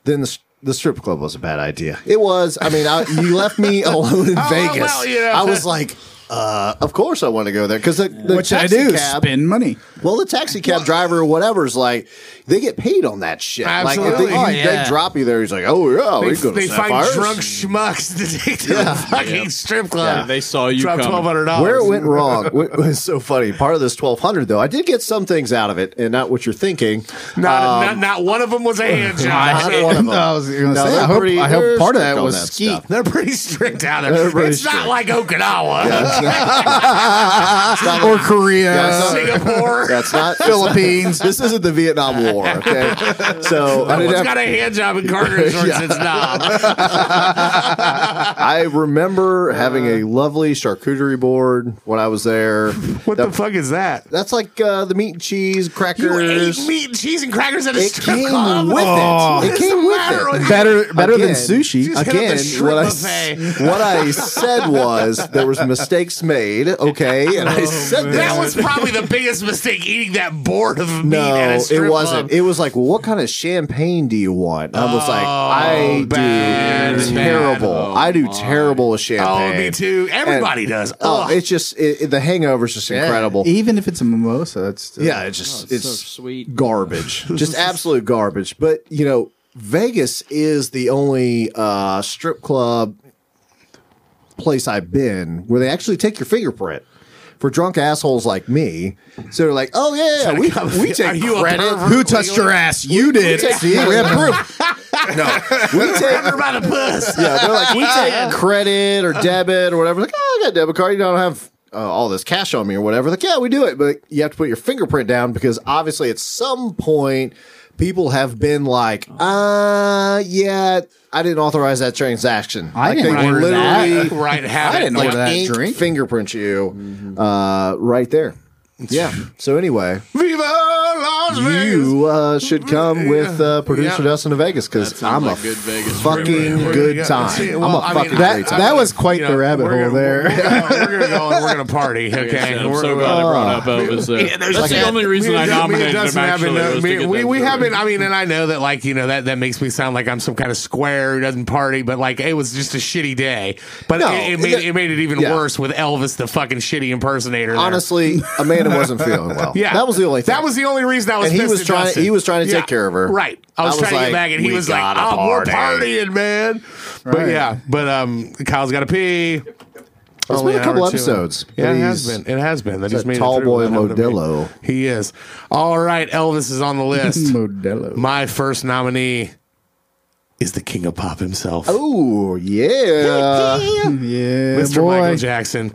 then the, the strip club was a bad idea. It was. I mean, I, you left me alone in
well,
Vegas.
you know.
I was like, uh, of course I want to go there because the, the
Which I
taxi
do
cab-
spend money.
Well, the taxi cab driver or whatever's like, they get paid on that shit. Like, if
Absolutely.
they,
Oh,
they
yeah.
drop you there, he's like, oh yeah,
They,
we go to
they find
Sapphires."
drunk schmucks to take to the fucking strip club.
Yeah.
They saw you
Drop
coming.
twelve hundred dollars.
Where it went wrong it was so funny. Part of this twelve hundred though, I did get some things out of it, and not what you're thinking.
Not, not, not one of them was a hand job.
um, Not one of them.
I was gonna
No,
say,
they're
I hope,
pretty-
I hope
they're
part of
strict
that
on
was
that
skeet.
stuff.
They're pretty strict out there.
They're pretty
it's not
strict.
like Okinawa,
or Korea,
Uh, Yeah, it's
Singapore.
That's not
Philippines.
This isn't the Vietnam War, okay? So I,
That
didn't
one's
have-
got a hand job in Carter's shorts. It's not.
I remember having
Uh.
a lovely charcuterie board when I was there.
What the fuck is that?
That's like uh, the meat and cheese crackers.
You ate meat and cheese and crackers at a
It
strip
came
club.
with
Oh.
it. It
What's the matter
came with it.
with you?
better better than
Again,
sushi.
Just hit up the
Again,
shrimp
what I,
buffet.
s- what I said was there was mistakes made, okay, and
Oh,
I said
That
this.
was probably the biggest mistake eating that board of meat at
no,
a strip
it wasn't.
club. Oh,
It was like, well, what kind of champagne do you want? I was like, I
bad,
do
bad.
terrible.
Oh,
I do terrible with
Oh,
champagne.
me too. Everybody
And-
does.
Oh,
Ugh.
it's just it, it- the hangover is just incredible.
Even if it's a mimosa, it's still,
Yeah, it's just
Oh,
it's
it's,
so sweet.
garbage, just absolute garbage. But you know, Vegas is the only uh, strip club place I've been where they actually take your fingerprint for drunk assholes like me. So they're like, "Oh yeah, yeah, we we
Are
take
you a
credit.
pervert
Who touched your ass? You did.
take the-
we have proof.
We take
You're about a puss.
yeah, they're like, "Ah." we take credit or debit or whatever. Like, oh, I got a debit card. You don't have uh, all this cash on me or whatever. Like, yeah, we do it, but you have to put your fingerprint down because obviously at some point people have been like, uh, yeah, I didn't authorize that transaction.
I
like,
didn't
they
order that.
literally
right, have
I
it.
didn't
like
order that
ink
drink.
fingerprint you uh, right there. Yeah. So anyway,
Viva Las Vegas.
you uh, should come with uh, producer Dustin to Vegas because I'm a
good Vegas
fucking
We're
good
gonna-
time.
see,
I'm
well,
a
I mean,
fucking
that-
great
That that was quite
You
the
know,
rabbit
we're
hole
gonna-
there.
We're going to go and we're going to party, okay?
I'm
We're-
so glad I brought it up. Elvis. Uh,
there's
that's
like-
the only reason
Me
I
and Dustin- me and
nominated him.
Dustin have been-
Actually, was to
me-
get
we
that
we have
story.
been. I mean, and I know that like you know that that makes me sound like I'm some kind of square who doesn't party, but like it was just a shitty day. But
No,
it, it made
it-
it made it even
yeah.
worse with Elvis, the fucking shitty impersonator. there.
Honestly, Amanda wasn't feeling well.
Yeah,
that was the only. Thing.
That was the only reason I was.
And he
pissed
was
at
trying-
Dustin.
he was trying to take care of her.
Right. I was,
I was
trying to
like,
get back, and he
"We
was like,
gotta
"Oh, we're
party."
partying, man." But
Right.
yeah, but um, Kyle's got to pee. It's
It's been a couple episodes.
Yeah,
but
it has
he's-
been. It has been. That just
a
made it
tall
through
boy
without having to pee.
Modelo.
He is. All right, Elvis is on the list.
Modelo.
My first nominee is the King of Pop himself.
Oh yeah.
yeah,
Mr.
Uh, boy.
Michael Jackson.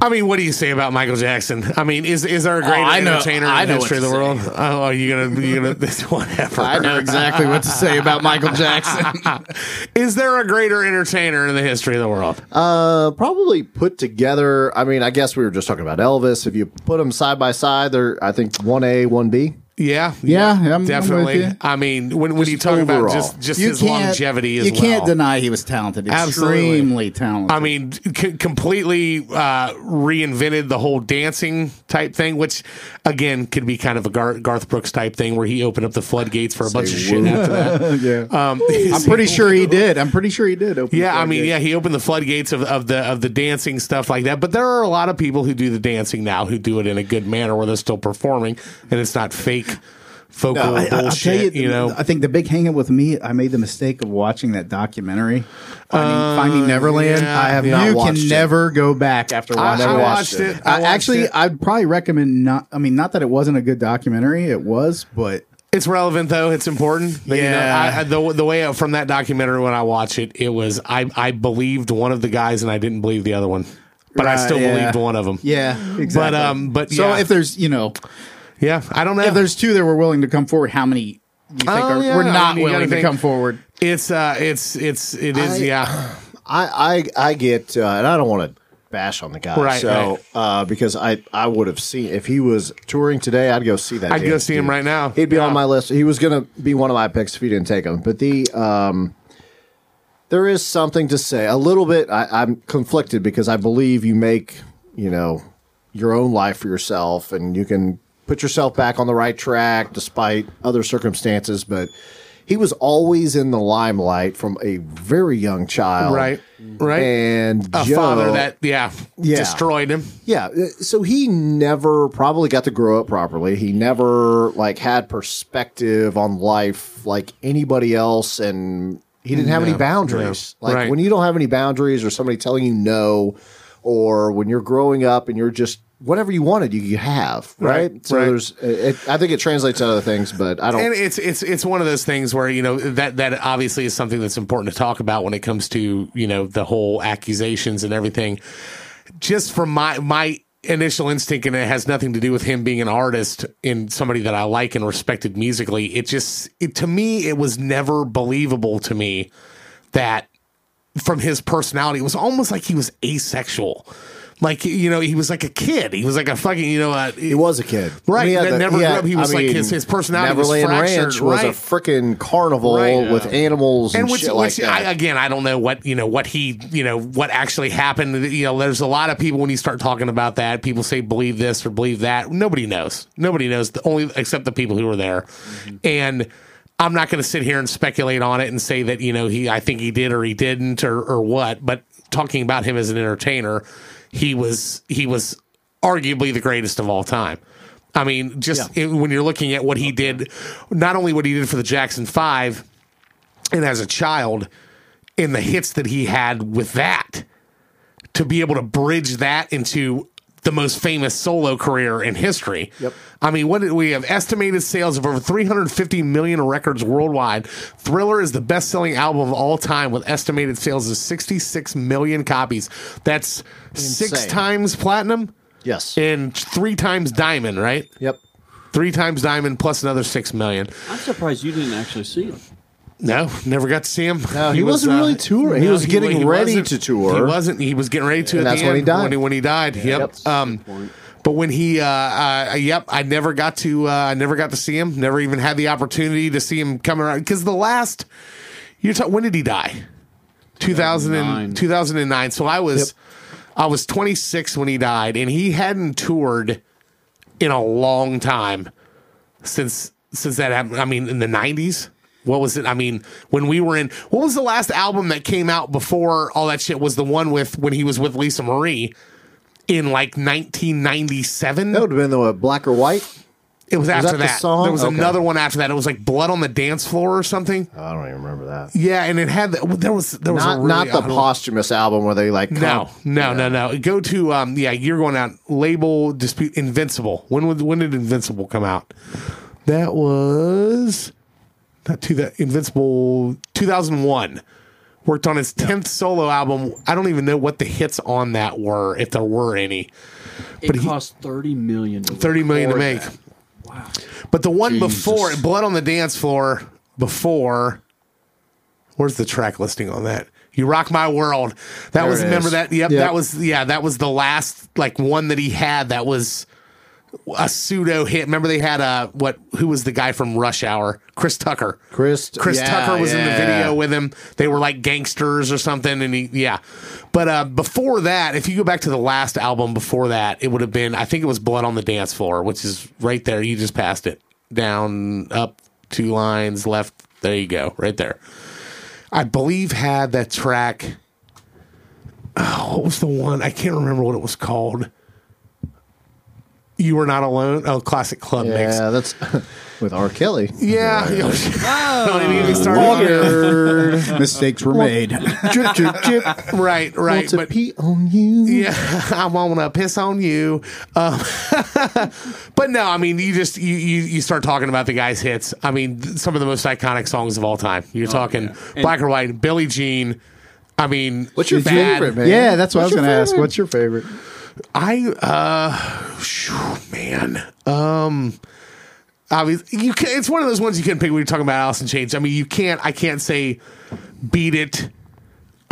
I mean, what do you say about Michael Jackson? I mean, is is there a greater
Oh, I know-
entertainer
I
in
know
the
what
history of
to
the world? Oh, are you gonna you gonna whatever?
I know exactly what to say about Michael Jackson.
Is there a greater entertainer in the history of the world?
Uh, probably put together. I mean, I guess we were just talking about Elvis. If you put them side by side, they're I think one A, one B.
yeah,
Yeah, I'm- I'm with
definitely.
you.
I mean, when when you talk about
overall.
just just his longevity as
you
well.
can't deny he was talented.
Absolutely.
Extremely talented.
I mean, c- completely uh, reinvented the whole dancing type thing, which again could be kind of a Gar- Garth Brooks type thing where he opened up the floodgates for a bunch of shit after that.
yeah.
Um,
I'm pretty sure he did. I'm pretty sure he did. Open
Yeah,
the
I mean,
floodgates.
yeah, he opened the floodgates of, of the of the dancing stuff like that. But there are a lot of people who do the dancing now who do it in a good manner where they're still performing and it's not fake folklore
I, will tell you,
bullshit. You, know,
I think the big hangup with me, I made the mistake of watching that documentary, Finding, Finding Neverland.
yeah,
I have
yeah.
not
You
Uh, You
can
can never go back after
I,
watching
I
that.
watched it. I
I
watched
actually,
it.
I'd probably recommend not. I mean, not that it wasn't a good documentary, it was, but
it's relevant though. It's important. Yeah.
Yeah.
I, I, the, the way from that documentary when I watch it, it was I I believed one of the guys and I didn't believe the other one, but I
Right,
still
yeah.
believed one of them.
yeah,
But
exactly.
um, but
so
yeah,
if there's, you know,
yeah, I don't know.
if there's two that were willing to come forward, how many you think
Oh,
are,
yeah,
were
I
not
mean, you gotta
willing to
think-
come forward?
it's uh, it's it's it is
I-
yeah.
I I, I get, uh, and I don't want to bash on the guy,
Right,
So uh, because I I would have seen if he was touring today, I'd go see that.
I'd go
damn
see him
dude.
right now.
He'd be
Yeah.
on my list. He was gonna be one of my picks if he didn't take him. But the um, there is something to say. A little bit. I, I'm conflicted because I believe you make you know your own life for yourself, and you can put yourself back on the right track despite other circumstances. But he was always in the limelight from a very young child.
Right, right.
And
A
Joe-
father that yeah,
Yeah.
destroyed him.
yeah, uh, so he never probably got to grow up properly. He never like had perspective on life like anybody else and he didn't have any boundaries.
no.
Like
Right.
when you don't have any boundaries or somebody telling you no or when you're growing up and you're just whatever you wanted you could have, right?
Right,
So
right.
there's uh, it, I think it translates to other things, but I don't
And it's it's it's one of those things where you know that that obviously is something that's important to talk about when it comes to you know the whole accusations and everything. Just from my my initial instinct, and it has nothing to do with him being an artist and somebody that I like and respected musically. It just it, to me it was never believable to me that from his personality, it was almost like he was asexual. Like you know, he was like a kid. He was like a fucking you know. A,
He was a kid,
Right,
I mean,
that never grew up. He was, like, his- his personality was
Neverland
fractured,
Ranch was a
right.
freaking carnival
Right.
with animals and,
and which,
shit like
which
that.
I, again, I don't know what you know what he you know what actually happened. You know, there's a lot of people when you start talking about that, people say believe this or believe that. Nobody knows. Nobody knows. The only except the people who were there,
Mm-hmm.
and. I'm not going to sit here and speculate on it and say that you know he I think he did or he didn't or or what. But talking about him as an entertainer, he was he was arguably the greatest of all time. I mean, just it- when you're looking at what he did, not only what he did for the Jackson Five, and as a child and the hits that he had with that to be able to bridge that into the most famous solo career in history. Yep. I mean, what did we have estimated sales of over 350 million records worldwide. Thriller is the best-selling album of all time with estimated sales of 66 million copies. That's 6
Insane.
times platinum
yes,
and 3 times diamond, right?
yep.
3 times diamond plus another 6 million.
I'm surprised you didn't actually see him.
No, never got to see him. uh,
No, he wasn't really touring.
no,
He was getting ready
wasn't-
to tour.
He wasn't. He was getting ready to.
And
at
that's
the
when he
end,
died.
When he, when he died. Yep. Um, but when he, uh, uh, yep, I never got to. Uh, I never got to see him. Never even had the opportunity to see him come around because the last. You're talking. When did he die? 2000 and,
2009.
2009. So I was, I was 26 when he died, and he hadn't toured in a long time since since that happened. I mean, in the nineties. What was it? I mean, when we were in, what was the last album that came out before all that shit? Was the one with when he was with Lisa Marie in like 1997?
That would have been the what, black or white.
it was after that.
that the song?
There was
Okay.
another one after that. It was like Blood on the Dance Floor or something.
I don't even remember that.
Yeah, and it had the, there was there was a
Not
really-
not the
I don't-
posthumous album where they like
No, no, no, no. Go to um, yeah, you're going out. Label dispute Invincible. When would when did Invincible come out? That was not to that Invincible 2001. Worked on his tenth solo album. I don't even know what the hits on that were, if there were any.
It
he-
cost thirty million. To
Thirty million to make.
record that.
But the one before Blood on the Dance Floor before Where's the track listing on that? You Rock My World. That was
it
remember
is.
that yep,
Yep.
that was yeah, that was the last like one that he had that was a pseudo hit. Remember they had a what who was the guy from Rush Hour? Chris Tucker.
Chris
Chris
yeah,
Tucker was in the
yeah.
video with him. They were like gangsters or something, and he, yeah. But uh, before that, if you go back to the last album before that, it would have been I think it was Blood on the Dance Floor, which is right there. You just passed it down, up two lines left. There you go, right there. I believe had that track. Oh, what was the one? I can't remember what it was called. You were not alone. Oh, classic club mix.
Yeah, that's with R. Kelly.
Yeah. Don't even get me started on it.
Mistakes were made.
drip, drip, drip.
Right, right.
Want to
But
pee on you.
yeah, I want to piss on you. Um, but no, I mean, you just you, you you start talking about the guy's hits. I mean, th- some of the most iconic songs of all time. You're talking Black or White, Billie Jean. I mean,
What's your
Bad.
favorite, man?
Yeah, that's what I was
What's your
going to ask.
favorite?
What's your favorite?
I uh, phew, man, um, obviously you can. It's one of those ones you can pick. We were talking about Alice in Chains. I mean, you can't. I can't say beat it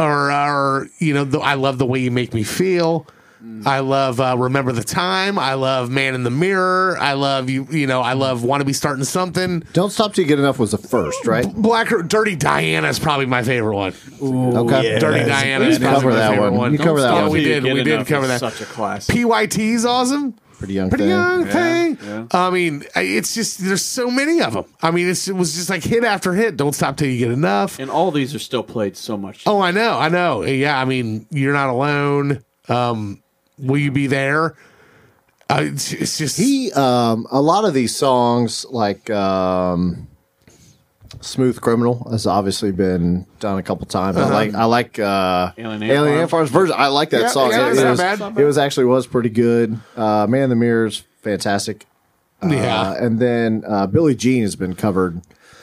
or or you know. The, I love the way you make me feel.
Mm.
I love uh, remember the time. I love man in the mirror. I love you. You know. I love want to be starting something.
Don't stop till you get enough was the first, right?
Black or dirty Diana is probably my favorite one.
Okay.
Dirty Diana is
You
probably
cover
my
that
favorite
one.
one.
You cover that
Yeah,
one.
we
Till You
did.
Get
We did
Enough
cover
is
that.
Such a classic.
PYT's awesome.
Pretty young
Pretty
thing.
young thing.
yeah.
I mean, I- it's just there's so many of them. I mean, it's, it was just like hit after hit. Don't stop till you get enough.
And all these are still played so much.
Oh, I know, I know. Yeah, I mean, you're not alone. Um, will you be there? Uh, it's, it's just
He um a lot of these songs like um Smooth Criminal has obviously been done a couple times. I like I like uh
Alien Ant
Alien
Farm.
Ant Farm's version. I like
Uh-huh.
that
Yeah,
song.
yeah,
it,
it's
it
not
was,
bad.
it was actually was pretty good. Uh Man in the Mirrors fantastic. Uh,
Yeah.
and then uh Billie Jean has been covered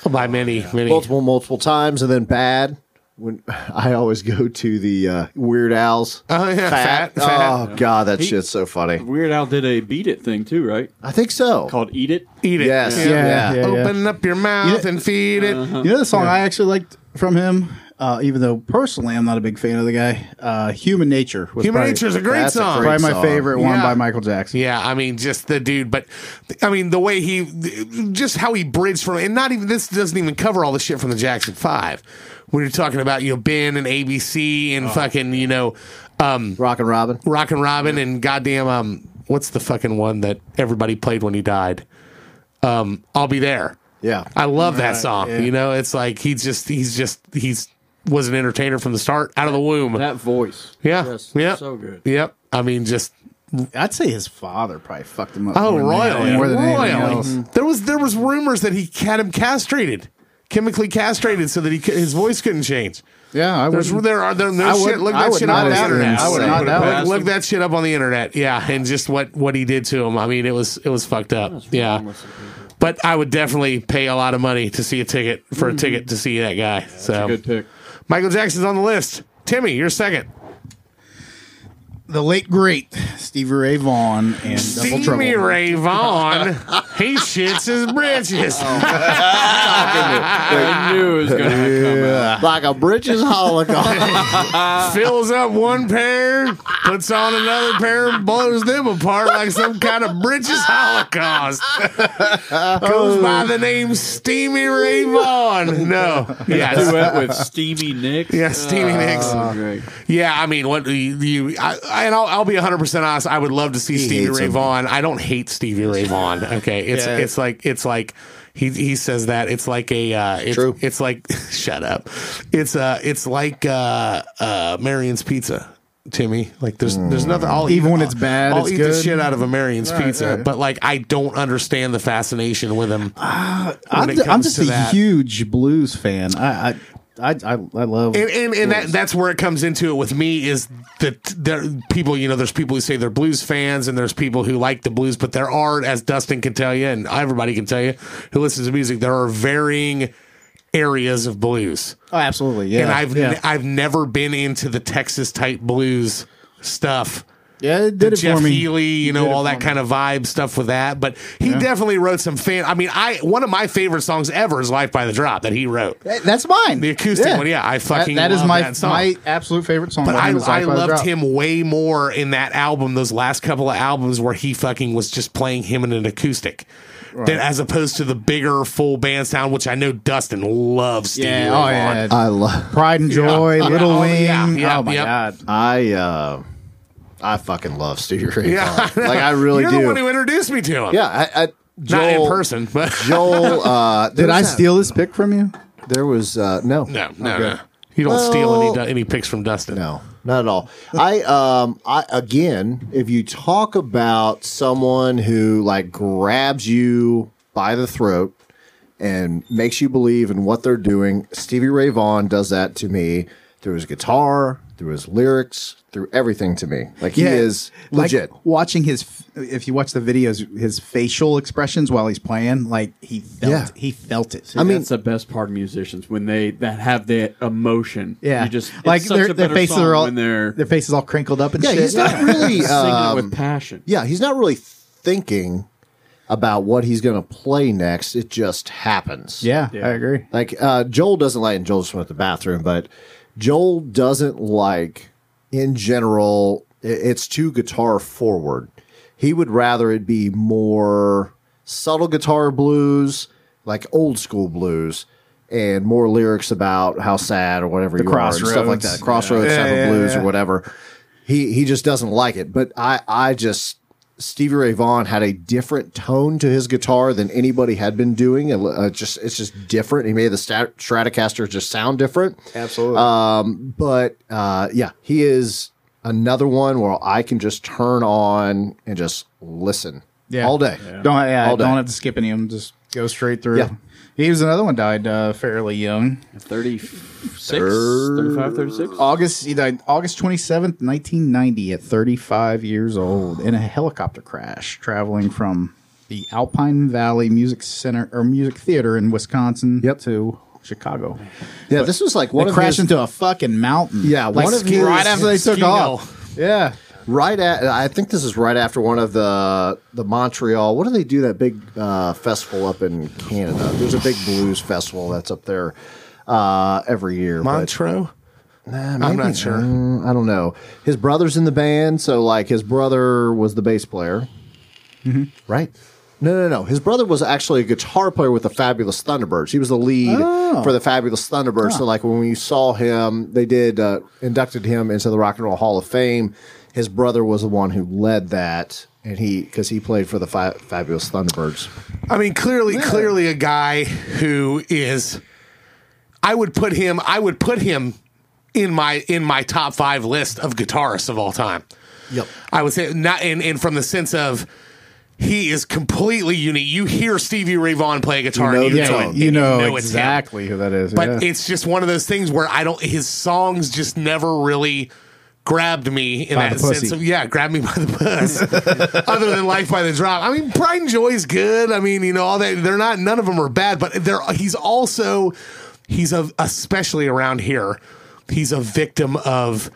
by many, many.
multiple multiple times and then Bad when I always go to the uh, Weird Al's
Oh, yeah, Fat,
Oh god, that shit's so funny.
Weird Al did a beat it thing too, right?
I think so.
Called Eat It.
Eat it.
Yes.
Yeah.
Yeah.
Yeah, uh-huh. yeah.
Open up your mouth
Yeah.
and feed it.
You know the song I actually liked from him, uh, even though personally I'm not a big fan of the guy. Uh, Human Nature was
Human
probably,
Nature is a great
That's a
song.
great-
probably my
song.
favorite one
Yeah.
by Michael Jackson.
Yeah, I mean, just the dude, but I mean, the way he, just how he bridged from, and not even this doesn't even cover all the shit from the Jackson Five. When you're talking about you know Ben and ABC
Oh.
and fucking you know, um,
Rock and Robin.
Rock and Robin and goddamn um, what's the fucking one that everybody played when he died? Um, I'll be there.
Yeah.
I love that song. You know, it's like he's just he's just he's was an entertainer from the start, out of the womb.
That voice.
yeah,
Just
yeah,
So good.
Yep. I mean, just
I'd say his father probably fucked him up.
Oh, Mm-hmm.
more than
royally,
anything- more than anything
royally.
else.
There was there was rumors that he had him castrated, chemically castrated, so that he c- his voice couldn't change.
Yeah, I
There's
was.
there are there,
Mm-hmm. I
there's
would-
shit. Look
I
that
would
shit
not
up on the
have
internet.
seen I would not
Look-
have
look,
asked
look
him.
that shit up on the internet. Yeah, and just what what he did to him. I mean, it was it was fucked up. Yeah,
harmless.
but I would definitely pay a lot of money to see a ticket for a ticket to see that guy. so
Good pick.
Michael Jackson's on the list. Timmy, you're second.
The late great Stevie Ray Vaughan and Double Trouble.
Timmy Ray Vaughan, he shits his britches.
Oh,
I knew it was going to come out.
Like a bridges holocaust.
fills up one pair, puts on another pair, and blows them apart like some kind of bridges holocaust. Goes by the name Steamy Ray Vaughan. No, yes.
Duet with Stevie Nicks.
Yeah, Stevie Nicks.
Oh, great.
Yeah, I mean, what do you, you I, I- and I'll, I'll be 100% honest. I would love to see Stevie
hates
Ray
him.
Vaughan. I don't hate Stevie Ray Vaughan. Okay. It's, it's like, it's like, he, he says that it's like a, uh, it's,
True.
it's like, shut up. It's, uh, it's like, uh, uh, Marion's Pizza. Timmy, like there's there's
Mm.
nothing. I'll
Even
eat,
when it's bad,
I'll
it's
eat the
good.
shit out of a Marion's pizza, but like I don't understand the fascination with him.
Uh, I'm,
it
ju- I'm
comes
just
to
a
that.
huge blues fan. I I I, I, I love.
and and, and that, that's where it comes into it with me is that there people you know there's people who say they're blues fans and there's people who like the blues but there are as Dustin can tell you and everybody can tell you who listens to music there are varying areas of blues
oh, absolutely. Yeah.
and I've
yeah.
ne- I've never been into the Texas type blues stuff
yeah, it did it
Jeff
for me.
Healy, you know,
did it
all
for
that
me.
kind of vibe stuff with that. But he definitely wrote some fan. I mean, I one of my favorite songs ever is "Life by the Drop" that he wrote.
That- That's mine.
The acoustic one, yeah, I fucking
that is
love
my
that song.
my absolute favorite song.
But
by
I,
him is
I
Life by the
loved
Drop.
him way more in that album, those last couple of albums where he fucking was just playing him in an acoustic. Than as opposed to the bigger full band sound, which I know Dustin loves. Stevie Ray
Yeah, oh
Vaughan.
yeah,
I love
Pride and Joy,
Yeah.
Little
Yeah, oh,
Wing.
yeah, yeah,
oh my
yep.
god,
I uh I fucking love Stevie Ray.
Yeah,
Vaughan. Like I really
You're
do.
the one who introduced me to him.
yeah, I, I Joel,
not in person, but
Joel uh
did I steal this pick from you?
there was uh no.
no, no, no. You don't steal
Well-
any du- any picks from Dustin.
No, not at all. I um I again, if you talk about someone who like grabs you by the throat and makes you believe in what they're doing, Stevie Ray Vaughan does that to me through his guitar, through his lyrics, through everything to me. Like he is
Like,
legit.
watching his, f- if you watch the videos, his facial expressions while he's playing, like he felt,
Yeah.
he felt it.
I
I
mean-
mean, that's the best part of musicians when they that have that emotion.
yeah,
you just it's
like
such
their,
a
their
better
faces
song
are all
when they're
their faces all crinkled up and
yeah,
shit.
he's not really
singing
um,
with passion.
yeah, he's not really thinking about what he's gonna play next. It just happens.
yeah, I agree.
Like uh, Joel doesn't like, and Joel just went to the bathroom, but Joel doesn't like, in general, i- it's too guitar forward. He would rather it be more subtle guitar blues, like old school blues, and more lyrics about how sad or whatever you are, and stuff like
crossroads.
that, crossroads type of blues or whatever. He he just doesn't like it. But I I just Stevie Ray Vaughan had a different tone to his guitar than anybody had been doing. And uh, just it's just different. He made the Stat- Stratocaster just sound different.
Absolutely.
Um, but uh, yeah, he is another one where I can just turn on and just listen
Yeah.
all day.
Don't yeah,
All day.
don't have to skip any of them. Just go straight through.
Yeah.
He was another one died uh, fairly young.
36, 35, 36.
August he died August twenty seventh, nineteen ninety, at thirty five years old in a helicopter crash traveling from the Alpine Valley Music Center or Music Theater in Wisconsin
Yep.
to Chicago.
Yeah, this was like one
they
of
crashed
his,
into a fucking mountain.
Yeah,
like,
one of
ski-
his-
right after they took
Ski
off. Yeah,
right at I think this is right after one of the the Montreal. What do they do that big uh, festival up in Canada? There's a big blues festival that's up there uh, every year. but-
Montreux?
Nah,
I'm
maybe-
not sure.
mm, I don't know. His brother's in the band, so like his brother was the bass player, right? No, no, no. His brother was actually a guitar player with the Fabulous Thunderbirds. He was the lead for the Fabulous Thunderbirds. So like when you saw him, they did uh, inducted him into the Rock and Roll Hall of Fame. His brother was the one who led that, and he because he played for the fi- Fabulous Thunderbirds.
I mean, clearly, clearly a guy who is I would put him I would put him in my in my top five list of guitarists of all time.
Yep.
I would say not and, and from the sense of he is completely unique. You hear Stevie Ray Vaughan play guitar,
know
and you
the
know,
tone.
it,
you
and
know,
it's him.
exactly who that is.
But
yeah.
it's just one of those things where I don't. His songs just never really grabbed me in
By
that
the pussy.
sense of yeah, grab me by the puss. Other than Life by the Drop, I mean Pride and Joy's good. I mean you know all that. They're not none of them are bad, but they're he's also he's a especially around here. He's a victim of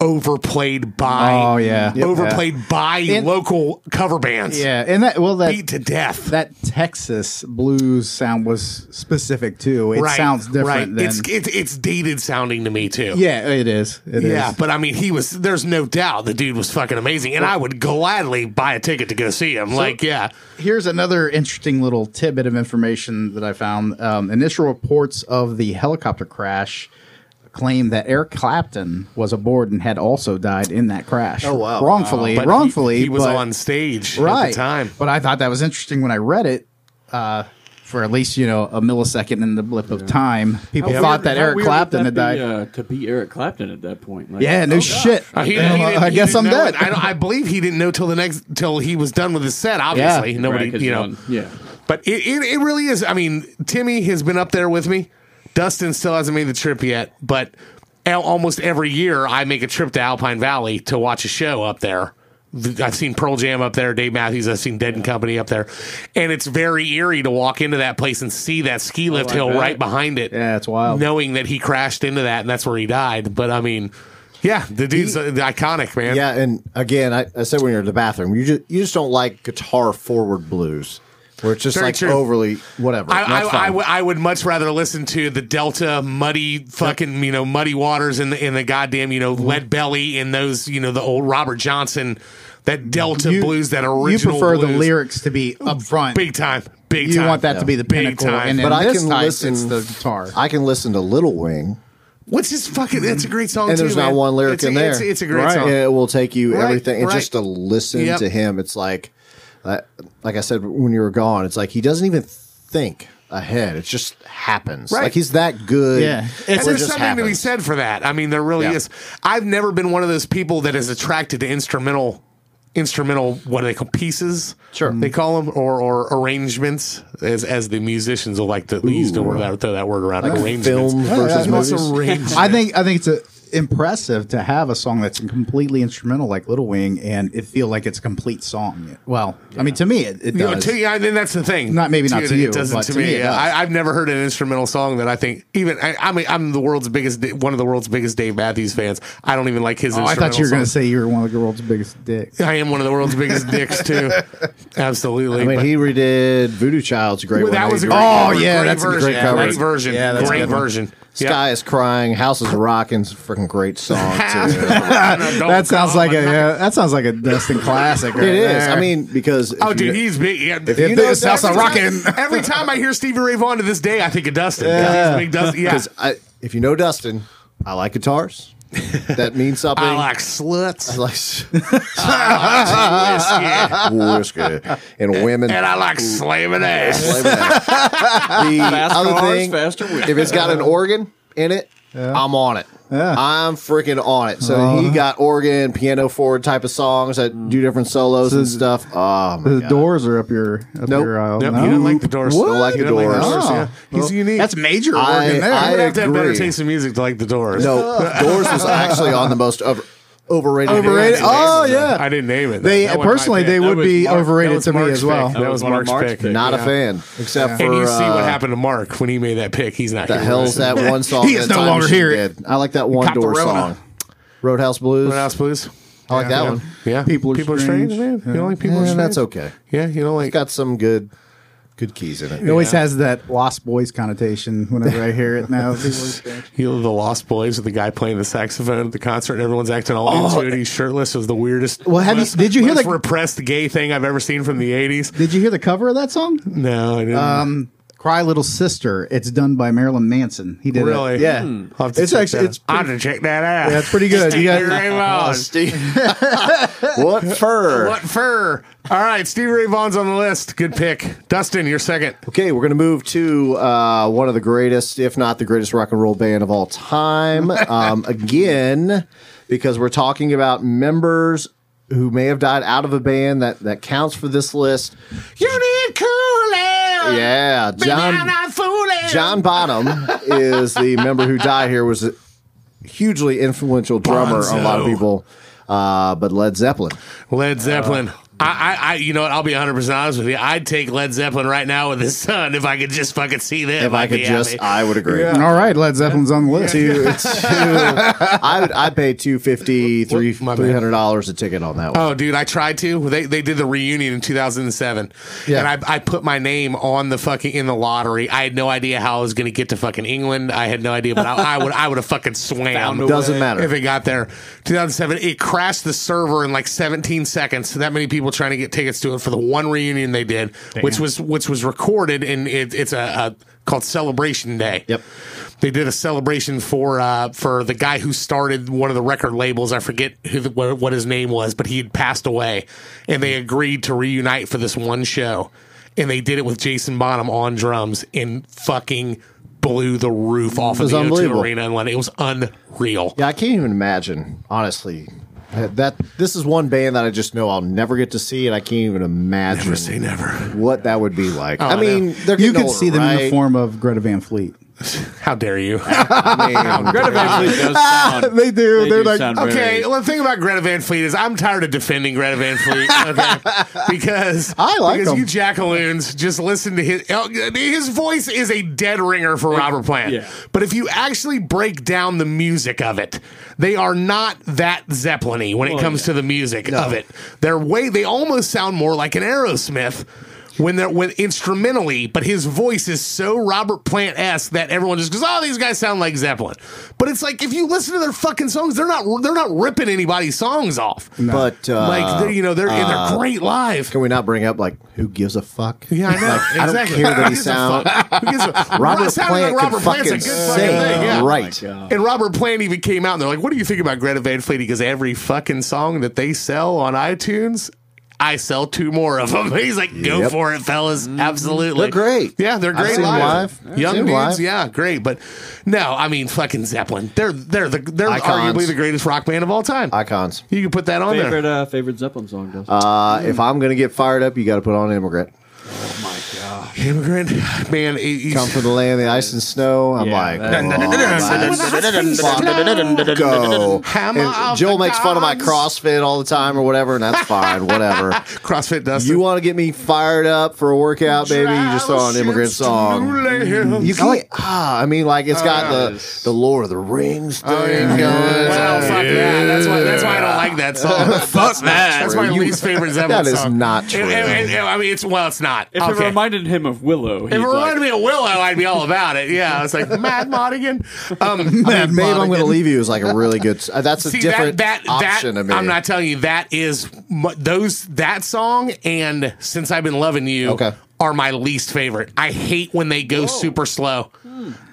overplayed by
Oh, yeah. Yep.
overplayed by
And-
local cover bands
yeah, and that well that
beat to death.
that Texas blues sound was specific too. It sounds different than
It's, it's it's dated sounding to me too.
yeah, it is. It is.
Yeah, but I mean, he was. There's no doubt the dude was fucking amazing, and I would gladly buy a ticket to go see him. like, yeah,
Here's another interesting little tidbit of information that I found. Um, initial reports of the helicopter crash claim that Eric Clapton was aboard and had also died in that crash. Oh
wow.
wrongfully,
But
wrongfully,
he, he was
but-
on stage at
right
the time.
But I thought that was interesting when I read it. Uh, for at least you know a millisecond in the blip of time, people
How
thought that
weird- how
Eric
weird would
Clapton
that
had died.
be, uh, to be Eric Clapton at that point. Like,
yeah, no
oh,
shit.
Uh, he- he
Um,
didn't-
I
he
guess
didn't
I'm
know-
dead.
I, don't, I believe he didn't know till the next till he was done with his set. Obviously,
Yeah.
nobody,
right, 'cause
you know.
one- Yeah.
But it, it it really is. I mean, Timmy has been up there with me. Dustin still hasn't made the trip yet, but al- almost every year I make a trip to Alpine Valley to watch a show up there. Th- I've seen Pearl Jam up there, Dave Matthews. I've seen Dead and Company up there, and it's very eerie to walk into that place and see that ski lift hill
bet.
right behind it.
Oh, Yeah, it's wild.
knowing that he crashed into that and that's where he died. But I mean, yeah, the dude's uh, iconic, man.
Yeah, and again, I, I said when you're in the bathroom, you just you just don't like guitar forward blues, where it's just
Very
like
true.
overly whatever.
I,
That's
I, I,
fine.
w- I would much rather listen to the Delta muddy fucking you know muddy waters and the, in the goddamn you know lead belly and those you know the old Robert Johnson that Delta
You-
blues that original
You prefer the
blues.
lyrics to be up front.
big time big
you
time
want that to be the
Big
pinnacle,
time.
and then
but I
this
can
type,
listen.
It's the guitar.
I can listen to Little Wing,
what's his fucking that's a great song
and
Oh, too,
there's
man.
not one lyric
It's a-
in there.
it's, it's a great
Right.
song
And it will take you
Right,
everything, and
right.
just to listen
Yep.
to him, it's like, uh, like I said when you were gone, it's like he doesn't even think ahead. It just happens.
Right.
Like he's that good.
Yeah.
where
And
it
there's
just
something to be
happens.
said for that. I mean, there really
Yeah.
is. I've never been one of those people that is attracted to instrumental, instrumental. What do they call pieces?
Sure.
they call them or or arrangements, as as the musicians will like to use the word that throw that word around. arrangements.
Film
What's
versus movies.
arrangement?
I think I think it's a, impressive to have a song that's completely instrumental like Little Wing, and it feel like it's a complete song. Well, I mean, to me, it, it
You know,
does.
to you, I mean, that's the thing.
Not- maybe not
it-
to you,
It doesn't
but
to
to
me.
me it does.
I, I've never heard an instrumental song that I think even. I, I mean, I'm the world's biggest, one of the world's biggest Dave Matthews fans. I don't even like his.
oh, I
instrumental
thought you were going to
songs.
say you were one of the world's biggest dicks.
I am one of the world's biggest dicks too. Absolutely.
I mean,
but-
he redid Voodoo Child's a great.
Well,
one.
that was a
He
great,
did-
Oh, yeah, that's a
version.
great cover.
Great version.
Yeah, that's a
great
good one.
version. Yeah.
Sky is crying, House is rocking, freaking great song too.
That sounds like a yeah, that sounds like a Dustin classic. Right
It is.
there.
I mean, because if
Oh,
you-
dude, he's big. Yeah,
you
you
know
know,
this house
every
I'm
time-
rocking.
every time I hear Stevie Ray Vaughan to this day, I think of Dustin. 'cause
Yeah.
He's big Dustin. Yeah.
I, if you know Dustin, I like guitars. that means something.
I like sluts.
I like s- whiskey and women.
And I like slaving ass.
Flavor that. the
Fast
other
cars,
thing,
faster wheels.
if it's got an organ in it, I'm on it. I'm freaking on it. So
Uh-huh.
he got organ, piano forward type of songs that do different solos and stuff. Oh my
The
god,
doors are up your up
Nope.
your aisle.
Nope,
No?
you didn't like the Doors. Oh.
What? Don't like
You
the
didn't
Doors.
yeah. He's unique.
That's major
I-
organ there.
I-
you would have to have better
agree.
taste in music to like the Doors.
no, Doors was actually on the most over, overrated.
Overrated?
band.
Oh, yeah.
I didn't name it. though.
they
That wasn't my
personally
pick.
they would
was
be
Mark- that
overrated
was
to me
Mark's
as well.
pick. That was
one of
Mark's pick.
not a fan except for
and you see what
uh,
happened to Mark when he made that pick. He's not
The
here.
hell's that one song?
He is
that
no
Time
longer
Machine
here.
did? I like that one
Caught the
door
Rona.
song, Roadhouse Blues.
Roadhouse Blues.
I like that one.
Yeah,
People are strange.
man. You don't like people are
Yeah,
strange.
that's okay.
Yeah, you don't like.
It's got some good, good keys in
It
it.
always has that Lost Boys connotation whenever I hear it now. People are strange.
You know the Lost Boys with the guy playing the saxophone at the concert and everyone's acting all into it. He's shirtless. It was the weirdest.
Oh, uh, Well, have you-
most-
did you hear
most
the-
repressed gay thing I've ever seen from the eighties?
Did you hear the cover of that song?
No, I didn't.
Uh, Um, Cry Little Sister. It's done by Marilyn Manson. He did it.
really? Hmm.
Yeah.
I'll have to
It's
check
actually-
that.
it's
I'll have to check that out.
That's pretty good. You got- Oh,
Stevie Ray Vaughan.
what fur?
What fur? All right, Stevie Ray Vaughan's on the list. Good pick, Dustin. You're second.
Okay, we're gonna move to uh, one of the greatest, if not the greatest, rock and roll band of all time. Um, again, because we're talking about members who may have died out of a band that that counts for this list.
You need cooling.
Yeah, John. John Bottom is the member who died here was a hugely influential drummer on a lot of
Bonzo.
people. Uh, but Led Zeppelin.
Led Zeppelin. I, I, I, you know what? I'll be 100 percent honest with you. I'd take Led Zeppelin right now with the sun if I could just fucking see them.
If I
I'd
could
be
just,
happy.
I would agree.
All right, Led Zeppelin's on the list.
Two, it's two. I would I pay two fifty three
My bad.
three hundred dollars a ticket on that one.
Oh, dude, I tried to. They they did the reunion in 2007,
Yeah.
and I, I put my name on the fucking in the lottery. I had no idea how I was going to get to fucking England. I had no idea, but I, I would I would have fucking swam.
Found a
Doesn't
way.
matter.
Oh, If it got there, 2007, it crashed the server in like 17 seconds. That many people trying to get tickets to it for the one reunion they did, which was which was recorded and it, it's a, a called Celebration Day.
Yep.
They did a celebration for uh, for the guy who started one of the record labels. I forget who the, what, what his name was, but he had passed away, and they agreed to reunite for this one show. And they did it with Jason Bonham on drums and fucking blew the roof off of
was
the O2
unbelievable.
Arena and won. It was unreal.
Yeah, I can't even imagine. Honestly, that, that this is one band that I just know I'll never get to see, and I can't even imagine
Never say never. Oh,
what that would be like.
I
I mean,
know.
they're
You
getting
could
older,
see them in the
right?
form of Greta Van Fleet.
How dare you?
I mean,
Greta Van Fleet does sound.
They do. They're like,
sound very-
okay, well, the thing about Greta Van Fleet is I'm tired of defending Greta Van Fleet okay? because
I like
because
him.
you jackaloons just listen to his oh, his voice is a dead ringer for Robert Plant.
yeah.
But if you actually break down the music of it, they are not that Zeppelin-y when it comes to the music of it. They're way they almost sound more like an Aerosmith. When they're when instrumentally, but his voice is so Robert Plant esque that everyone just goes, "Oh, these guys sound like Zeppelin." But it's like if you listen to their fucking songs, they're not they're not ripping anybody's songs off.
but uh,
Like they're, you know, they're and they're great live.
Can we not bring up like who gives a fuck?
Yeah, I know.
I don't
exactly.
care that he
Who gives a
sound-
fuck? Who gives a-
Robert
sounding
Plant
like
can fucking sing,
yeah.
right?
And Robert Plant even came out and they're like, "What do you think about Greta Van Fleet?" Because every fucking song that they sell on iTunes, I sell two more of them. He's like, "Go
Yep. Mm-hmm.
for it, fellas! Absolutely,
They're great.
Yeah, they're
I've
great
seen them
live.
live. I've
Young
seen
dudes,
them live.
yeah, great." But no, I mean, fucking Zeppelin. They're they're the, they're
Icons.
arguably the greatest rock band of all time.
Icons.
you can put that on there.
Favorite uh, favorite Zeppelin song does.
Uh, if I'm gonna get fired up, you got to put on Immigrant.
Immigrant man, he- he's-
Come from the land of the ice and snow. I'm like, oh, go.
Hammer
And
of
Joel
the
makes fun of my
gods.
CrossFit all the time or whatever, and that's fine, whatever.
CrossFit Dustin.
You want to get me fired up for a workout, baby? You just throw on an Immigrant song.
You
You can ah, I mean, like it's got the the Lord of the Rings thing
Oh,
going.
Well, fuck that. That's why, that's why I don't like that song. fuck that. That's my
true.
least favorite Zeppelin
That is
song.
not true.
And- and- and- I mean, it's well, it's not.
if
okay.
it reminded him of Willow,
if
he'd
it reminded
like,
me of Willow, I'd be all about it. Yeah, it's like Mad Modigan. Um,
I mean, Babe, I'm going to leave you is like a really good. Uh, that's a
see
different
that that
option
that
to me.
I'm not telling you that is mu- those that song and since I've been loving you
Okay.
are my least favorite. I hate when they go super slow.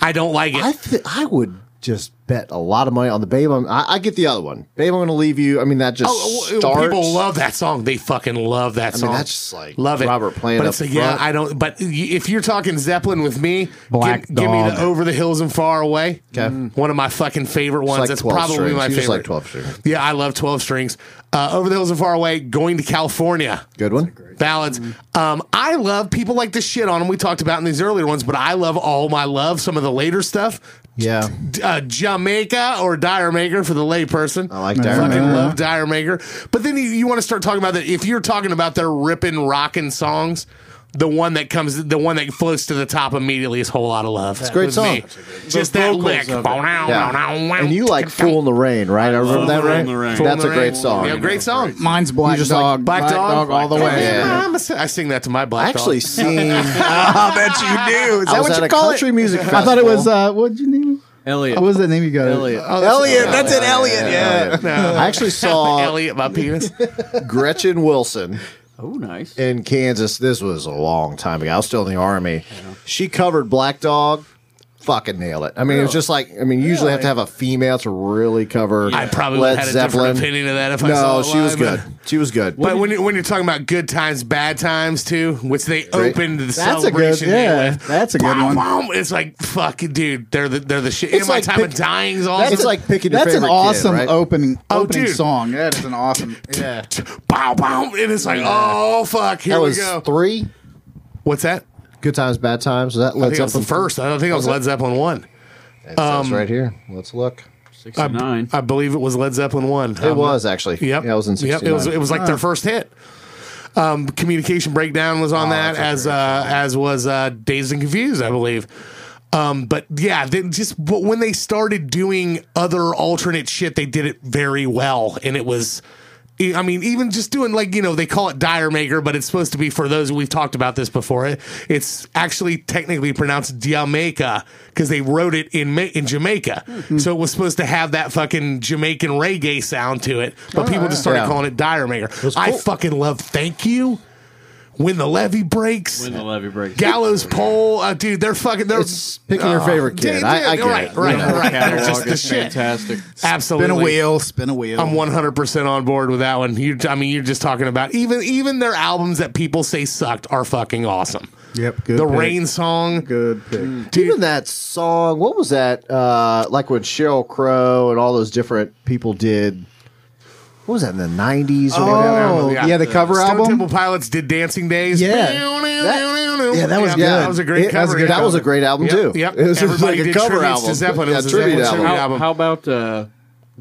I don't like it.
I, th- I would just bet a lot of money on the Babe. I'm, I, I get the other one. Babe, I'm going to leave you. I mean, that just
Oh,
starts.
People love that song. They fucking love that song.
that's just like
love it.
Robert playing
But
up
it's like, yeah,
front.
I don't. But y- if you're talking Zeppelin with me,
Black
give, give me
Dog.
the Over the Hills and Far Away. Mm.
Okay.
one of my fucking favorite
It's
ones.
like
that's
12
probably
strings.
my
You
favorite.
just like 12 strings.
Yeah, I love twelve strings. Uh, Over the Hills and Far Away. Going to California.
Good one.
Ballads. Um, I love people like to shit on them. We talked about in these earlier ones, but I love all my love. Some of the later stuff,
Yeah.
D- uh, Jamaica or Dire Maker for the layperson.
I like Dire
Fucking
Maker.
love Dire Maker. But then you, you want to start talking about that. If you're talking about their ripping, rocking songs, the one that comes, the one that floats to the top immediately is "Whole Lot of Love." It's
a great song.
Just
The
that
vocals
lick.
of it.
Yeah. And you like Fool in the Rain, right? I remember that
Fool
right?
in the Rain.
That's a great song.
Yeah, great song.
Mine's Black
just like,
Dog.
Black Dog?
all the
Come
way.
here,
Yeah.
Mama. I sing that to my
I
black
actually
dog.
seen. I
I bet you do. Is that
was
what
at
you
a
call
country
it?
music festival.
I thought it was uh, what'd you name? it?
Elliot.
What was that name you got?
Elliot.
Elliot. That's it, Elliot. Yeah.
I actually saw
Elliot, my penis.
Gretchen Wilson
Oh, nice.
in Kansas. This was a long time ago. I was still in the army. She covered Black Dog. Fucking nail it. I mean, it was just like I mean, you usually have to have a female to really cover.
I probably would
Led
have had a
Zeppelin.
different opinion of that if I saw
No,
it
she was
live.
good. She was good.
But when you, when you're talking about good times, bad times too, which they
Great.
opened the
That's a good
celebration day
yeah.
with.
That's a good
Bow,
one.
bow. It's like fuck, dude. They're the they're the shit.
It's
And my
like
time of
pick-
dying's all.
It's like picking your
That's an
favorite kid,
awesome
right?
opening
Oh,
opening
dude.
song. That is an awesome. Yeah.
bow bow, and it's like oh fuck, here
that
we
was
go.
three
What's that?
good times, bad times. Was that
I
Led
think it was the
Zeppelin
first. Um, I don't think it was Led Zeppelin one.
It says right here. Let's look.
I,
69.
I believe it was Led Zeppelin one.
It was actually.
Yep.
Yeah, it was in
Yep,
'69.
it was it was like their first hit. Um, communication breakdown was on that as uh, as was uh, Dazed and Confused, I believe. Um, but yeah, they just but when they started doing other alternate shit, they did it very well, and it was. e, I mean, even just doing like you know they call it Dire Maker, but it's supposed to be for those we've talked about this before. It, it's actually technically pronounced Jamaica because they wrote it in Ma- in Jamaica, so it was supposed to have that fucking Jamaican reggae sound to it. But people just started
Yeah.
calling it Dire Maker. I fucking love Thank You. When the levee breaks,
When the levee breaks.
Gallows pole, uh, dude, they're fucking. They're
It's picking
Oh.
Ah,
your favorite kid.
dude,
I, I get
right,
it.
right,
You know.
right. They're
Catalog
just the
is
shit.
Fantastic.
Absolutely,
Spin a wheel. Spin a wheel.
I'm 100 percent on board with that one. You, I mean, you're just talking about even even their albums that people say sucked are fucking awesome.
Yep. Good
the
pick.
Rain Hmm. song,
Good pick.
Even that song, what was that? Uh, like when Cheryl Crow and all those different people did. What was that in the '90s or whatever?
Oh, yeah, the cover
Stone
album.
Temple Pilots did Dancing Days.
Yeah.
That-
yeah, that was good.
That was a great
It- that was
cover.
a good- that was a great album,
Yep,
too.
Yep,
It was just
everybody
like a
did
cover
tributes
album.
to Zeppelin. It
Yeah,
was a
tribute
Zeppelin
album.
tribute
How,
album.
how about uh,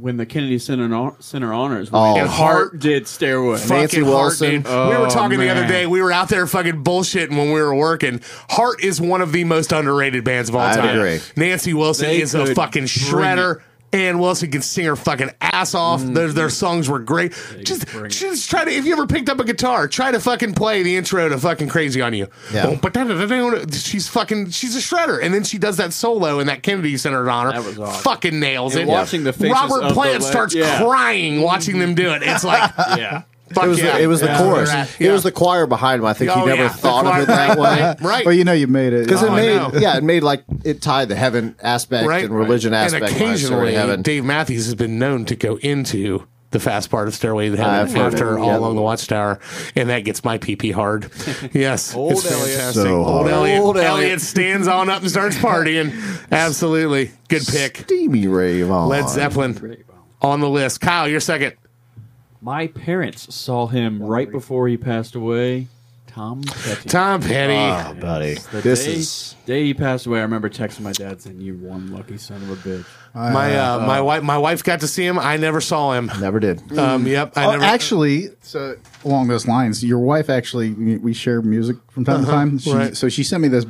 when the Kennedy Center, Hon- Center Honors?
Oh.
and Hart did Stairway.
Nancy
fucking Hart,
Wilson.
dude. we were
Oh,
talking the other
man.
day. We were out there fucking bullshitting when we were working. Heart is one of the most underrated bands of all
I'd
time.
agree.
Nancy Wilson
They
is a
could
fucking
bring
shredder. And Wilson can sing her fucking ass off.
Mm.
Their, their songs were great. Just, just try to. If you ever picked up a guitar, try to fucking play the intro to fucking Crazy on You.
Yeah.
Boom, ba- da- da- da- da- da. She's fucking. She's a shredder, and then she does that solo in that Kennedy Center honor.
That was awesome.
Fucking nails
And
it.
watching the faces
Robert
of the
Plant
le-
starts
Yeah.
crying watching them do it. It's like
Yeah.
Fuck
It was
yeah.
the, it was
Yeah.
the chorus.
Yeah.
It was the choir behind him. I think
Oh,
he never
yeah. The
thought of
choir,
it that way.
right.
Well, you know you made it.
Because
Oh,
it
I know.
made, yeah, it made like it tied the heaven aspect
right.
and religion
Right.
aspect.
And occasionally,
to heaven.
Dave Matthews has been known to go into the fast part of Stairway to Heaven
I've heard
after
it,
All
yeah.
Along the Watchtower, and that gets my PP hard. Yes, old
Elliot.
So
old
hard.
Elliot.
Old
Elliot.
Elliot.
stands on up and starts partying. Absolutely, good pick.
Steamy rave on.
Led Zeppelin on the list. Kyle, you're second.
My parents saw him right before he passed away. Tom Petty.
Tom Petty.
Oh, buddy,
The
this
day,
is
day he passed away. I remember texting my dad saying, "You one lucky son of a bitch."
Ah.
my uh, my wife my wife got to see him. I never saw him.
never did.
Um, yep, I
Oh,
never.
actually, so along those lines, your wife actually we we share music from time to time. She,
Uh-huh. right.
So she sent me this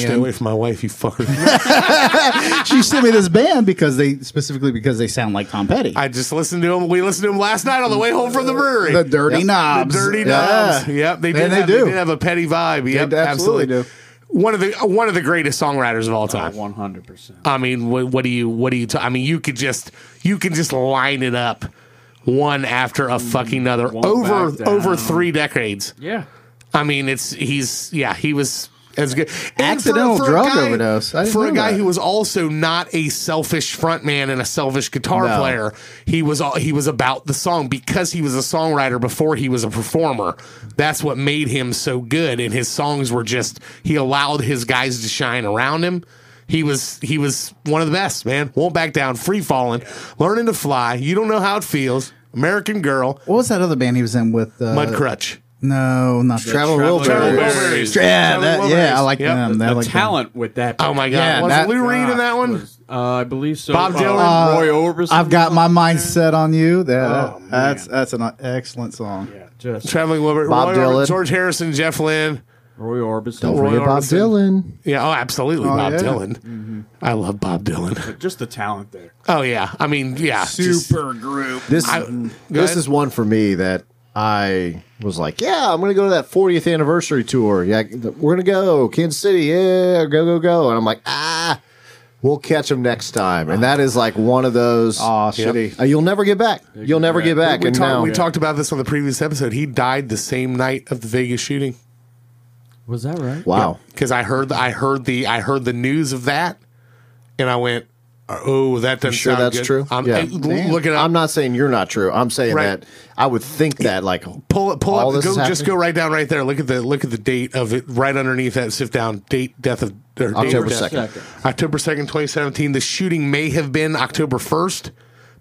Stay away
band.
from my wife, you fucker.
She sent me this band because they specifically because they sound like Tom Petty.
I just listened to him. We listened to him last night on the way home from the brewery.
the Dirty Knobs.
The dirty
Yeah.
knobs. Yep, they
And
did.
they
have,
do.
did have a petty vibe. Yep,
absolutely
absolutely.
do.
One of the uh, one of the greatest songwriters of all time.
One hundred percent.
I mean, what, what do you what do you? ta- I mean, you could just you can just line it up one after a fucking other
Won't
over
back down.
over three decades.
Yeah.
I mean, it's he's yeah he was as good. And
Accidental drug overdose. I didn't
For a
know
guy
that.
who was also not a selfish frontman and a selfish guitar
No.
player, he was all, he was about the song because he was a songwriter before he was a performer. That's what made him so good, and his songs were just he allowed his guys to shine around him. He was he was one of the best, man. Won't back down, free falling, learning to fly. You don't know how it feels. American Girl,
What was that other band he was in with? Uh,
Mudcrutch.
No, not Travel
Traveling
Wilburys.
Wilburys.
Yeah, that,
Traveling
yeah, I
Wilburys.
like
Yep.
them. I
the
like them.
talent with that.
Oh my god,
Yeah,
was
that- Ah.
Lou Reed in that one?
Uh, I believe so.
Bob
Uh,
Dylan,
Roy Orbison.
I've got my mind set on you.
Oh,
That, that's that's an excellent song.
Yeah, just
Traveling Wilbur, Roy
Bob
Orbison,
Dylan.
George Harrison, Jeff Lynne.
Roy Orbison.
Roy
Forget Bob
Orbison.
Dylan.
Yeah, oh, absolutely, Bob
yeah.
Dylan.
Mm-hmm.
I love Bob Dylan.
Just the talent there.
Oh yeah, I mean, yeah, just-
Super group.
This
I- go
this
ahead.
is one for me that I was like, yeah, I'm gonna go to that 40th anniversary tour. Yeah, we're gonna go Kansas City. Yeah, go go go. And I'm like, ah, we'll catch them next time. And that is like one of those.
Aw, shitty.
Uh, you'll never get back. You'll never get back.
we,
and
talked,
now
we talked about this on the previous episode. He died the same night of the Vegas shooting
Was that right?
wow.
because I heard, I heard the, I heard the news of that, and I went, oh, that doesn't
sure
sound
that's
good.
true?
I'm
Yeah.
I-
Damn.
look it up.
I'm not saying you're not true. I'm saying
Right.
that I would think that like
pull it, pull
all
up,
this
go,
is
just
happening?
go right down right there. Look at the, look at the date of it right underneath that. Sit down, date, death of or date of
October
death.
2nd.
October 2nd, 2017. The shooting may have been October 1st,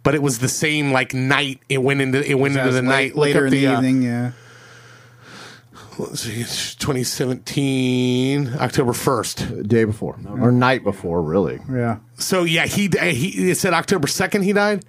but it was the same like night. It went into it went into the night Look
later
up
in the,
uh,
evening. Yeah,
let's see, it's 2017 October 1st.
day before or night before, really.
yeah.
So yeah, he uh, he it said October 2nd he died.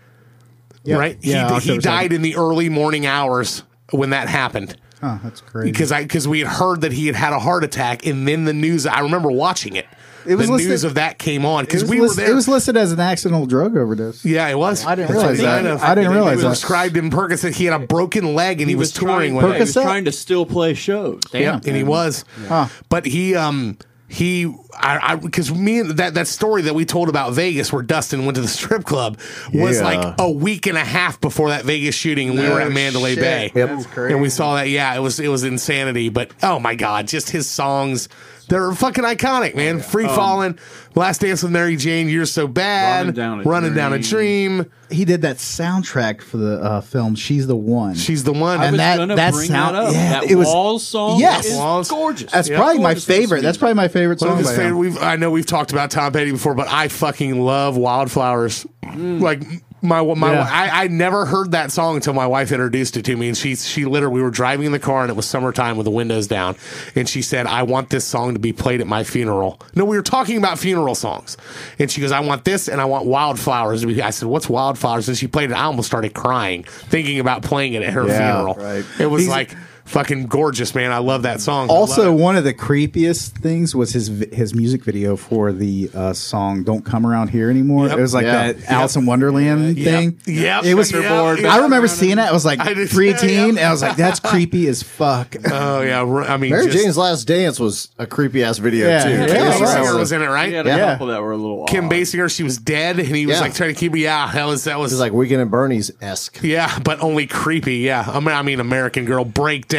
Right?
Yeah,
he he
October
died in the early morning hours when that happened.
Oh, that's crazy.
Because I because we had heard that he had had a heart attack, and then the news. I remember watching it.
It was
the
listed-
news of that came on
it
because
was,
we
list-
were
it
there.
was listed as an accidental drug overdose.
yeah, it was.
I didn't
That's
realize
what
that.
kind of-
I didn't
they
realize
was
that.
Prescribed in Percocet, he had a broken leg, and he, was, touring
trying,
with
he was
Percocet?
trying to still play shows.
Yeah, and he was.
Huh.
But he um he I because me and that that story that we told about Vegas where Dustin went to the strip club was
Yeah.
like a week and a half before that Vegas shooting and we were at Mandalay
shit.
Bay.
Yep. That's crazy.
And we saw that yeah, it was it was insanity, but oh my god, just his songs they're fucking iconic, man. Free Falling, Last Dance with Mary Jane, You're So Bad,
Um, Running Down a
Running Down a
Dream.
Dream.
He did that soundtrack for the uh, film. She's the one.
She's the one.
I
And
was
that-
gonna
that
bring
sound-
that up.
yeah,
that
it was-
Walls song
Yes.
is
Walls.
gorgeous.
that's
Yeah,
probably my
gorgeous piece of
favorite. That's
music.
probably my favorite
One of
song.
his
by him.
favorite. We've, I know we've talked about Tom Petty before, but I fucking love Wildflowers. Like my my,
Mm. Yeah.
I, I never heard that song until my wife introduced it to me, and she she literally we were driving in the car and it was summertime with the windows down, and she said, "I want this song to be played at my funeral." No, we were talking about funeral songs, and she goes, "I want this and I want Wildflowers." to be-" I said, "What's Wildflowers?" And she played it. I almost started crying thinking about playing it at her
Yeah,
funeral.
right.
It was
He's-
like fucking gorgeous, man. I love that song. I love
Also,
it.
one of the creepiest things was his vi- his music video for the uh, song "Don't Come Around Here Anymore."
Yep.
It was like
Yeah.
that Alice in Wonderland thing.
Yep.
it was.
Checkerboard.
I remember seeing that. I was like
I did-
preteen,
yeah.
and I was like, "That's creepy as fuck."
Oh yeah, r- I mean,
Mary
just-
Jane's Last Dance was a creepy ass video
Yeah.
too.
Yeah,
Kim
it was.
Basinger was in it,
He had
right?
a
Yeah.
couple that were a little.
Kim
odd.
Basinger, she was dead, and he was
Yeah.
like trying to keep her. Yeah, that was that
It's
was
like Weekend at Bernie's esque.
yeah, but only creepy. Yeah, I mean, I mean, American Girl breakdown.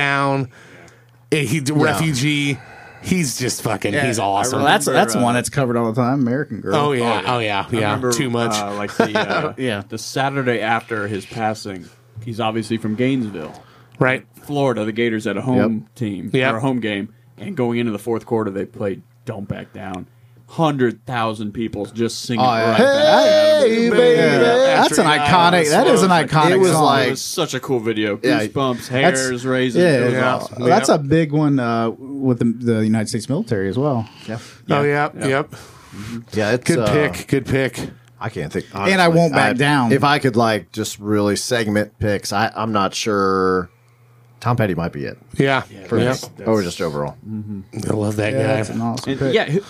Eh, He refugee. He's just fucking. he's awesome.
well, that's
remember,
that's one that's covered all the time. American Girl.
uh, oh yeah, oh yeah, yeah.
remember,
Too much.
Uh, like the uh,
Yeah.
the Saturday after his passing, he's obviously from Gainesville,
right.
Florida. The Gators had a home team
Yep.
or a home game, and going into the fourth quarter, they played "Don't Back Down." Hundred thousand people just singing.
Oh, yeah.
right back at him.
Hey, baby.
Yeah. That's an iconic. That is an iconic.
It was
song.
like-
It was such a cool video.
Yeah.
Goosebumps,
That's-
hairs raising.
Yeah,
It was
yeah.
awesome.
Yep.
that's a big one uh, with the, the United States military as well. Yeah.
Oh yeah, yep.
Yeah, it's,
Good
uh,
pick. Good pick.
I can't think.
And I won't back
I-
down.
If I could like just really segment picks, I, I'm not sure. Tom Petty might be it
Yeah.
for
Yep.
me, or just overall.
I love that
That's an
guy.
awesome
And,
pick.
yeah. Who,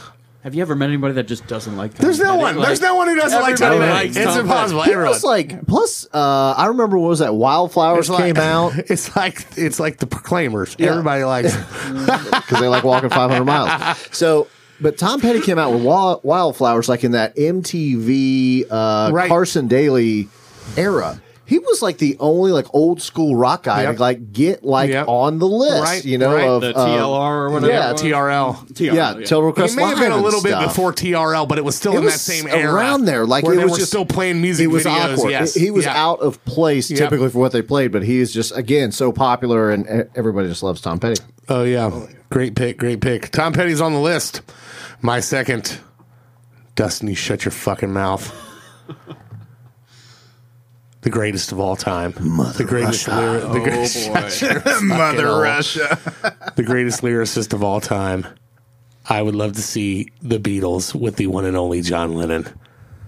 have you ever met anybody that just doesn't like? Tom
There's no
Petty?
one.
Like,
There's no one who doesn't like Tom
everybody
Petty.
likes
It's
Tom
impossible.
It
Everyone.
was like plus. Uh, I remember what was that?
It's
Wildflowers
like-
came out
It's like it's like the Proclaimers.
Yeah.
Everybody likes. it.
because they like walking 500 miles. So. But Tom Petty came out with Wa- Wildflowers like in that MTV uh,
Right.
Carson Daly era. he was like the only like old school rock guy
Yep.
to like get like
Yep.
on the list,
Right,
you know,
right.
of
The
uh,
TLR or whatever.
yeah,
it was.
TRL.
TRL,
yeah,
It
Total Request
may have
Live
been a
and
little bit
stuff.
before TRL, but it was still
It
in
was
that same era
around there, like
where
it
they
was
were
just-
still playing music
it was
videos.
awkward.
Yes,
He, he was
Yeah.
out of place
Yeah.
typically for what they played, but he is just again so popular, and e- everybody just loves Tom Petty.
Oh yeah, great pick, great pick. Tom Petty's on the list. My second, Dustin. You shut your fucking mouth. the greatest of all time. the greatest, lyri-
Oh,
the,
Oh,
greatest
Mother Russia.
the greatest lyricist of all time. I would love to see the Beatles with the one and only John Lennon.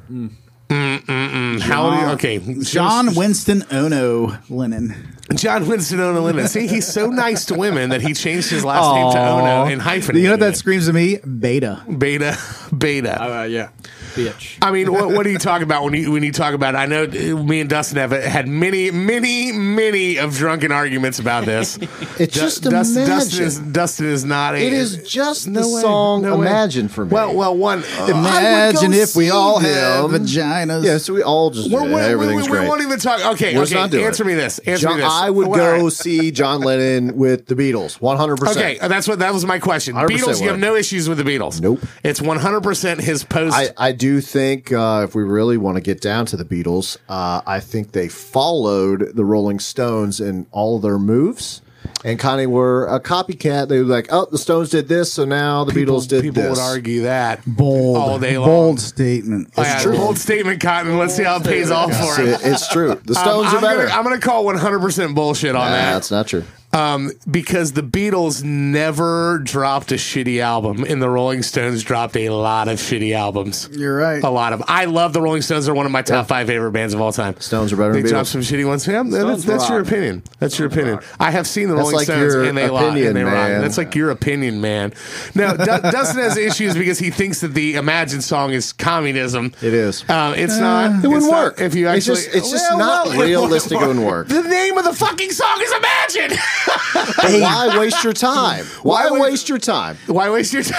Mm. Mm-mm-mm. How do you- okay,
John Winston Ono Lennon.
John Winston Ono Lennon. See, he's so nice to women that he changed his last name to Ono and hyphenated.
You know what that
it.
screams to me? Beta.
beta, beta.
Uh, yeah. Bitch.
I mean, what, what are you talking about when you when you talk about? I know uh, me and Dustin have uh, had many, many, many of drunken arguments about this.
It's just
Dust-
imagine.
Dustin is Dustin is not. A,
it is just
No
the
way,
song
no way.
"Imagine" for me. Oh,
Well, well, one.
Imagine
go
if we
see
all
them.
had vaginas.
yeah, so we all just
we're, we're, we're,
everything's
we
great.
won't even talk. Okay,
Let's
okay.
not do it.
answer me this. Answer
John,
me this.
I would
Well, all
go
right.
see John Lennon with the Beatles, one hundred
Okay,
percent.
that's what that was my question.
100%
Beatles, you have
would.
no issues with the Beatles.
Nope.
It's one hundred percent his post.
I, I do think uh, if we really want to get down to the Beatles, uh, I think they followed the Rolling Stones in all of their moves, and kind of were a copycat. They were like, "Oh, the Stones did this, so now the Beatles did
people
this."
would argue that
bold,
all day long.
bold statement.
Yeah, bold statement, Cotton. Let's see how it pays off for him.
It- it's true. The
Um,
Stones
I'm,
are better.
Gonna, I'm gonna call 100% bullshit on
Nah,
that
that's not true.
Um, because the Beatles never dropped a shitty album, and the Rolling Stones dropped a lot of shitty albums.
You're right.
A lot of. I love the Rolling Stones. They're one of my top five favorite bands of all time.
Stones are better
They
than
dropped
Beatles.
some shitty ones. Yeah, that's,
Stones
that's your
rock.
opinion. That's your opinion. I have seen the Rolling
like
Stones,
your
and they lie
opinion,
and they rock.
man.
That's like your opinion, man. Now, D- Dustin has issues because he thinks that the Imagine song is communism.
It is.
Uh, it's not.
It wouldn't
it's not-
work
if you
It's
actually.
just- it's just
Well,
not
well, it wouldn't
realistic, it wouldn't work.
The name of the fucking song is Imagine.
But why waste your time? Why,
Why would-
waste your time?
Why waste your time?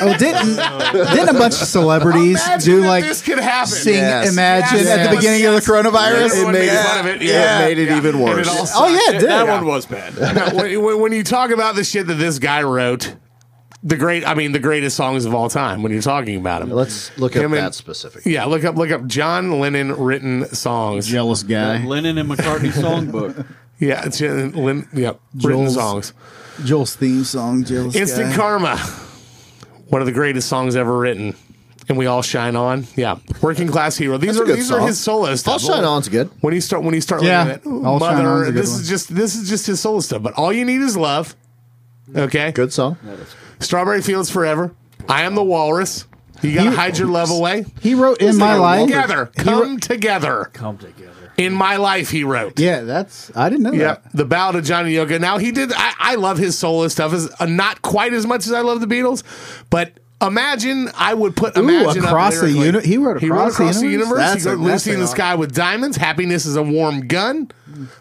Oh, didn't didn't a bunch of celebrities
Imagine
do
that
like
this could happen.
sing
Yes.
"Imagine"
Yes.
at the beginning of the coronavirus?
Everyone
made
made
it-
fun of it.
yeah,
Yeah.
it made it even
And
worse.
it all
oh yeah, it did.
That one was bad.
No, when, when- when you talk about the shit that this guy wrote, the great, I mean, the greatest songs of all time. When you're talking about him,
Let's look at
Him and-
that specific.
yeah, look up, look up John Lennon written songs. Yeah,
Jealous guy.
Lennon and McCartney songbook.
yeah, it's, uh, Lin, yeah written
Joel's-
songs.
Joel's theme song. Jealous
Instant
guy.
Karma, one of the greatest songs ever written, and we all shine on. Yeah, Working Class Hero. These
That's a
are
good
these
song.
are his solo stuff.
I'll shine on's good.
when you start when you start
Yeah.
looking at ooh,
All Shine On's
mother
a good
this
one.
is just this is just his solo stuff but all you need is love okay
Good song.
strawberry fields forever i am the walrus you gotta hide your love away
He wrote "In My Life."
together come together
Come together.
in my life he wrote
Yeah, that's I didn't know
yeah,
that.
the bow to Johnny Yoga. Now he did. I, I love his solo stuff. Is uh, not quite as much as I love the Beatles, but imagine I would put imagine up
Across the
lyrically.
Uni- he wrote Across the
the
Universe?
universe.
That's
he wrote
a- that's
Lucy in the
a-
sky with diamonds. Happiness is a warm gun.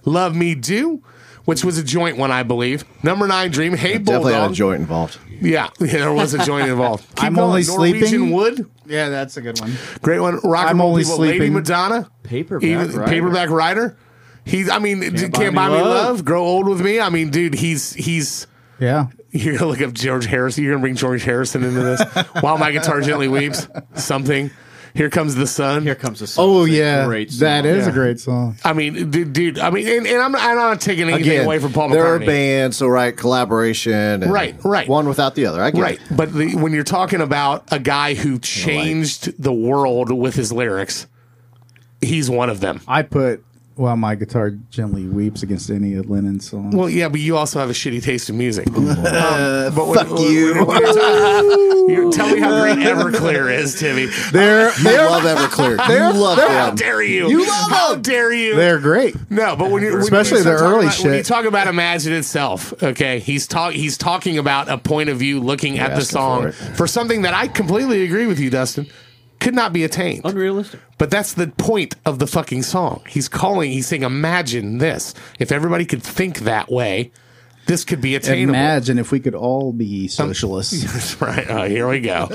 Love me do, which was a joint one, I believe. Number nine, dream. Hey
Definitely had a
bulldog.
joint involved.
Yeah, yeah, there was a joint involved. Keep
I'm
going.
only
Norwegian
sleeping.
Wood,
Yeah, that's a good one.
great one. Rock
I'm
and roll
only
people. Lady
sleeping.
Madonna.
Paperback,
Even
right?
paperback writer. He's. I mean, can't, buy,
Buy Me
me love.
Love.
Grow old with me. I mean, dude, he's he's.
Yeah,
You're gonna look up George Harrison. You're gonna bring George Harrison into this. While my guitar gently weeps, something. Here comes the sun.
Here comes the song.
Oh
It's a
yeah,
Great song.
that is
Yeah.
a great song.
I mean, dude, dude I mean, and, and I'm, I'm not taking anything away from Paul
they're a
McCartney.
band, so right, collaboration. and
Right, right.
One without the other. I get
Right,
it.
but the, when you're talking about a guy who changed the world with his lyrics, he's one of them.
I put "While My Guitar Gently Weeps" against any of Lennon's songs.
Well, yeah, but you also have a shitty taste in music. Um, but when-
Fuck you.
you're- tell me how great Everclear is, Timmy.
they're
You
they're
love Everclear. You love
How
them.
dare you?
You love
How
them.
dare you?
they're great.
No, but when you're when
Especially
you start
the
talking
early
about, when you
shit.
talk about Imagine itself, okay, he's talk he's talking about a point of view looking at the
asking
song
for
for,
it.
something that I completely agree with you, Dustin, could not be attained.
Unrealistic.
But that's the point of the fucking song. He's calling, he's saying, Imagine this. If everybody could think that way, This could be attainable.
Imagine if we could all be socialists.
That's right. Oh, here we go.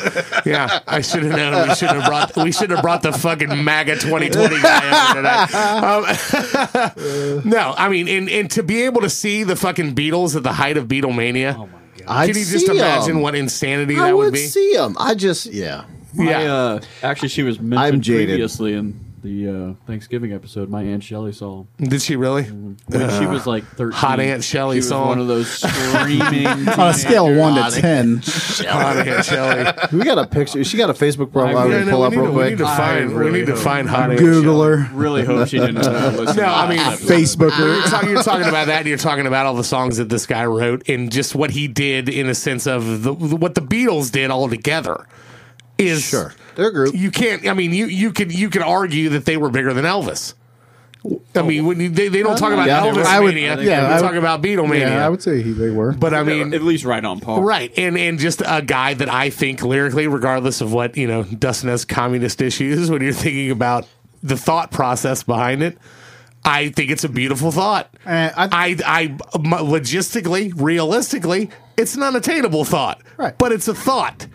Yeah, I should have known. We should have brought. We should have brought the fucking MAGA 2020 guy over tonight. Um, no, I mean, and, and to be able to see the fucking Beatles at the height of Beatlemania,
I'd
can you just
see 'em.
imagine what insanity
I
that would
would
be?
see them. I just yeah.
yeah.
I, uh, actually, she was mentioned
I'm jaded.
previously in the uh, Thanksgiving episode. My aunt Shelley saw 'em.
Did she really?
when she was like thirteen.
Hot Aunt Shelley
she was
saw 'em.
one of those screaming.
On a scale of one to
Idiotic.
ten,
Hot Aunt Shelley.
We got a picture. She got a Facebook profile. we
Yeah,
can
no,
pull
we
up
need to-
real
we need
quick. Ah,
to
I
find. We
really
need to
don't.
find Hot Aunt
Googler,
Really hope she didn't uh, listen.
No,
to
I mean-
that.
You're,
Facebooker.
talk- you're talking about that, and you're talking about all the songs that this guy wrote, and just what he did in a sense of the, what the Beatles did all together is
Sure, their group.
You can't. I mean, you you could you could argue that they were bigger than Elvis. I mean, when you, they, they don't talk about
yeah,
Elvis
I would-
mania,
I think yeah,
they
I
talk
would-
about Beatlemania.
Yeah, I would say he, they were.
but I mean,
at least right on par.
Right, and and just a guy that I think lyrically, regardless of what you know, Dustin has communist issues. When you're thinking about the thought process behind it, I think it's a beautiful thought.
Uh,
I,
I-
I, my- logistically, realistically, it's an unattainable thought.
Right.
but it's a thought.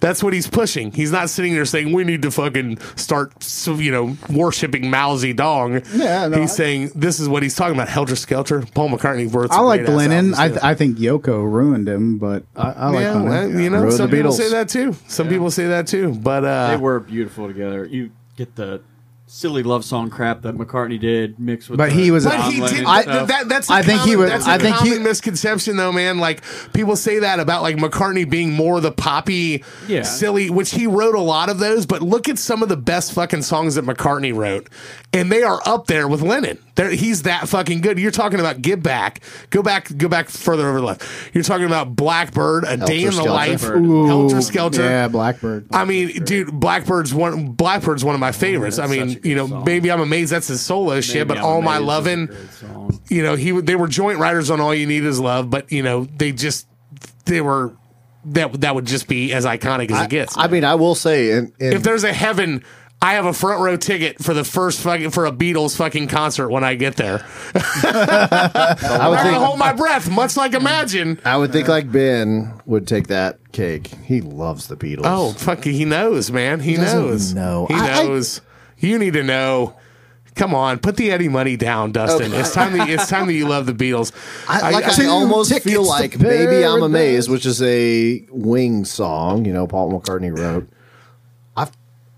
That's what he's pushing. He's not sitting there saying we need to fucking start, so- you know, worshiping Mao Zedong.
Yeah, no,
he's
I-
saying this is what he's talking about. Helter Skelter, Paul McCartney. wrote
I
some
like
great-ass
Lennon.
albums,
I,
too.
I think Yoko ruined him, but I, I like
Yeah,
Lennon.
well, you know,
Ruined the
some people
Beatles.
say that too. Some people say that too. But
They
uh,
were beautiful together. You get the silly love song crap that McCartney did mixed with.
But
the
he was a-
John
but he
Lennon
did.
I-
stuff.
th- that, that's
I
I
think
think
he
common,
was-
That's
I
a
think he-
common misconception, though, man. Like people say that about like McCartney being more the poppy,
Yeah.
silly, which he wrote a lot of those. But look at some of the best fucking songs that McCartney wrote, and they are up there with Lennon. There, he's that fucking good. You're talking about Give Back. Go back. Go back further over the left. You're talking about Blackbird, A Day in the
Skelter.
Life,
Ooh,
Helter Skelter.
Yeah, Blackbird.
I mean, dude, Blackbird's one. Blackbird's one of my favorites. I mean, you know, maybe I'm amazed that's his solo shit, but
Yeah,
all my
Amazed is a
lovin',
great song.
you know, he would- they were joint writers on All You Need Is Love, but you know, they just they were that that would just be as iconic as it gets.
I mean, I will say, and, and
if there's a heaven. I have a front row ticket for the first fucking for a Beatles fucking concert when I get there.
I
I'm
would
not uh, gonna
think
hold my breath, much like Imagine.
I would think like Ben would take that cake. He loves the Beatles.
Oh, fuck, he knows, man. He, knows.
know.
He
I- I-
knows. you need to know. Come on, put the Eddie money down, Dustin. It's time that it's time that you love the Beatles.
I, like I,
I-
almost
tickets
feel
to
like maybe I'm
paradise.
amazed, which is a wing song. You know, Paul McCartney wrote. I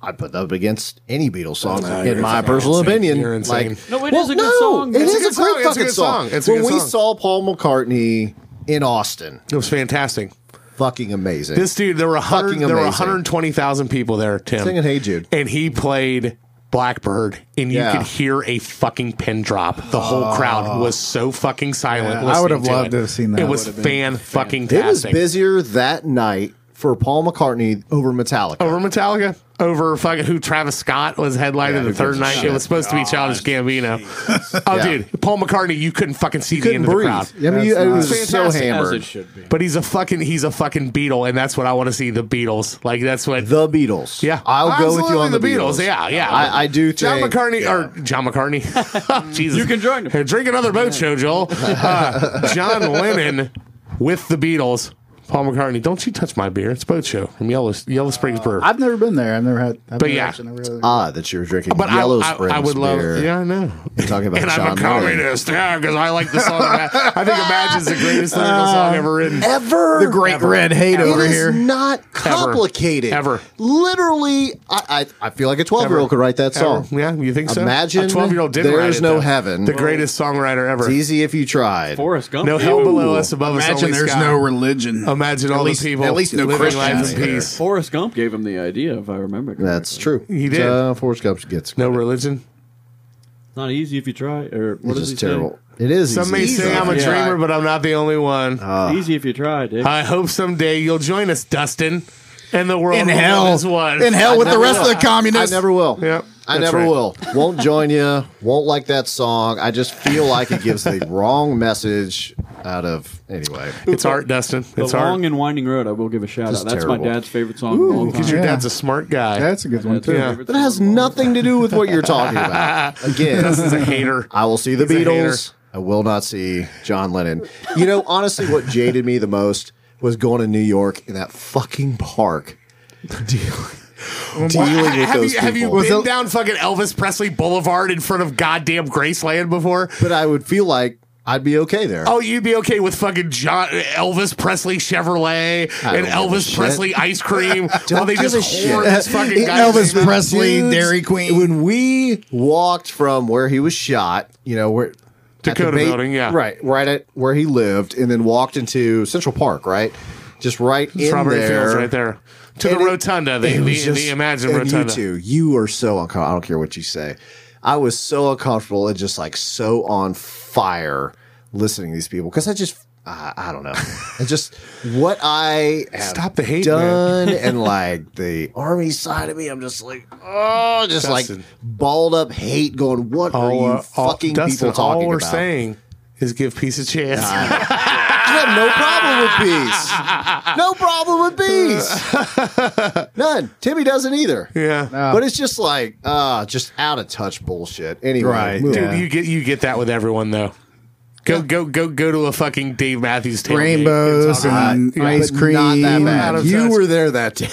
I put that up against any Beatles song in
you're
my
fucking
personal
insane.
opinion.
You're insane.
Like,
No, it is a good song.
It
It's
is
a
a,
good song.
great
It's a
fucking
good
song.
song. It's a
when
good
we
song.
saw Paul McCartney in Austin,
it was fantastic.
fucking amazing.
This dude, there were a hundred,
Fucking
there were
amazing.
120,000 people there, Tim.
Singing Hey Jude.
And he played Blackbird, and you
Yeah. Oh.
could hear a fucking pin drop. The whole crowd was so fucking silent.
Yeah, I would
listening
have loved
it.
to have seen that.
It was fan fucking
it was
tastic.
busier that night for Paul McCartney over Metallica.
over Metallica, over fucking who Travis Scott was headlining the
Yeah, who
third
gives a
night. It
shit?
was supposed to be Childish Gambino. oh,
Yeah.
dude, Paul McCartney, you couldn't fucking see the end
couldn't
of the
breathe.
crowd.
I mean, you- it was
That's
so
fantastic.
As
hammered.
it should be.
But he's a fucking he's a fucking Beatle, and that's what I want to see. The Beatles, like that's what.
The Beatles.
yeah,
I'll go with you
Absolutely
on the, Beatles.
Yeah, yeah.
I, I do.
John
think,
McCartney or John McCartney. Jesus.
You can join them.
Hey, Drink another boat show, Joel. Uh, John Lennon with the Beatles. Paul McCartney, don't you touch my beer. It's boat show from Yellow Yellow Springs Brewery.
I've never been there. I've never had. I've never
yeah.
actually never really-
Ah, that you're drinking
but I-
Yellow
I,
Springs
I, would love.
beer.
Yeah, I know.
You're talking about
and
John
I'm a communist. Yeah, because I like the song. I think Imagine's the greatest lyrical
Uh,
song ever written.
Ever
the great red hate
It
over
is
here.
not complicated.
Ever.
Literally, I, I, I feel like a 12 year old could write that
Ever.
song.
Yeah, you think so?
Oh. Imagine
a 12 year old did.
there
write
is
it,
no
though.
heaven.
The greatest songwriter ever.
It's easy if you tried.
Forrest Gump.
No hell below us, above us
Imagine
only
there's
sky.
no religion.
Imagine all
least-
the people.
at least no
living lives
Christians
in
here.
peace.
Forrest Gump gave him the idea, if I remember. correctly.
That's true.
He did.
Uh, Forrest Gump gets
No religion.
It's not easy if you try. Or what
It's
does he
just
say?
terrible. It is.
Some may
easy.
say I'm a
Yeah.
dreamer, but I'm not the only one.
Oh.
easy if you try, Dick.
I hope someday you'll join us, Dustin, and the world
in
will love
hell,
as one.
in hell with the
never
rest of
will.
the communists.
I never will.
Yep,
I
that's
never
right.
will. Won't join you. Won't like that song. I just feel like it gives the wrong message out of anyway.
It's art, Dustin. It's
the Long
art.
and Winding Road, I will give a shout
Just
out. That's
terrible.
my dad's favorite song. Ooh, long time.
Because your
Yeah.
dad's a smart guy.
That's a good one
Dad's
too.
Yeah.
favorite
That has
song of all
nothing to do with what you're talking about. Again,
Dustin's a hater.
I will see the
He's a
Beatles. I will not see John Lennon. You know, honestly, what jaded me the most was going to New York in that fucking park. Dealing, dealing
Well,
with
have,
those
you, have you
people.
been down fucking Elvis Presley Boulevard in front of goddamn Graceland before?
but I would feel like I'd be okay there.
Oh, you'd be okay with fucking John, Elvis Presley Chevrolet
I
and
don't give a
Elvis
shit.
Presley ice cream while they
give
just
a
whore
shit.
this fucking guy.
Elvis Presley,
Dudes,
Dairy Queen.
When we walked from where he was shot, you know, where at the
Dakota
ba-
building, yeah.
right, right at where he lived, and then walked into Central Park, right, just right in
Strawberry
there,
Fields right there. To
And
the
it-
rotunda, the,
it
the,
was
the
just-
Imagine
and
Rotunda.
You two, you are so uncomfortable. I don't care what you say. I was so uncomfortable and just like so on fire listening to these people because I just. I I don't know. It's just what I have
Stop the hate, man.
done and like the army side of me. I'm just like, oh, just
Dustin.
like balled up hate. Going, what are you
uh,
fucking
Dustin,
people talking
all we're
about?
saying is give peace a chance.
I have no problem with peace. No problem with peace. None. Timmy doesn't either.
yeah.
But it's just like, ah, just out of touch bullshit. Anyway,
Right,
move
Dude,
on.
you get you get that with everyone though. Go go go go to a fucking Dave Matthews tailgate.
Rainbows
It's all right.
and ice
But
cream.
not that
Out
bad.
of
You
touch.
were there that day.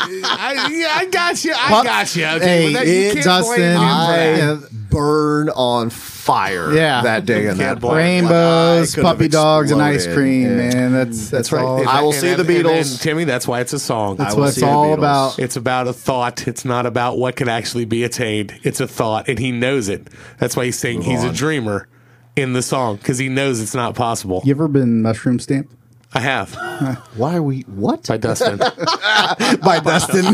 I, yeah, I got you. I
Pop-
got you. Dude,
Hey,
that- you
it-
can't blame
Dustin,
him for that.
I burned on fire.
Yeah.
that day in that
Can't
park.
blame him.
I
Rainbows,
could have
puppy dogs, and ice
exploded.
cream,
Yeah. Mm.
man. That's that's,
right.
all.
If I will
And
see
that-
the
and then,
Beatles.
Timmy. That's why it's a song.
I
That's
will
what it's
see the
all
Beatles.
about.
It's about a thought. It's not about what can actually be attained. It's a thought, and he knows it. That's why he's saying he's a
on.
dreamer in the song because he knows it's not possible.
You ever been mushroom stamped
I have
Why are we? What?
by Dustin
by Dustin?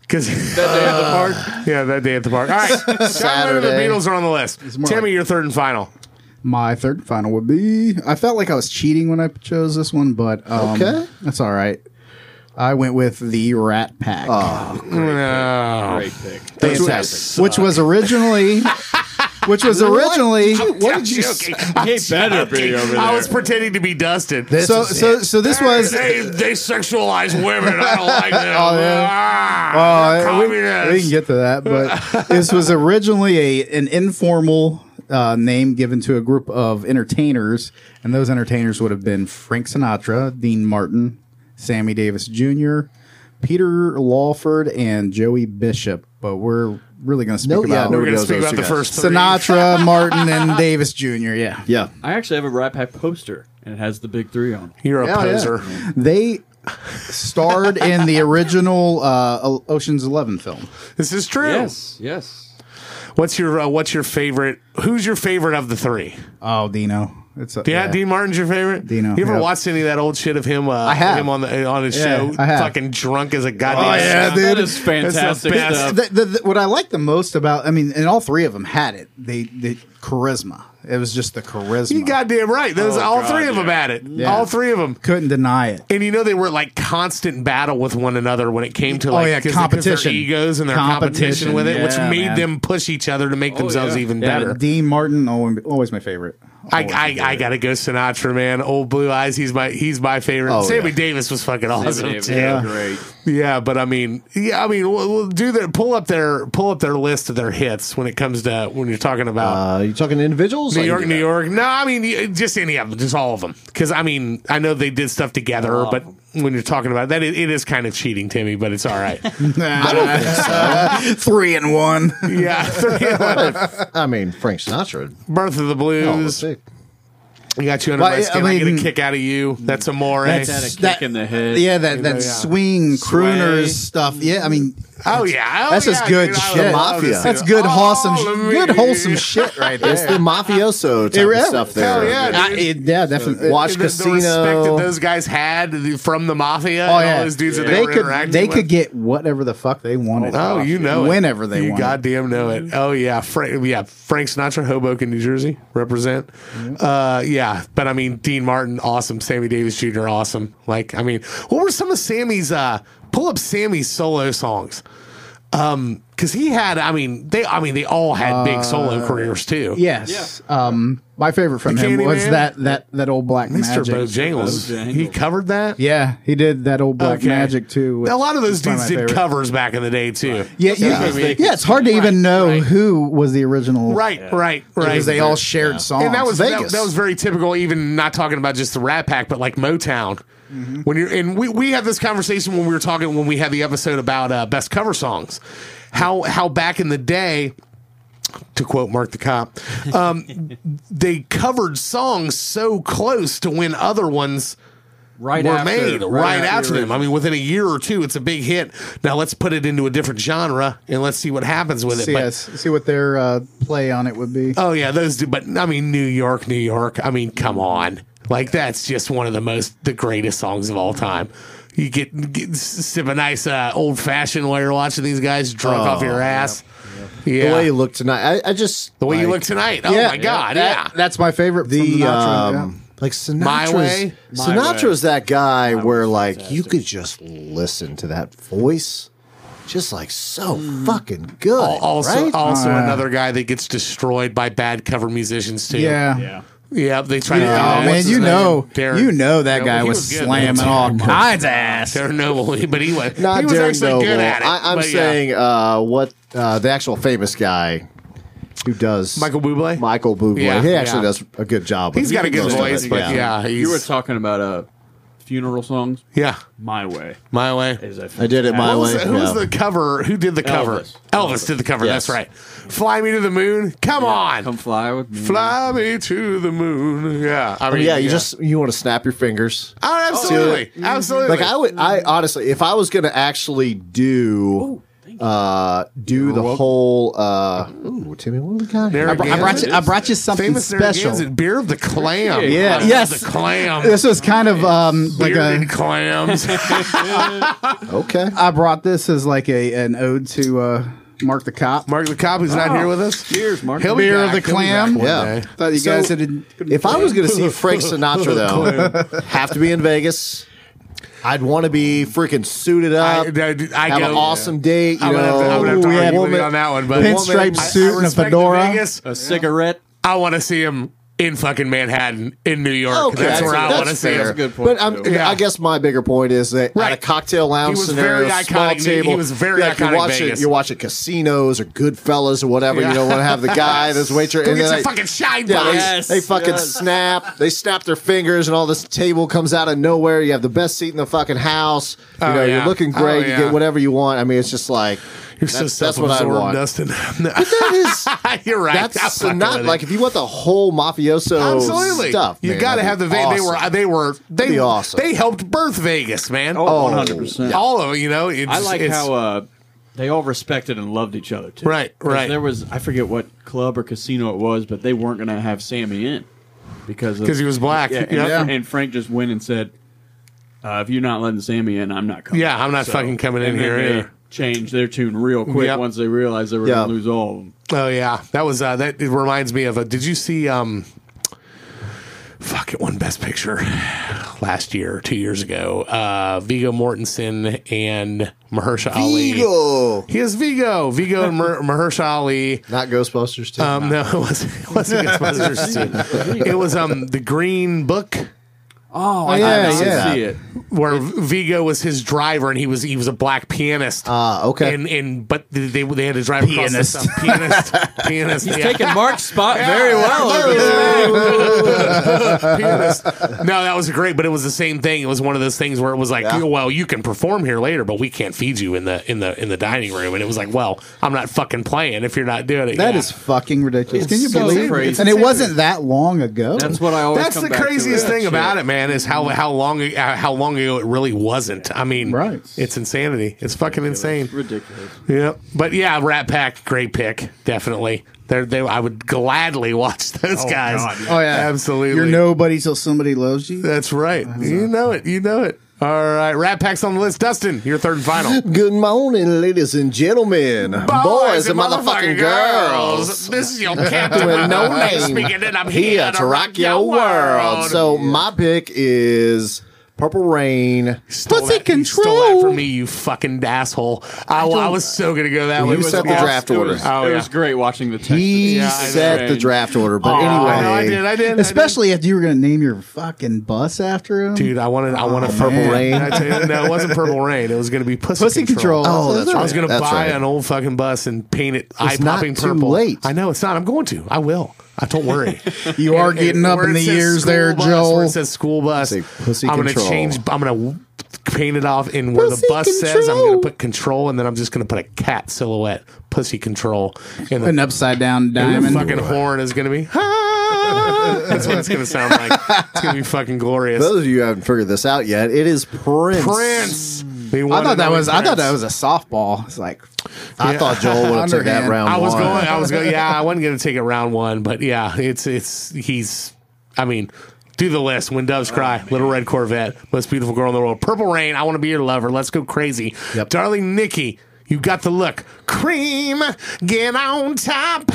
because that day at the park. Uh, Yeah, that day at the park. All right, John Lennon and the
Saturday.
Beatles are on the list.
more
Timmy,
like-
your third and final.
My third and final would be. I felt like I was cheating when I chose this one, but um,
Okay.
that's all right. I went with the Rat Pack,
Oh,
No.
Great pick.
which,
Fantastic.
was, which was originally, which was originally.
What did you? say?
He better be over there.
I was pretending to be Dustin.
So so so this was.
they they sexualize women. I don't like them.
Uh,
Ah,
we,
communists.
we can get to that, but this was originally a an informal uh, name given to a group of entertainers, and those entertainers would have been Frank Sinatra, Dean Martin, Sammy Davis Jr., Peter Lawford, and Joey Bishop. But we're really going to speak
No, yeah,
about
no,
We're gonna
Those
speak
are
about
two
the
guys.
first three.
Sinatra, Martin, and Davis Jr. Yeah,
Yeah,
I actually have a Rat Pack poster, and it has the big three on. it.
You're a
yeah.
poser.
they starred in the original uh, O- Ocean's Eleven film.
This is true.
Yes, yes.
What's your uh, What's your favorite? Who's your favorite of the three?
Oh, Dino, it's a,
Yeah, Dean Martin's your favorite.
Dino,
You ever
yeah.
watched any of that old shit of him? Uh, I
have.
him on the on his
Yeah,
show,
I have.
fucking drunk as a goddamn.
Oh, yeah,
skunk.
dude.
That is fantastic
That's the best.
stuff.
the, the, the, what I like the most about, I mean, and all three of them had it. They, the charisma. It was just the charisma.
You goddamn right. Those all three of them had it. All three of them.
couldn't deny it.
And you know they were like constant battle with one another when it came to like
yeah,
'cause- 'cause their
competition.
egos and their competition,
Competition,
with it, which
yeah,
made
man.
them push each other to make themselves
yeah.
even
Yeah,
better.
Dean Martin, always, always my favorite.
I, I, I gotta go Sinatra, man. Old Blue Eyes, he's my he's my favorite.
Oh,
Sammy
yeah.
Davis was fucking awesome
Davis,
too.
yeah,
Yeah.
Great.
but I mean, yeah, I mean, we'll, we'll do their pull up their pull up their list of their hits when it comes to when you're talking about
uh, you talking to individuals?
New
I can
York,
do
New
that.
York. No, I mean y- just any of them, just all of them. Because I mean, I know they did stuff together, but when you're talking about that, it, it is kind of cheating, Timmy. But it's all right.
Three and one.
yeah,
I mean, Frank Sinatra.
Birth of the
Oh, that's
Blues.
sick.
I got you under
Well,
my
I-
skin. I,
I mean-
get a kick out of you. That's amore.
Had a kick
That-
in the head.
yeah, that, that swing crooners stuff. Yeah, I mean,
oh yeah, Oh,
that's just
yeah,
good
dude, I
shit.
love
Mafia.
this.
that's good,
All
wholesome, sh-
of me.
good wholesome shit right there.
It's the mafioso type of stuff there.
Hell yeah,
I-
dude.
it- yeah, definitely.
Watch
The- the,
Casino.
respect that those guys had from the mafia.
Oh
and
yeah,
all those dudes that they,
they
were
could
interacting
they
with.
could get whatever the fuck they wanted.
Oh, you know it.
whenever they
you
wanted. Mm-hmm.
goddamn know it. Oh yeah, Frank. Yeah, Frank Sinatra, Hoboken, New Jersey, represent.
Mm-hmm.
Uh, yeah, but I mean, Dean Martin, awesome. Sammy Davis Jr., awesome. Like, I mean, what were some of Sammy's? Uh, pull up Sammy's solo songs. Um, because he had, I mean, they, I mean, they all had big
Uh,
solo careers too.
Yes. Um, my favorite from
The
him was
Candyman?
that that that old black
Mr.
magic.
Bojangles,
Bojangles.
he covered that.
Yeah, he did that old black
Okay.
magic too. which
a lot of those
is one
dudes
my
did
favorite.
covers back in the day too.
Yeah,
what
yeah,
I mean.
yeah. It's hard to even know who was the original,
Right, right, right.
Because they all shared songs.
and that was that-
Vegas.
That, was very typical. Even not talking about just the Rat Pack, but like Motown. When you're and we we had this conversation when we were talking when we had the episode about uh, best cover songs. How how back in the day, to quote Mark the Cop, um, they covered songs so close to when other ones
Right
were
after,
made right, after them. I mean, within a year or two, it's a big hit. Now let's put it into a different genre and let's see what happens with it.
see,
But-
us- see what their uh, play on it would be.
Oh yeah, those do. But I mean, New York, New York. I mean, come on, like that's just one of the most the greatest songs of all time. You get, get sip a nice uh, old fashioned while you're watching these guys drunk off your ass. Yeah,
The way you look tonight, I, I just
you
like,
look tonight. Oh my god,
that-
yeah.
that's my favorite. from
the
Sinatra, yeah.
um, like Sinatra's
My Way?
My
Sinatra's that guy where like you could just listen to that voice, just like so fucking good.
Al- Also,
right?
also another guy that gets destroyed by bad cover musicians too.
yeah.
Yeah.
yeah. They try to. do
Oh
that.
man, you know,
Darren-
you know that
Yeah,
guy
he
was,
was good,
slamming
man.
all kinds of ass.
Darren Noble, but he was
not
he was
Darren
actually
Noble.
good at it.
I, am
but yeah.
saying uh, what uh, the actual famous guy who does
Michael Bublé.
Michael Bublé.
Yeah,
he actually
yeah.
does a good job.
He's
with
got a good
most of
voice,
it,
but yeah, he's,
You were talking about uh, funeral songs.
yeah,
My way
my way.
is a
I did it my
What was
way.
the- who was
yeah.
the cover? Who did the cover? Elvis,
Elvis.
did the cover.
Yes.
That's right. Fly me to the moon. Come on.
Come fly with me.
Fly me to the moon. Yeah. I mean,
yeah, you just you want to snap your fingers.
Oh, absolutely. Absolutely.
Like I would, I honestly, if I was going to actually do, uh, do the whole, uh, ooh, Timmy, what do we got? here?
Narragansett.
I brought you. I brought you something
Famous
special.
Narragansett beer of the clam.
Yeah.
I love
Yes.
The clam.
This was kind of um like
Bearded
a.
clams.
Okay,
I brought this as like a an ode to uh, Mark the Cop.
Mark the cop who's not here with us.
Cheers, Mark.
He'll
Beer
be
of
back.
the
He'll be
clam.
back one
Yeah.
day.
Thought you guys had.
if I was going to see Frank Sinatra though, have to be in Vegas. I'd want to be freaking suited
I,
up.
I, I
have
go,
an awesome date. You
I'm gonna have
know,
to, I'm gonna have to
Ooh, we had
argue with
woman-
you on that one, but
Pinstripe
I- I
suit and a
respect the
fedora.
Vegas.
A cigarette.
I want to see him in fucking Manhattan in New York.
Okay,
that's where I
that's
want to see
fair.
him.
That's a good point,
But I'm,
too.
Yeah.
I guess my bigger point is that
Right.
at a cocktail lounge
He was
scenario,
very
small
iconic. He-
table,
he was very
like,
iconic
You watch
Vegas.
it. You watch it casinos or Goodfellas or whatever.
Yeah.
You don't want to have the guy that's waiter.
Go
and
get
then
your
I-
fucking shine
yeah,
box.
they,
Yes,
they fucking
yes.
snap. They snap their fingers, and all this table comes out of nowhere. You have the best seat in the fucking house. You
Oh,
know,
yeah.
you're looking
Oh,
great.
yeah.
You get whatever you want. I mean, it's just like
You're so
that's- that's what I
self-absorbed,
want.
Dustin.
that is.
You're right. I'm
That's
fucking
not
with
like
you.
if you want the whole mafioso
absolutely
stuff.
You
man,
got to
that'd
have the
be
Ve-
awesome.
they were they were they
be awesome.
they helped birth Vegas, man.
Oh, 100%.
All of it, you know. It's,
I like
it's-
how uh, they all respected and loved each other too.
Right,
'Cause
right.
There was I forget what club or casino it was, but they weren't going to have Sammy in because of-
'Cause he was black.
Yeah, and,
Yeah.
and Frank just went and said, uh, "If you're not letting Sammy in, I'm not coming."
Yeah, I'm not fucking coming in
and then
here
They
either.
changed their tune real quick
Yep.
once they realized they were
Yeah.
going to lose all of them.
Oh yeah, that was uh, that. It reminds me of a. Did you see? um Fuck it, won Best Picture last year, two years ago. Uh, Vigo Mortensen and Mahershala Ali.
Eagle.
He is Vigo. Vigo and Mer- Mahershala Ali.
Not Ghostbusters too.
Um, no, it wasn't. It wasn't Ghostbusters two. It was um the Green Book
Oh, I
yeah,
did not
yeah.
see it.
where Vigo was his driver and he was he was a black pianist.
Uh,
Ah, okay.
and and but they they had to drive
Pianist.
across the pianist pianist
He's
yeah.
taking Mark's spot very well. over there.
Pianist. No, that was great, but it was the same thing. It was one of those things where it was like,
Yeah.
well, you can perform here later, but we can't feed you in the in the in the dining room. And it was like, well, I'm not fucking playing if you're not doing it.
That
Yeah.
is fucking ridiculous.
It's
Can you
so
believe?
crazy.
it? And it wasn't that long ago.
That's what I always.
That's
come
the
back to
craziest
that
thing
shit.
about it, man. Is how how long uh, how long ago it really wasn't. I mean,
Right.
It's insanity. It's fucking insane.
Ridiculous.
Yeah, but yeah, Rat Pack, great pick, definitely. They're, they, I would gladly watch those guys.
Oh yeah,
absolutely.
You're nobody till somebody loves you.
That's right. You know it. You know it. All right, Rat Pack's on the list. Dustin, your third and final.
Good morning, ladies and gentlemen, boys, and motherfucking, girls.
This is your captain
With no
Mike
name.
speaking, and I'm
Here to rock your world. So my pick is Purple Rain.
Stole
Pussy
that, you Stole that
control.
from me, you fucking asshole. I, I was so gonna go that way.
You set the draft
it
order.
Was,
Oh,
it
yeah.
was great watching the Texans.
He
Yeah, I know,
set the
right?
draft order, but
Aw, Oh, I know, I
anyway,
did. I did. I did.
Especially if you were going to name your fucking bus after him.
Dude, I wanted, I wanted purple
Oh, man.
rain. I tell you, no, it wasn't purple rain. It was going to be pussy,
Pussy Control.
Oh, that's
I was
right.
going to
That's
buy
right.
an old fucking bus and paint it eye
not
popping
too
purple.
late.
I know it's not. I'm going to. I will. I don't worry.
You are
And-
getting
and
up
where
in
it
the
says
years
school
there,
bus, Where it
Joel.
says school bus.
Say pussy
I'm gonna
control.
change. I'm going to paint it off in where
Pussy
the bus says. I'm
control.
going to put control, and then I'm just going to put a cat silhouette, pussy control, and the
An upside down
and the
diamond.
fucking horn is going to be. "Ah." That's what it's going to sound like. It's going to be fucking glorious.
those of you who haven't figured this out yet, it is Prince.
Prince. They
Mm. I
wanted
thought that
only
was. I thought
Prince.
that was a softball. It's like
I thought Joel would have took that
Underhand.
round.
I was
one.
going. I was going. Yeah, I wasn't going to take it round one, but yeah, it's it's he's. I mean, do the list. When
Oh,
doves cry, little red Corvette, most beautiful girl in the world, purple rain. I want to be your lover. Let's go crazy, darling Nikki. You got the look. Cream, get on top.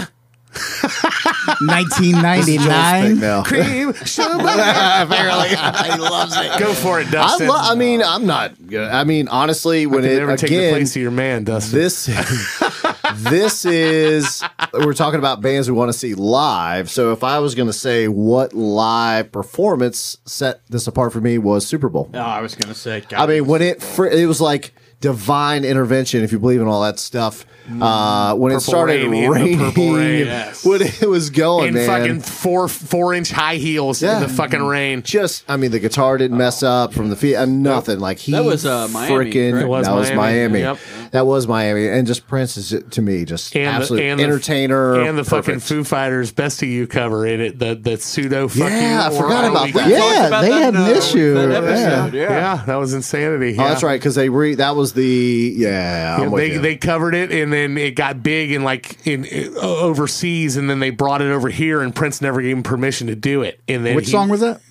1999.
No.
Cream, sugar.
Apparently, he loves it.
go for it,
I,
Dustin.
lo- I mean, I'm not. gonna- I mean, honestly, when
Can
it
never
again,
take the place of your man, Dustin.
this this is we're talking about bands we want to see live. So if I was going to say what live performance set this apart for me was Super Bowl.
Oh, I was gonna say. God,
I mean, when it fr- it was like divine intervention, if you believe in all that stuff. Uh, when it
Mm. Purple
started
rain in the purple
raining,
rain.
Yes.
when it was going,
in
man.
fucking four four inch high heels
Yeah.
in the fucking rain.
just, I mean, the guitar didn't mess up from the feet, uh, nothing. Like he
That was, uh, Miami,
frickin-
correct?
that
Oh. It was
was
Miami.
Miami.
Yep.
That was Miami, and just Prince is to me just
And the-
absolute
and the-
entertainer
and the fucking
perfect.
Foo Fighters "Best of You" cover in it. The the pseudo fucking
Yeah, I forgot about that.
Yeah.
Talked
Yeah,
about
they
that
had
in,
an
uh,
issue.
that
Yeah.
episode, yeah.
that was insanity.
Oh,
yeah.
that's right, because they re that was the yeah.
Yeah,
I'm with
they
you.
they covered it and then it got big and like in, in- overseas and then they brought it over here and Prince never gave him permission to do it. And then
Which
he-
song was that?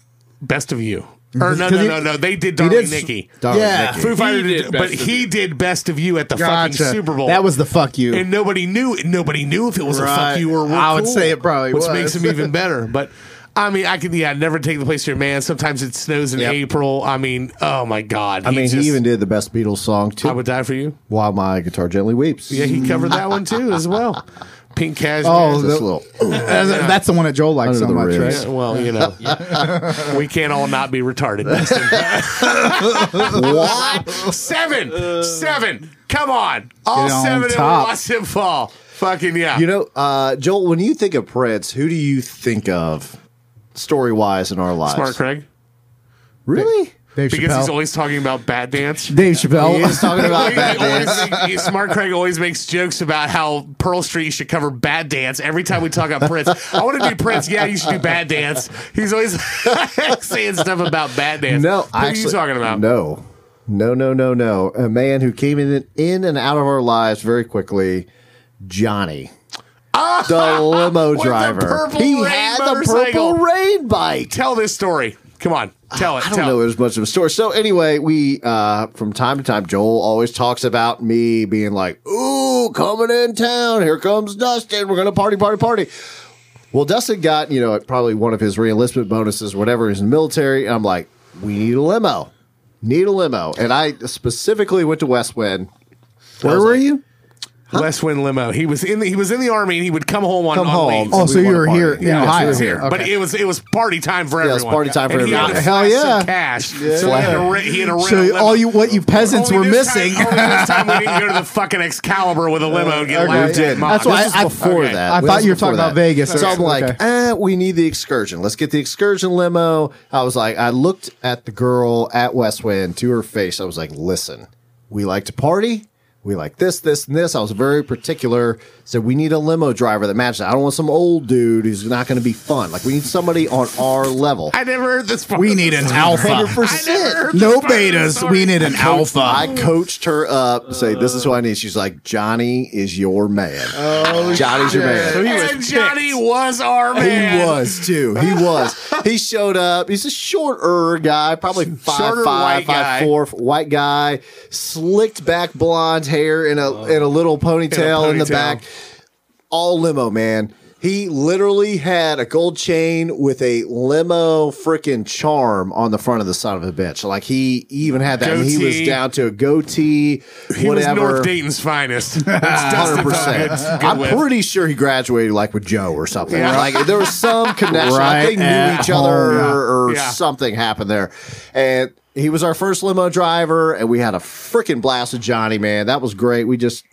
"Best of You"? Or no,
'Cause
no,
he-
no, no. They did "Darling
did-
Nikki."
Darling
Yeah.
Nikki.
Foo Fighters,
did
did-
Best
but
of
he did "Best of You" at the fucking Super Bowl.
That was the fuck you.
and nobody knew nobody knew if it was a
Right.
fuck you or we're
I would
cool,
say it probably
which
was.
makes him even better but I mean, I could, yeah, never take the place of your man. Sometimes it snows in
Yep.
April. I mean, oh my God.
I mean, he even did the best Beatles song too.
I would die for you.
While my guitar gently weeps.
Yeah, he covered that one too, as well. Pink cashmere.
Oh,
Just
the-
a little.
that's, that's the one that Joel likes
Under
so
the
much,
ribs.
Yeah, well, you know, we can't all not be retarded. Dustin. Seven, seven. Come on, all
Get on
seven. And
top.
watch him fall. Fucking yeah.
You know, uh, Joel, when you think of Prince, who do you think of story wise in our lives?
Smart Craig,
Really?
right? Dave
because he's
Chappelle.
always talking about bad dance.
Dave Chappelle.
He is talking about
He
that
always
dance.
make- he- Smart Craig always makes jokes about how Pearl Street should cover bad dance every time we talk about Prince. I want to do Prince. Yeah, you should do bad dance. He's always saying stuff about bad dance.
No,
Who
actually,
are you talking about?
No, no, no, no, no. A man who came in in and out of our lives very quickly, Johnny. the limo
Ah! the
driver.
purple
he
rain
had the
motorcycle.
purple rain bike.
Tell this story. Come on, tell it.
I don't
tell
know
it.
as much of a story. So anyway, we uh, from time to time, Joel always talks about me being like, "Ooh, coming in town. Here comes Dustin. We're gonna party, party, party." Well, Dustin got you know probably one of his reenlistment bonuses, whatever. He's in the military, and I'm like, "We need a limo. Need a limo." And I specifically went to West Wind.
Where were you?
West Wind limo. He was in the he was in the army and he would come home on,
Come
on
home.
leave.
Oh, so you
We wanna
were
party.
here.
Yeah,
in Ohio.
we were here.
Okay.
But it was it was party time for
Yeah, it was
everyone.
party time for
and he had
everyone.
to
Hell
flash some
yeah.
Cash. So he had to rent, he had to rent a
so
limo.
all you what you peasants
Only
were
this time-
missing.
only this time we didn't go to the fucking Excalibur with a limo and get
Okay.
laughed
We
at
did.
mob.
That's why
This is
I- I-
before
before
that.
that.
I
This
thought
was
you were talking
before
about
that.
Vegas.
So I'm
Okay.
like, eh, we need the excursion. Let's get the excursion limo. I was like, I looked at the girl at Westwind to her face. I was like, listen, we like to party. We like this, this, and this. I was very particular. Said we need a limo driver that matches. I don't want some old dude who's not going to be fun. Like we need somebody on our level.
I never heard this part.
we need an alpha.
100%.
I never heard
No
this part of the
betas.
story.
We need an alpha.
I coached her up, say, this is who I need. She's like, Johnny is your man. Oh, Johnny's your man.
and Johnny was our man.
He was too. He was. he showed up. He's a shorter guy, probably five
Shorter
five,
white guy.
five four, white guy, slicked back blonde hair and a and a little ponytail in the
ponytail.
back. All limo man. He literally had a gold chain with a limo freaking charm on the front of the side of a bitch. Like he even had that. He was
Goatee.
down to a goatee.
He
whatever.
was North Dayton's finest. It's
Hundred
Dustin
percent.
Diamond's good
I'm
with.
pretty sure he graduated like with Joe or something.
Yeah.
Like there was some connection.
Right
like they knew
at
each other
home.
or
Yeah.
something happened there. And he was our first limo driver, and we had a freaking blast with Johnny. Man, that was great. We just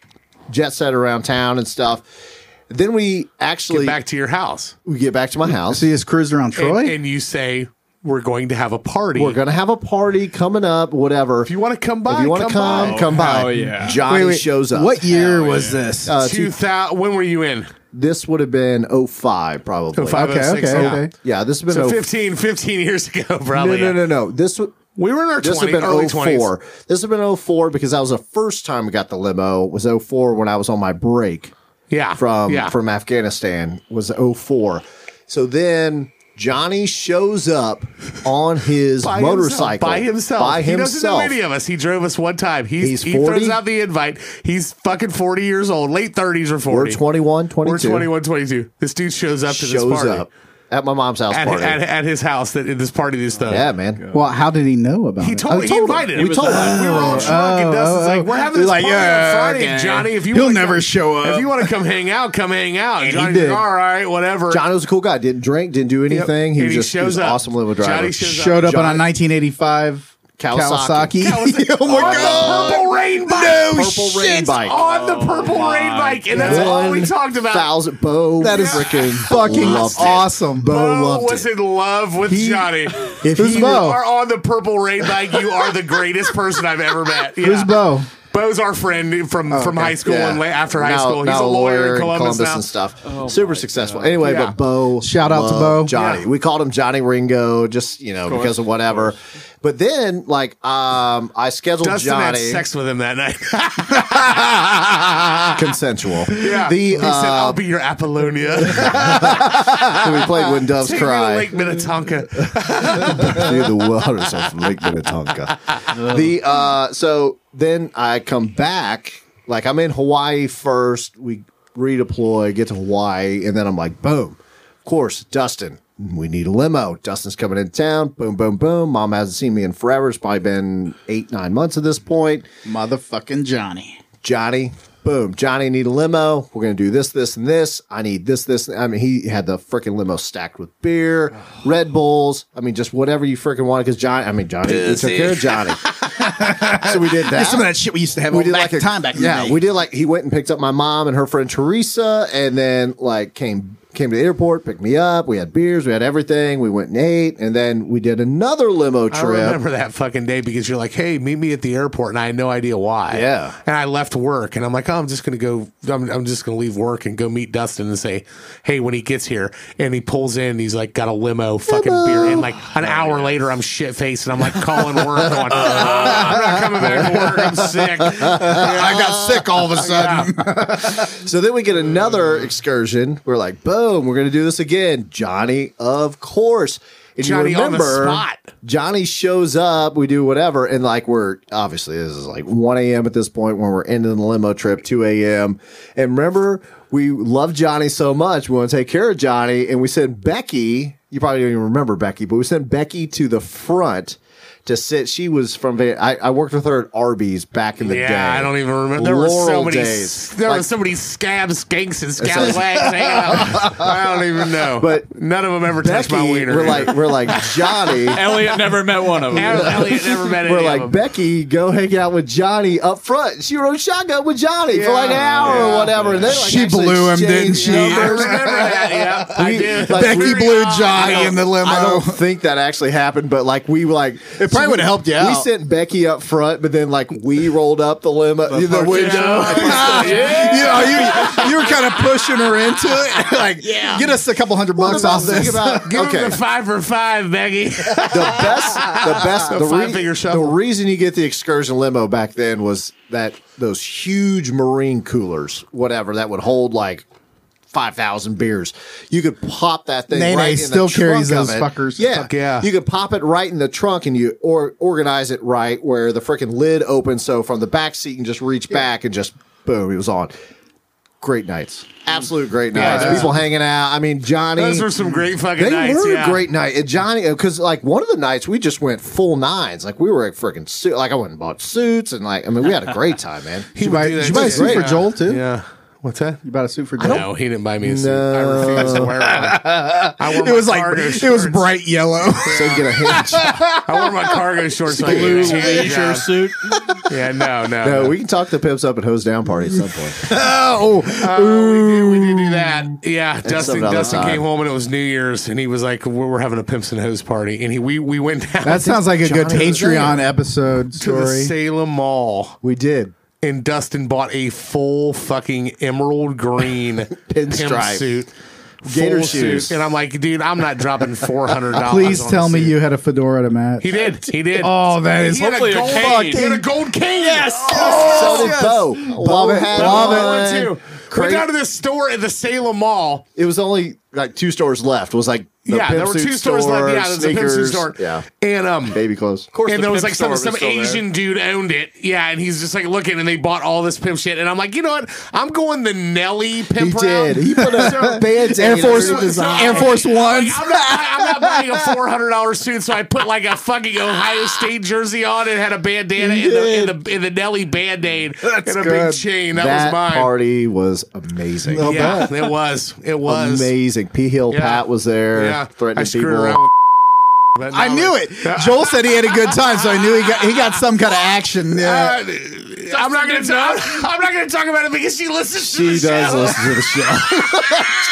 jet set around town and stuff. Then we actually
back to your house,
we get back to my house.
See us cruising around Troy.
and, and you say we're going to have a party.
We're gonna have a party coming up. Whatever.
if you want to come by,
if you want to come, come by.
hell yeah.
Johnny shows up.
What year was this?
Uh,
Two thousand. When were you in?
this would have been 05 probably.
05,
okay,
06,
okay,
yeah.
okay.
Yeah, this has been
So
05.
15, 15 years ago,
No,
probably.
no, no, no. This w-
We were in our
this
20,
would have
early
been
20s.
04. This would have been 04 because that was the first time I got the limo. Was 04 when I was on my break
Yeah.
from
yeah.
from Afghanistan. Was 04. So then Johnny shows up on his
By himself.
motorcycle
By himself.
By
He doesn't know
himself.
any of us. He drove us one time. He's,
He's
he throws
40?
out the invite. He's fucking 40 years old, late 30s or 40.
We're 21, 22.
We're 21, 22. This dude shows up to this
shows
party.
up at my mom's house
At,
party.
at, at his house that in this party this stuff.
yeah, man.
well, how did he know about
He
it? Oh,
told
I
me he
told him.
invited him.
We told him. Oh,
We were all drunk and Dustin's like, we're having this
He's like,
party
yeah,
on Friday,
okay.
Johnny. If you
He'll
wanna
never
come-
show up."
If you want to come hang out, come hang out.
he
Johnny's
did.
like, all right, whatever.
Johnny was a cool guy. Didn't drink, didn't do
Yep.
anything. He
And
was just he was an awesome limo driver.
Johnny shows
showed up on
Johnny-
a 1985
Kawasaki.
Kawasaki.
oh my god! Purple rain bike. No
Purple rain
shit,
bike. Oh
on the purple rain bike, and that's all we
One
talked about.
Thousand Bo.
That is
freaking
Fucking
loved it.
awesome,
Bo
Bo.
Bo
loved
was in love with Johnny.
If
Who's
he
Bo?
were-
Are on the purple rain bike. You are the greatest person I've ever met. Yeah.
Who's Bo?
Bo's our friend from from high school
Yeah.
and la- after high
Now-
school. He's
now
a lawyer in Columbus,
and
now.
stuff.
Oh
Super successful. Anyway,
Yeah.
but Bo,
Shout out to
loved
Bo.
Johnny.
Yeah.
We called him Johnny Ringo, just you know because of whatever. But then, like, um, I scheduled
Dustin had
Johnny
sex with him that night.
consensual.
yeah.
the
he said, "I'll
uh,
be your Apollonia."
we played when doves
Take me to
cry.
Lake Minnetonka.
through the waters of Lake Minnetonka. the uh, so then I come back, like I'm in Hawaii first. We redeploy, get to Hawaii, and then I'm like, boom. Of course, Dustin. We need a limo. Dustin's coming in town. Boom, boom, boom. Mom hasn't seen me in forever. It's probably been eight, nine months at this point.
Motherfucking Johnny.
Johnny, boom, Johnny need a limo. We're gonna do this, this, and this. I need this, this. I mean, he had the freaking limo stacked with beer, Red Bulls. I mean, just whatever you freaking wanted. Because Johnny, I mean, Johnny, we took care of Johnny. so we did that.
Some of that shit we used to have
we
all
did
back
like a,
time back in
yeah,
the day.
we did like he went and picked up my mom and her friend Teresa, and then like came came to the airport, picked me up. We had beers, we had everything. We went and ate, and then we did another limo
I
trip.
remember that fucking day because you're like, "Hey, meet me at the airport," and I had no idea why.
Yeah.
And I left work, and I'm like, "Oh, I'm just gonna go. I'm, I'm just gonna leave work and go meet Dustin and say, hey, when he gets here." And he pulls in, and he's like, got a limo, fucking beer, and like an
Oh,
hour later, I'm shit faced, and I'm like calling work, going, oh, "I'm not coming back to work. I'm sick." I got sick all of a sudden.
So then we get another excursion. We're like, boom, we're gonna do this again. Johnny, of course. And
Johnny on the spot.
Johnny shows up, we do whatever, and like we're obviously this is like 1 a.m. at this point when we're ending the limo trip, 2 a.m. And remember, we love Johnny so much, we want to take care of Johnny, and we send Becky, you probably don't even remember Becky, but we sent Becky to the front. To sit, she was from. Van- I, I worked with her at Arby's back in the
Yeah,
day.
I don't even remember. There were so
Laurel
many.
days.
There were
Like-
so many scabs, skanks, and scallywags hanging out. I don't even know.
But
none of them ever touched
Becky,
my wiener.
we're like we're like Johnny.
Elliot never met one of them.
El- Elliot never met any
we're
of them.
like Becky, go hang out with Johnny up front. She rode shotgun with Johnny for like an hour or whatever. And they, like,
She
actually
blew him, didn't
exchanged
she?
I
numbers.
remember that. Yeah, I did.
like,
Becky
we-
blew
I
Johnny
don't-
in the limo.
I don't think that actually happened, but like we like it
probably would've helped you
We
out.
sent Becky up front, but then like we rolled up the limo, the, window.
you, know, you, you were kind of pushing her into it. Like, get us a couple hundred bucks
about-
off this.
think about-
Give
okay.
him the five for five, Becky.
the best, the best, the,
five-finger shuffle.
the reason you get the excursion limo back then was that those huge marine coolers, whatever, that would hold like. Five thousand beers. You could pop that thing.
Nene
right in
still
the trunk
carries those
of it.
fuckers.
Yeah,
Fuck
yeah.
You could pop it right in the trunk, and you or organize it right where the freaking lid opens. So from the back seat, you can just reach back and just boom, it was on. great nights. Absolute great nights.
yeah.
People hanging out. I mean, Johnny.
Those were some great fucking
they
nights.
were
yeah.
a great night. And Johnny, because like one of the nights we just went full nines. Like we were a freaking suit. Like I went and bought suits and like I mean we had a great time, man.
He
You
would
buy,
do that
did you buy a
shit.
suit for
Yeah.
Joel too?
Yeah. What's that?
You bought a suit for Joel.
No, he didn't buy me a suit. I refuse to wear one. I wore my
It was like
cargo
it was
shorts.
bright yellow.
So you get a hand job.
I wore my cargo shorts. like
Blue
a hand
leisure
job.
suit.
Yeah, no, no.
No, we can talk the pimps up at hose down party at some point.
Oh, we, did, we did do that. Yeah, Dustin.
another
Dustin
time.
came home and it was New Year's, and he was like, "We're, we're having a pimps and hose party," and he we we went down
That sounds like a good
Johnny was there.
Patreon episode
to the
story.
Salem Mall,
We did.
and Dustin bought a full fucking emerald green pimp
Pinstripe.
suit.
Gator
full
shoes.
and I'm like, dude, I'm not dropping four hundred dollars.
Please tell me you had a fedora to match.
He did. He did.
Oh, that is
he had a
Hopefully a
gold
cane.
He had a gold cane. Yes.
so did Oh, Bo. Bo had
Love
one.
it. Too. We're
Crazy.
down to this store at the Salem Mall.
It was only like two stores left. It was like the
yeah,
pimp
there were
suit
two stores
store,
left. Yeah, there was a pimp suit
sneakers.
store.
Yeah,
And um
baby clothes. Of
course,
and
the
there was
pimp
like
store
some
was
some
still there.
Asian dude owned it. Yeah, and he's just like looking and they bought all this pimp shit. And I'm like, you know what? I'm going the Nelly
He
pimp route.
did. He put a band
Air Force,
It's not-
Air Force Ones.
I'm not, I'm not buying a four hundred dollar suit, so I put like a fucking Ohio State jersey on and had a bandana in the, in the in the Nelly band aid and a big
good.
chain. That,
That,
was mine.
party was amazing.
yeah, it was. It was.
Amazing. P Hill
Yeah.
Pat was there,
Yeah, I
threatening
screwed
people.
around with but
I
now
knew it. Joel said he had a good time, so I knew he got he got some kind of action. Yeah.
Uh, I'm not gonna talk. I'm not gonna talk about it because she listens to the
She does
show.
listen to the show.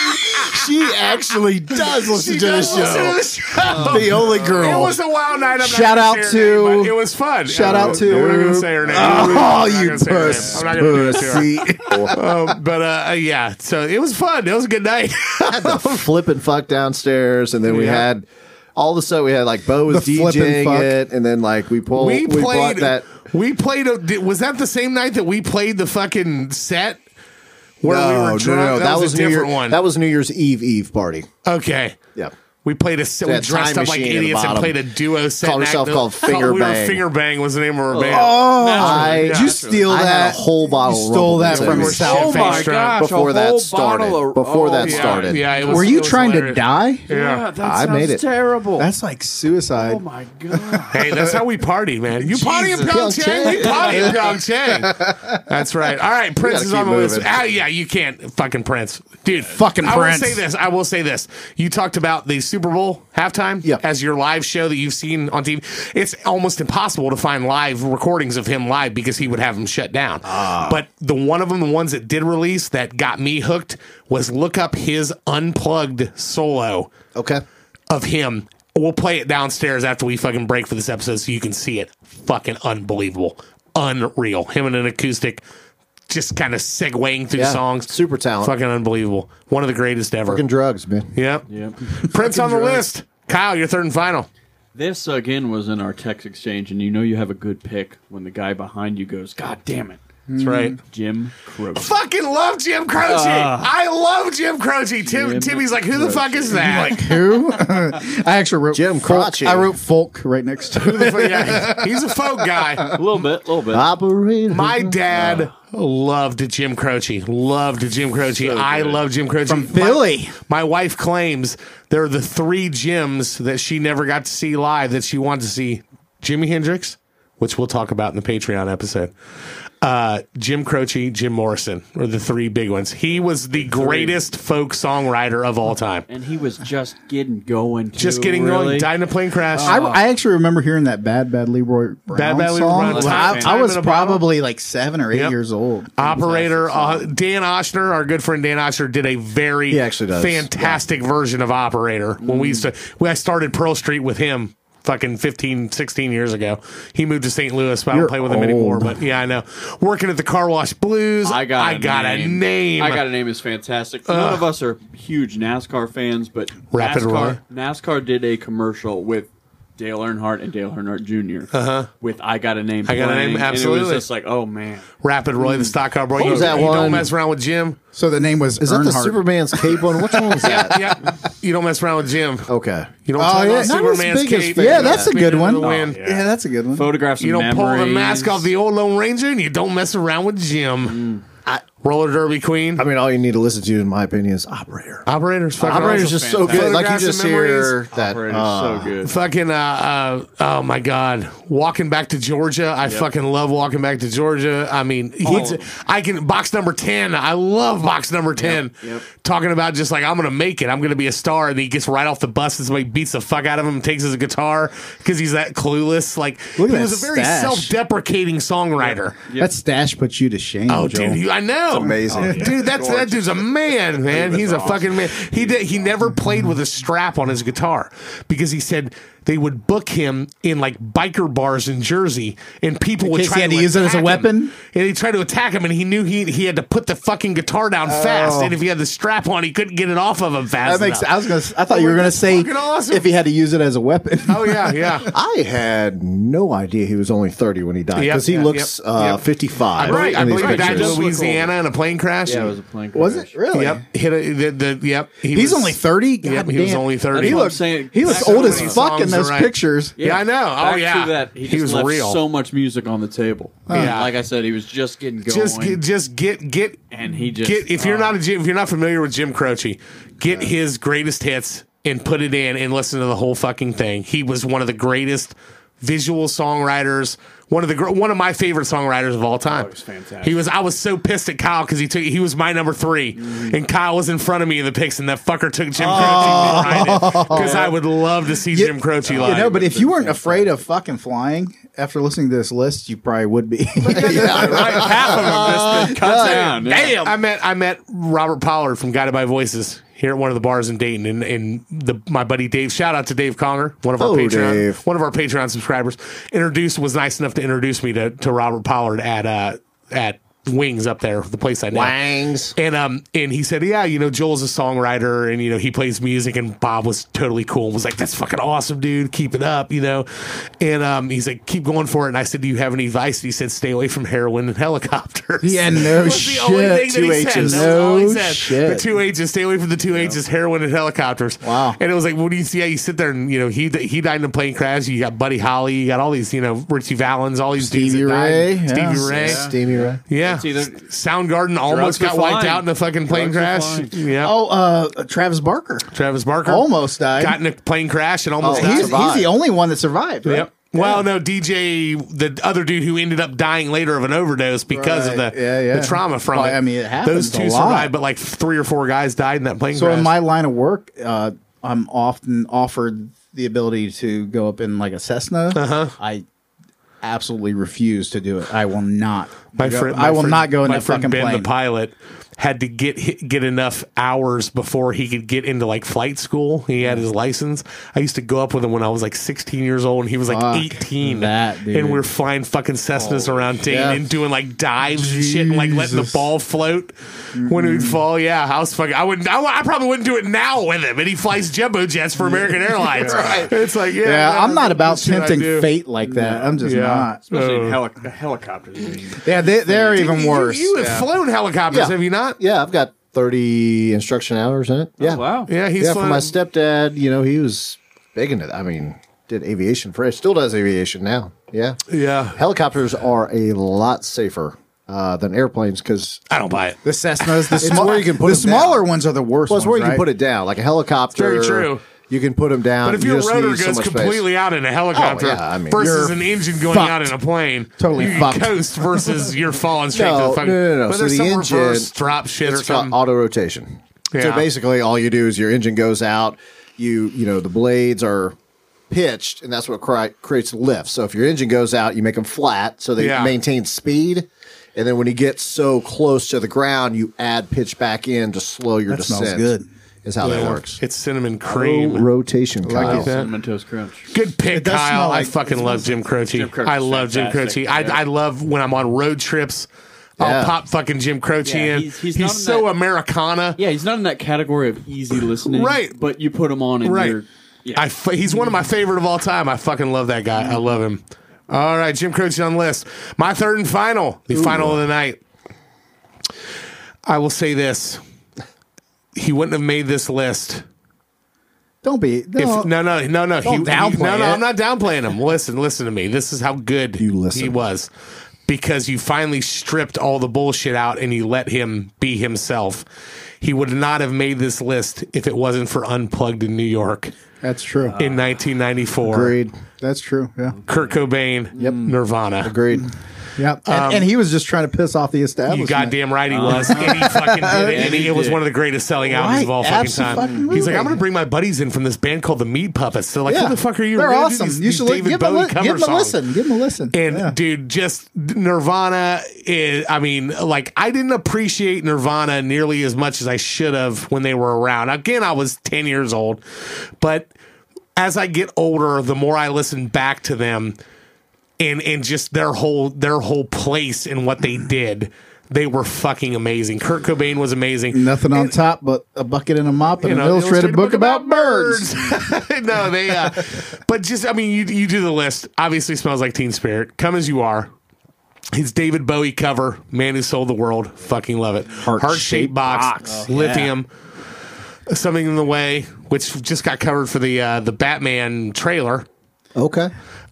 she actually does listen
She
to the
does listen to
show.
the show.
the only
It
girl.
was a wild night. I'm not
Shout
gonna
out
say her name,
to-
but it was fun.
shout
Yeah,
out
no,
to-
we're not gonna say her name. I'm
Oh,
not
you
gonna say her name.
puss,
I'm not gonna do it to her.
pussy.
Um, but uh, yeah, so it was fun. It was a good night.
had the flip and fuck downstairs, and then we
Yeah.
had all of a sudden we had like Bo was
The flip and
DJing
fuck.
it, and then like we pulled Oh, we, bought that.
We played. A, did- was that the same night that we played the fucking set? Where we were drunk. That, was, a
New
different
Year,
one.
That was New Year's Eve Eve party.
okay.
Yep.
We played a set. We
That time
dressed up like
machine at the
idiots and
bottom.
played a duo set.
Called
and
herself
acted-
called Finger
we were
Bang.
Finger Bang was the name of our band.
Oh,
I
yeah.
Did you steal
I had
that?
a whole bottle.
You
of
stole
Rumble
that
Reds
from
every-
your salad.
Oh my gosh!
before
a
that
whole
started.
bottle of-
Before
oh,
that
yeah.
started.
Yeah, it was,
Were
it
you
was
trying to
hilarious.
die?
Yeah.
that
I made
sounds
it.
Terrible.
That's like suicide.
oh my god.
Hey, that's how we party, man. You party in Pyeongchang, we party in Pyeongchang. That's right. All right, Prince is
keep
on the list.
moving.
Ah, yeah, you can't fucking Prince, dude.
Fucking
I
Prince.
will say this. I will say this. You talked about the Super Bowl halftime
Yeah.
as your live show that you've seen on TV. It's almost impossible to find live recordings of him live because he would have them shut down. But the one of them, the ones that did release that got me hooked, was look up his unplugged solo
Okay.
of him. We'll play it downstairs after we fucking break for this episode so you can see it. Fucking unbelievable. Unreal. Him and an acoustic just kind of segueing through
Yeah.
songs.
Super talent.
Fucking unbelievable. One of the greatest ever.
Fucking drugs, man.
yep.
Yep.
Prince on the list. Kyle, your third and final.
This again was in our text exchange, and you know you have a good pick when the guy behind you goes, "God damn it,
That's
Mm.
right.
Jim Croce."
Fucking love Jim Croce. I love Jim Croce. Tim,
Jim
Timmy's like, who the fuck is that? Like,
Who? I actually wrote
Jim
Folk.
Croce.
I wrote folk right next to
who the fuck- yeah, he's a folk guy.
A little bit, a little bit.
Ah. Operator.
My dad Oh. loved Jim Croce. Loved Jim Croce. I love Jim Croce. From
Philly.
My, wife claims there are the three Jims that she never got to see live that she wanted to see Jimi Hendrix, which we'll talk about in the Patreon episode. Uh, Jim Croce, Jim Morrison are the three big ones. He was the greatest folk songwriter of all time.
and he was just getting going. Too,
Just getting
really.
going, died in a plane crash.
I, I actually remember hearing that Bad Bad Leroy Brown
Bad Bad Leroy
song.
Brown.
I,
Time
I was
in a Bottle.
probably like seven or eight
Yep.
years old.
Operator uh, Dan Oshner, our good friend Dan Oshner, did a very
He actually does, Mm.
fantastic version of Operator when we used to. When I started Pearl Street with him fucking 15, 16 years ago. He moved to St. Louis, but I don't
You're
play with him anymore. But yeah, I know. Working at the Car Wash Blues.
I got.
I got a name.
I got a name. Is fantastic. None of us are huge NASCAR fans, but
Rapid Roy.
NASCAR, NASCAR did a commercial with Dale Earnhardt and Dale Earnhardt junior with "I Got a Name."
Uh-huh. I Got a
playing,
Name,
And it
absolutely.
was just like, oh man,
Rapid Roy, the stock car boy. You,
Mm. was that
you don't
one?
mess around with Jim.
So the name was
Is that
Earnhardt.
the Superman's cape one? Which one was that?
yeah. You don't mess around with Jim.
Okay.
You don't
Oh,
talk
yeah.
about
Not his
Superman's
biggest
cape.
fan. Yeah, that's a
Speaking
good
of the
one.
wind.
Oh, yeah. that's a good one.
photographs.
You don't
and
pull the mask
memories.
off the old Lone Ranger and you don't mess around with Jim.
Mm. I,
Roller Derby Queen.
I mean, all you need to listen to, in my opinion, is Operator.
Operators fucking
Operator's
awesome.
just so good. Like you
Photographs
just
and
hear
memories.
that.
Operator's
uh,
so good.
Fucking uh, uh oh my god, walking back to Georgia. I fucking love walking back to Georgia. I mean, he's,
Oh.
I can box number ten. I love box number ten. Talking about just like I'm gonna make it. I'm gonna be a star, and he gets right off the bus and somebody beats the fuck out of him, takes his guitar because he's that clueless. Like
Look at
he
that
was a very
stash.
self-deprecating songwriter.
That stash puts you to shame.
Oh,
Joel.
dude, you, I know. Oh,
amazing.
Dude, that's that dude's a man, man. He's a fucking man. He did. He never played with a strap on his guitar because he said they would book him in like biker bars in Jersey, and people would
case
try
he had to use it as
attack
a
him.
weapon?
And he tried to attack him, and he knew he he had to put the fucking guitar down fast. And if he had the strap on, he couldn't get it off of him fast.
That makes.
enough.
I was gonna. I thought you were gonna
That's
say
fucking awesome.
if he had to use it as a weapon.
Oh yeah, yeah.
I had no idea he was only 30 when he died
Yep,
because he
yep,
looks
yep,
uh,
yep.
55.
right. I
in these
believe he died in
pictures.
Louisiana in a plane crash.
Yeah, it was a plane crash.
was it really?
Yep. Hit a, the, the, yep. He
He's
was-
only thirty. God
Yep, he was
damn.
only thirty.
He
That's what I'm
looks.
saying.
He looks
Back to
old
what
as
he-
fuck in
songs are
those
right.
pictures.
Yeah, I know. Oh,
Back to
yeah.
that, he,
He
just
was
left
real.
So much music on the table.
Yeah.
like I said, he was just getting going.
just get, just get get
And he just-
get if you're
oh.
not a Jim, if you're not familiar with Jim Croce, get his greatest hits and put it in and listen to the whole fucking thing. He was one of the greatest visual songwriters, one of the gr- one of my favorite songwriters of all
Oh,
time.
fantastic.
He was I was so pissed at Kyle because he took he was my number three
Mm.
and Kyle was in front of me in the picks and that fucker took Jim Croce because I would love to see Jim Croce
Oh. You
live.
know, but if you weren't afraid of fucking flying after listening to this list, you probably would be.
Right, half of them
Just been cut down. yeah.
I met I met Robert Pollard from Guided by Voices here at one of the bars in Dayton, and, and the my buddy Dave. Shout out to Dave Conger, one of our
Oh,
Patreon
Dave.
one of our Patreon subscribers. Introduced was nice enough to introduce me to, to Robert Pollard at uh at Wings up there, the place I know.
Wangs.
And um and he said, Yeah, you know, Joel's a songwriter and you know, he plays music and Bob was totally cool and was like, That's fucking awesome, dude. Keep it up, you know. And um he's like, keep going for it. And I said, Do you have any advice? And he said, Stay away from heroin and helicopters.
Yeah, no
was the only
Oh, shit.
thing that
Two
he said.
H's.
That was all he
No
said.
shit.
The two H's. Stay away from the two H's. Heroin and helicopters.
Wow.
And it was like, what do you see? Yeah, you sit there and you know he he died in a plane crash. You got Buddy Holly. You got all these you know Richie Valens. All these dudes
Stevie
that died.
Ray, yeah.
Stevie Ray.
Stevie Ray.
Yeah.
It's either-
Soundgarden almost
are
got wiped
flying.
out in a fucking plane
Drugs are
crash.
flying.
Yeah.
Oh, uh, Travis Barker
Travis Barker
almost died.
got in a plane crash and almost
Oh,
died.
he's, he's
survived.
the only one that survived. Right?
Yep. Well, no, DJ, the other dude who ended up dying later of an overdose because
Right.
of the,
Yeah, yeah.
the trauma from
Well,
it.
I mean, it
Those
happens
two
a lot.
survived, but like three or four guys died in that plane
So
crash.
in my line of work, uh, I'm often offered the ability to go up in like a Cessna. Uh-huh. I absolutely refuse to do it. I will not.
My
go,
friend,
I
my
will
friend-
not go in
my
that
friend
fucking
ben,
plane.
The pilot had to get hi- get enough hours before he could get into like flight school. He had his license. I used to go up with him when I was like 16 years old, and he was like
Fuck
18.
that, dude.
And we were flying fucking Cessnas around Dayton
yeah.
and doing like dives and shit, and like letting the
Jesus. Mm-hmm.
ball float when it would fall. Yeah, I was fucking. I wouldn't. I, I probably wouldn't do it now with him. And he flies jumbo jets for American Airlines. It's like yeah,
yeah,
no,
I'm not
that's
about
the shit I
tempting
do.
fate like that. I'm just
Yeah.
not.
Especially in
heli- helicopters.
Yeah, they, they're even
You-
worse.
You, have flown helicopters,
Yeah.
have you not?
Yeah, I've got 30 instruction hours in it. Yeah.
wow.
Yeah, Oh, he's
yeah, for
flown-
my stepdad, you know, he was big into that. I mean, did aviation for Still does aviation now. Yeah.
Yeah,
Helicopters are a lot safer uh, than airplanes because
I don't buy it.
the Cessnas, the,
It's
small,
where you can put
the
them down.
smaller ones are the worst.
Well, it's
ones,
where you
right?
can put it down, like a helicopter.
It's very true.
You can put them down.
But if
you
your
just
rotor
need so
goes
much space.
completely out in a helicopter
Oh, yeah, I mean,
versus
you're
an engine going
fucked.
out in a plane,
Totally
you can
fucked.
coast versus you're falling straight to
No,
the fucking.
no, no, no.
But
So
there's
the
some
engine-
reverse drop shit or
It's called
something.
auto rotation.
Yeah.
So basically, all you do is your engine goes out. You you know the blades are pitched, and that's what cri- creates lift. So if your engine goes out, you make them flat so they
Yeah.
maintain speed. And then when you get so close to the ground, you add pitch back in to slow your
That smells
descent.
good.
Is how that
Yeah.
works.
It's cinnamon
Auto
cream.
rotation. Kyle.
that.
Cinnamon Toast Crunch.
Good pick,
does
Kyle.
smell
I
like-
fucking love Jim Croce.
Jim Croce's
I love Jim Croce.
fantastic, yeah.
I, I love when I'm on road trips. I'll
Yeah.
pop fucking Jim Croce
Yeah,
in. He's,
he's- he's not in
so
that-
Americana.
Yeah, he's not in that category of easy listening.
Right.
But you put him on and
Right.
you're. Yeah.
I f- he's one of my favorite of all time. I fucking love that guy. I love him. All right, Jim Croce on the list. My third and final, the final of the night. I will say this: he wouldn't have made this list.
Don't be.
If,
No,
no, no, no, no. He,
Don't
he-
downplay
no, no.
it.
I'm not downplaying him. Listen, listen to me. This is how good
You listen.
he was. because you finally stripped all the bullshit out and you let him be himself. He would not have made this list if it wasn't for Unplugged in New York
That's true.
Uh,
in 1994.
Agreed. That's true. Yeah.
Kurt Cobain, Nirvana.
Agreed.
Yep. And, and he was just trying to piss off the
Um, You
establishment.
goddamn right he was. And he fucking did it.
And
And
he
he, it was
did.
one of the greatest selling albums
Right,
of all fucking time.
abso-fucking-lutely.
He's like, I'm going to bring my buddies in from this band called the Meat Puppets. They're like, who
Yeah.
the fuck are you?
They're
We're gonna do
awesome.
these-
you
these
should li-
David
give them a,
Bowie
li- give
cover
them a
songs.
listen. Give them a listen.
And
Yeah.
dude, just Nirvana is, I mean, like, I didn't appreciate Nirvana nearly as much as I should have when they were around. Again, I was 10 years old, but as I get older, the more I listen back to them and, and just their whole, their whole place and what they did, they were fucking amazing. Kurt Cobain was amazing.
Nothing on top but a bucket and a mop and
You
an
know,
illustrated, book, about birds.
no, they, uh, but just, I mean, you, you do the list. Obviously, smells like Teen Spirit. Come as you are. His David Bowie cover, Man Who Sold the World. Fucking love it. Heart, shaped box, Oh, lithium, something in the way, which just got covered for the uh, the Batman trailer.
Okay.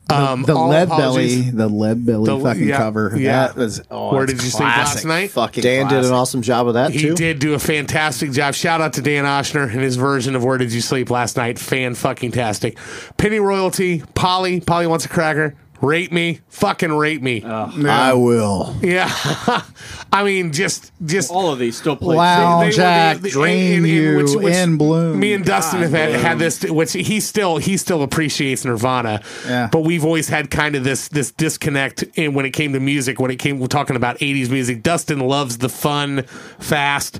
Um,
The
all
lead
apologies-
belly, the lead belly
The-
fucking
yeah,
cover.
yeah.
That was oh,
Where
it's
did you see
classic.
last night?
Fucking
Dan did
classic.
an awesome job of that
He
too.
did do a fantastic job. Shout out to Dan Oshner and his version of Where Did You Sleep Last Night. Fan fucking tastic. Penny Royalty, Polly, Polly wants a cracker. Rate me, fucking rate me.
I will.
Yeah, I mean, just just
All of these still play.
Wow,
were the-
Jack,
the-
drain
and- and-
you
which- which
in bloom.
Me and Dustin have had, had this, which he still he still appreciates Nirvana,
Yeah.
but we've always had kind of this this disconnect in when it came to music. When it came, we're talking about '80s music. Dustin loves the fun, fast,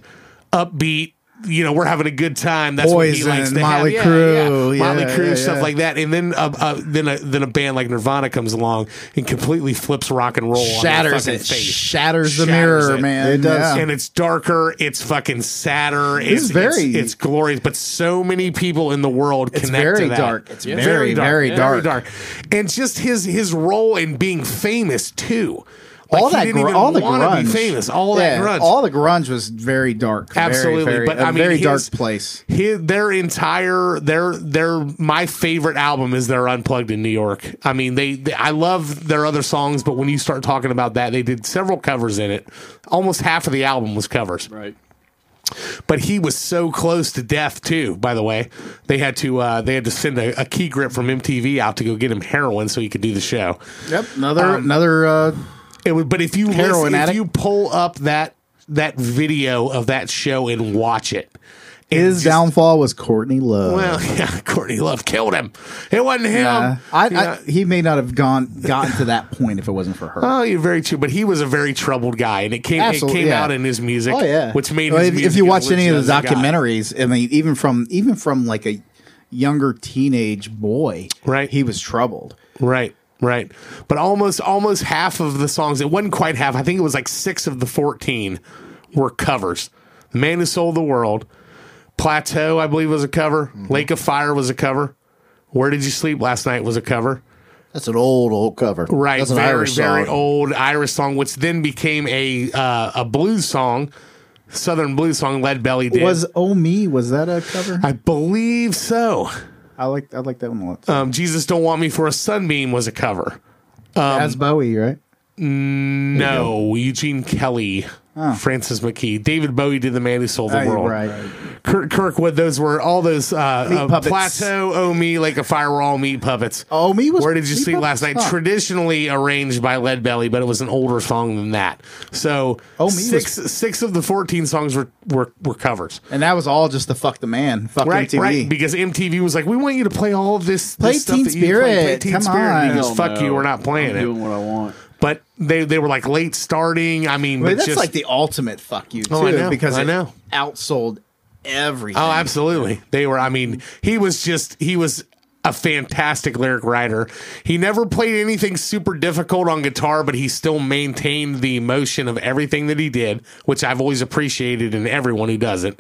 upbeat. You know, we're having a good time. That's what he
Poison,
likes to
Motley
have.
Crue,
Motley
yeah,
Crue,
yeah,
stuff
yeah.
like that. And then uh, uh, then a, then a band like Nirvana comes along and completely flips rock and roll, on their
shatters
fucking
it,
face.
shatters the
Shatters
mirror,
it.
man.
It does.
Yeah.
and it's darker. It's fucking sadder. It's,
is very-
it's, it's glorious. But so many people in the world connect
It's very
to that.
dark. It's very, very
very
dark.
dark. And just his his role in being famous too. Like,
all
he
that,
didn't
gr-
even
all the
wanna
grunge,
be famous. All that
Yeah,
grunge.
all the grunge was very dark. Very,
Absolutely,
very-
but
a
I mean,
very
his-
dark place.
His, their entire their their my favorite album is their Unplugged in New York. I mean, they, they I love their other songs, but when you start talking about that, they did several covers in it. Almost half of the album was covers.
Right.
but he was so close to death too. By the way, they had to uh, they had to send a, a key grip from MTV out to go get him heroin so he could do the show.
Yep, another another. Uh,
It would, but if you
Heroin
listen, if
addict.
you pull up that that video of that show and watch it, and
his
just-
downfall was Courtney Love.
Well, yeah, Courtney Love killed him. It wasn't him.
Uh, I,
Yeah.
I, he may not have gone gotten to that point if it wasn't for her.
Oh, you're very true, but he was a very troubled guy, and it came
Absolutely,
it came
yeah.
out in his music,
oh yeah,
which made
Well,
his
if,
music
if you
as
watch any
legit
of
as
the
it got.
documentaries, I mean, even from even from like a younger teenage boy,
Right.
He was troubled.
Right, right. But almost almost half of the songs, it wasn't quite half. I think it was like six of the fourteen were covers. The Man Who Sold the World, Plateau, I believe was a cover.
Mm-hmm.
Lake of Fire was a cover. Where Did You Sleep Last Night was a cover.
That's an old, old cover.
Right,
That's an
very
Irish song.
very old Irish song, which then became a uh, a blues song, Southern blues song. Lead Belly did.
Was Oh Me? Was that a cover? I,
I believe so.
like I like that one a lot.
Um, Jesus don't want me for a sunbeam was a cover.
As Bowie, right?
No, Eugene Kelly, Francis McKee, David Bowie did the man who sold the
Right,
world.
right.
Kirk, Kirkwood, those were all those uh, uh,
puppets.
plateau, oh me, like a fire were all meat puppets.
Oh Me was.
Where did you
Meat
sleep last
Puppets?
night?
Huh.
Traditionally arranged by Lead Belly, but it was an older song than that. So
Oh Me was-
six six of the fourteen songs were were, were covers.
and that was all just the fuck the man, fuck
Right,
MTV.
right. Because MTV was like, we want you to play all of this,
Play
this stuff
Teen
that you play.
Spirit. Come
And he
on.
goes,
Hell
fuck
no.
you, we're not playing
I'm
it.
doing what I want.
But they they were like late starting. I mean,
I mean,
but
that's
just,
like the ultimate fuck you too,
Oh, I know,
because
I
it
know.
outsold everything.
Oh, absolutely. They were. I mean, he was just he was a fantastic lyric writer. He never played anything super difficult on guitar, but he still maintained the emotion of everything that he did, which I've always appreciated in everyone who does it.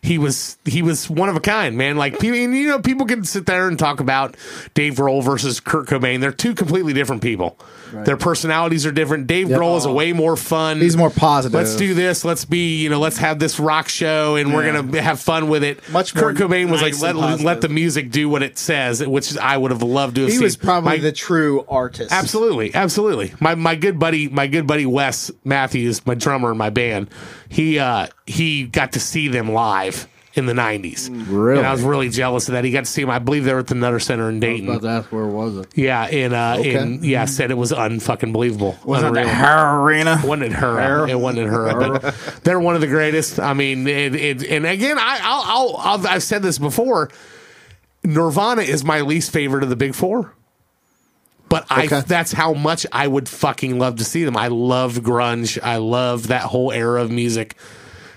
he was he was one of a kind, man. Like people, and, you know, people can sit there and talk about Dave Grohl versus Kurt Cobain. They're two completely different people. Their personalities are different. Dave Grohl is a way more fun.
He's more positive.
Let's do this. Let's be, you know, let's have this rock show, and we're gonna have fun with it.
Much
Kurt
more
Cobain was
nice
like,
and
let
positive.
let the music do what it says, which I would have loved to have
He
seen.
was probably
My-
the true artist.
Absolutely, absolutely. My my good buddy, my good buddy Wes Matthews, my drummer in my band, he uh he got to see them live in the nineties.
Really?
And I was really jealous of that. He got to see them. I believe they were at the Nutter Center in Dayton.
About to ask where was it?
Yeah, and uh
Okay.
and yeah, said it was unfucking believable. Wasn't Unreal.
Hair arena.
It wasn't it her? It wasn't it her? But they're one of the greatest. I mean, it, it, and again, I, I'll, I'll, I've, I've said this before. Nirvana is my least favorite of the big four, but I
Okay.
that's how much I would fucking love to see them. I love grunge. I love that whole era of music.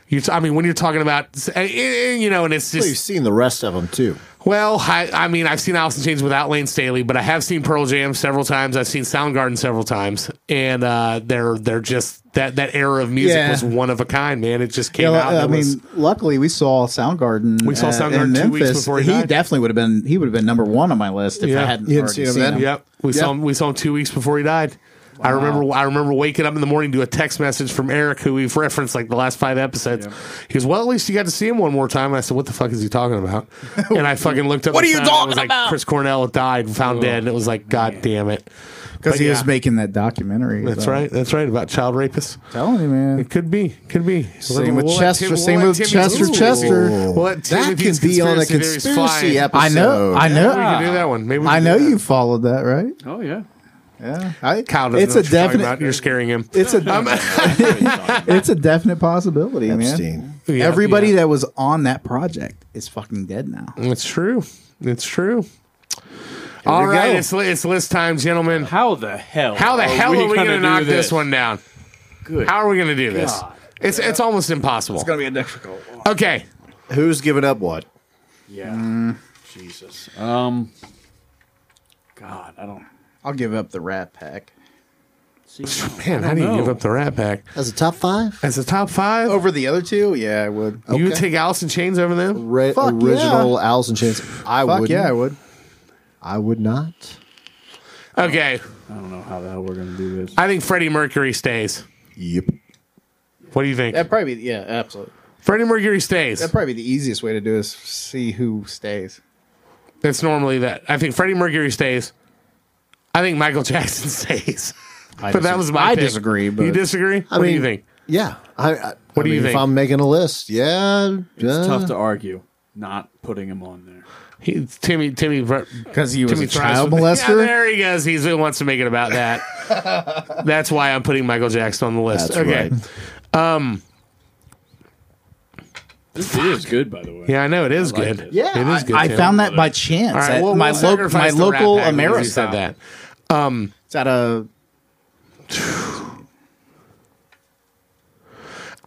You, t- I mean, when you're talking about, eh, eh, eh, you know, and it's
Well, you've
just
seen the rest of them too.
well, I, I mean, I've seen Alice in Chains without Lane Staley, but I have seen Pearl Jam several times. I've seen Soundgarden several times, and uh, they're they're just that that era of music
Yeah.
was one of a kind, man. It just came
Yeah,
out. and
I
it
mean,
was-
luckily we saw Soundgarden.
We saw
uh,
Soundgarden
in
two weeks
Memphis.
before he died.
definitely would have been. He would have been number one on my list if
Yeah.
I hadn't,
You hadn't
already
seen
seen
him
him.
then?
Yep. We
Yeah.
saw him. We saw him two weeks before he died. I remember. I remember waking up in the morning to a text message from Eric, who we've referenced like the last five episodes. He goes, "Well, at least you got to see him one more time." And I said, "What the fuck is he talking about?" And I fucking looked up. what
are you talking
like,
about?
Chris Cornell died, and
Oh.
found dead, and it was like, "God damn it!"
because he
yeah.
was making that documentary.
That's
so-
right. That's right about child rapists.
telling you, man.
It could be. Could be.
Same with
let
Chester,
Tim-
same
let
with
Timmy's-
Chester
Ooh.
Chester.
We'll let
that
Timothy's
could be on a
theories fly.
conspiracy episode.
I know. I know.
We can do that one. Maybe we
I
can
know
do that.
you followed that, right?
Oh yeah.
Yeah, I,
Kyle doesn't know what
it's a
you're talking
definite.
about. You're scaring him.
It's a it's a definite possibility, man.
Epstein.
Yeah,
Everybody
yeah.
that was on that project is fucking dead now.
It's true. It's true. All
we
right,
go.
it's li- it's list time, gentlemen.
How the hell?
How the hell are we going to
do
knock this one down?
Good.
How are we going to do this?
God.
It's it's almost impossible.
It's gonna be a difficult one.
Okay,
Who's giving up what?
Yeah.
Mm.
Jesus. Um. God, I don't.
I'll give up the Rat Pack
See,
man, how do you
know.
give up the Rat Pack
As a top five?
as a top five?
over the other two. Yeah, I would.
You
okay.
take Alice in Chains over them?
Re-
Fuck
original Alice in Chains. I
Fuck
would.
yeah, I would.
I would not.
Okay,
I don't know how the hell we're going to do this.
I think Freddie Mercury stays.
Yep.
What do you think?
That probably yeah, absolutely.
Freddie Mercury stays.
That probably the easiest way to do is see who stays.
That's normally that. I think Freddie Mercury stays. I think Michael Jackson stays. but that was my.
I
pick.
disagree, but-
you disagree? what do you
mean-
think?
Yeah. I, I,
What
I
do you
mean,
think?
If I'm making a list, yeah.
It's
uh,
tough to argue not putting him on there.
He, Timmy, Timmy,
Because he was
Timmy
a
thrives
child
with- Yeah,
molester.
there he goes. He's, he wants to make it about that. That's why I'm putting Michael Jackson on the list.
That's
okay.
right.
This video is good, by the way.
Yeah, I know it is
like
good.
it.
Yeah,
it is good.
I, I
Tim.
found that by chance.
All right,
at
well,
my,
my,
lo- my local Ameristop.
said that.
It's at a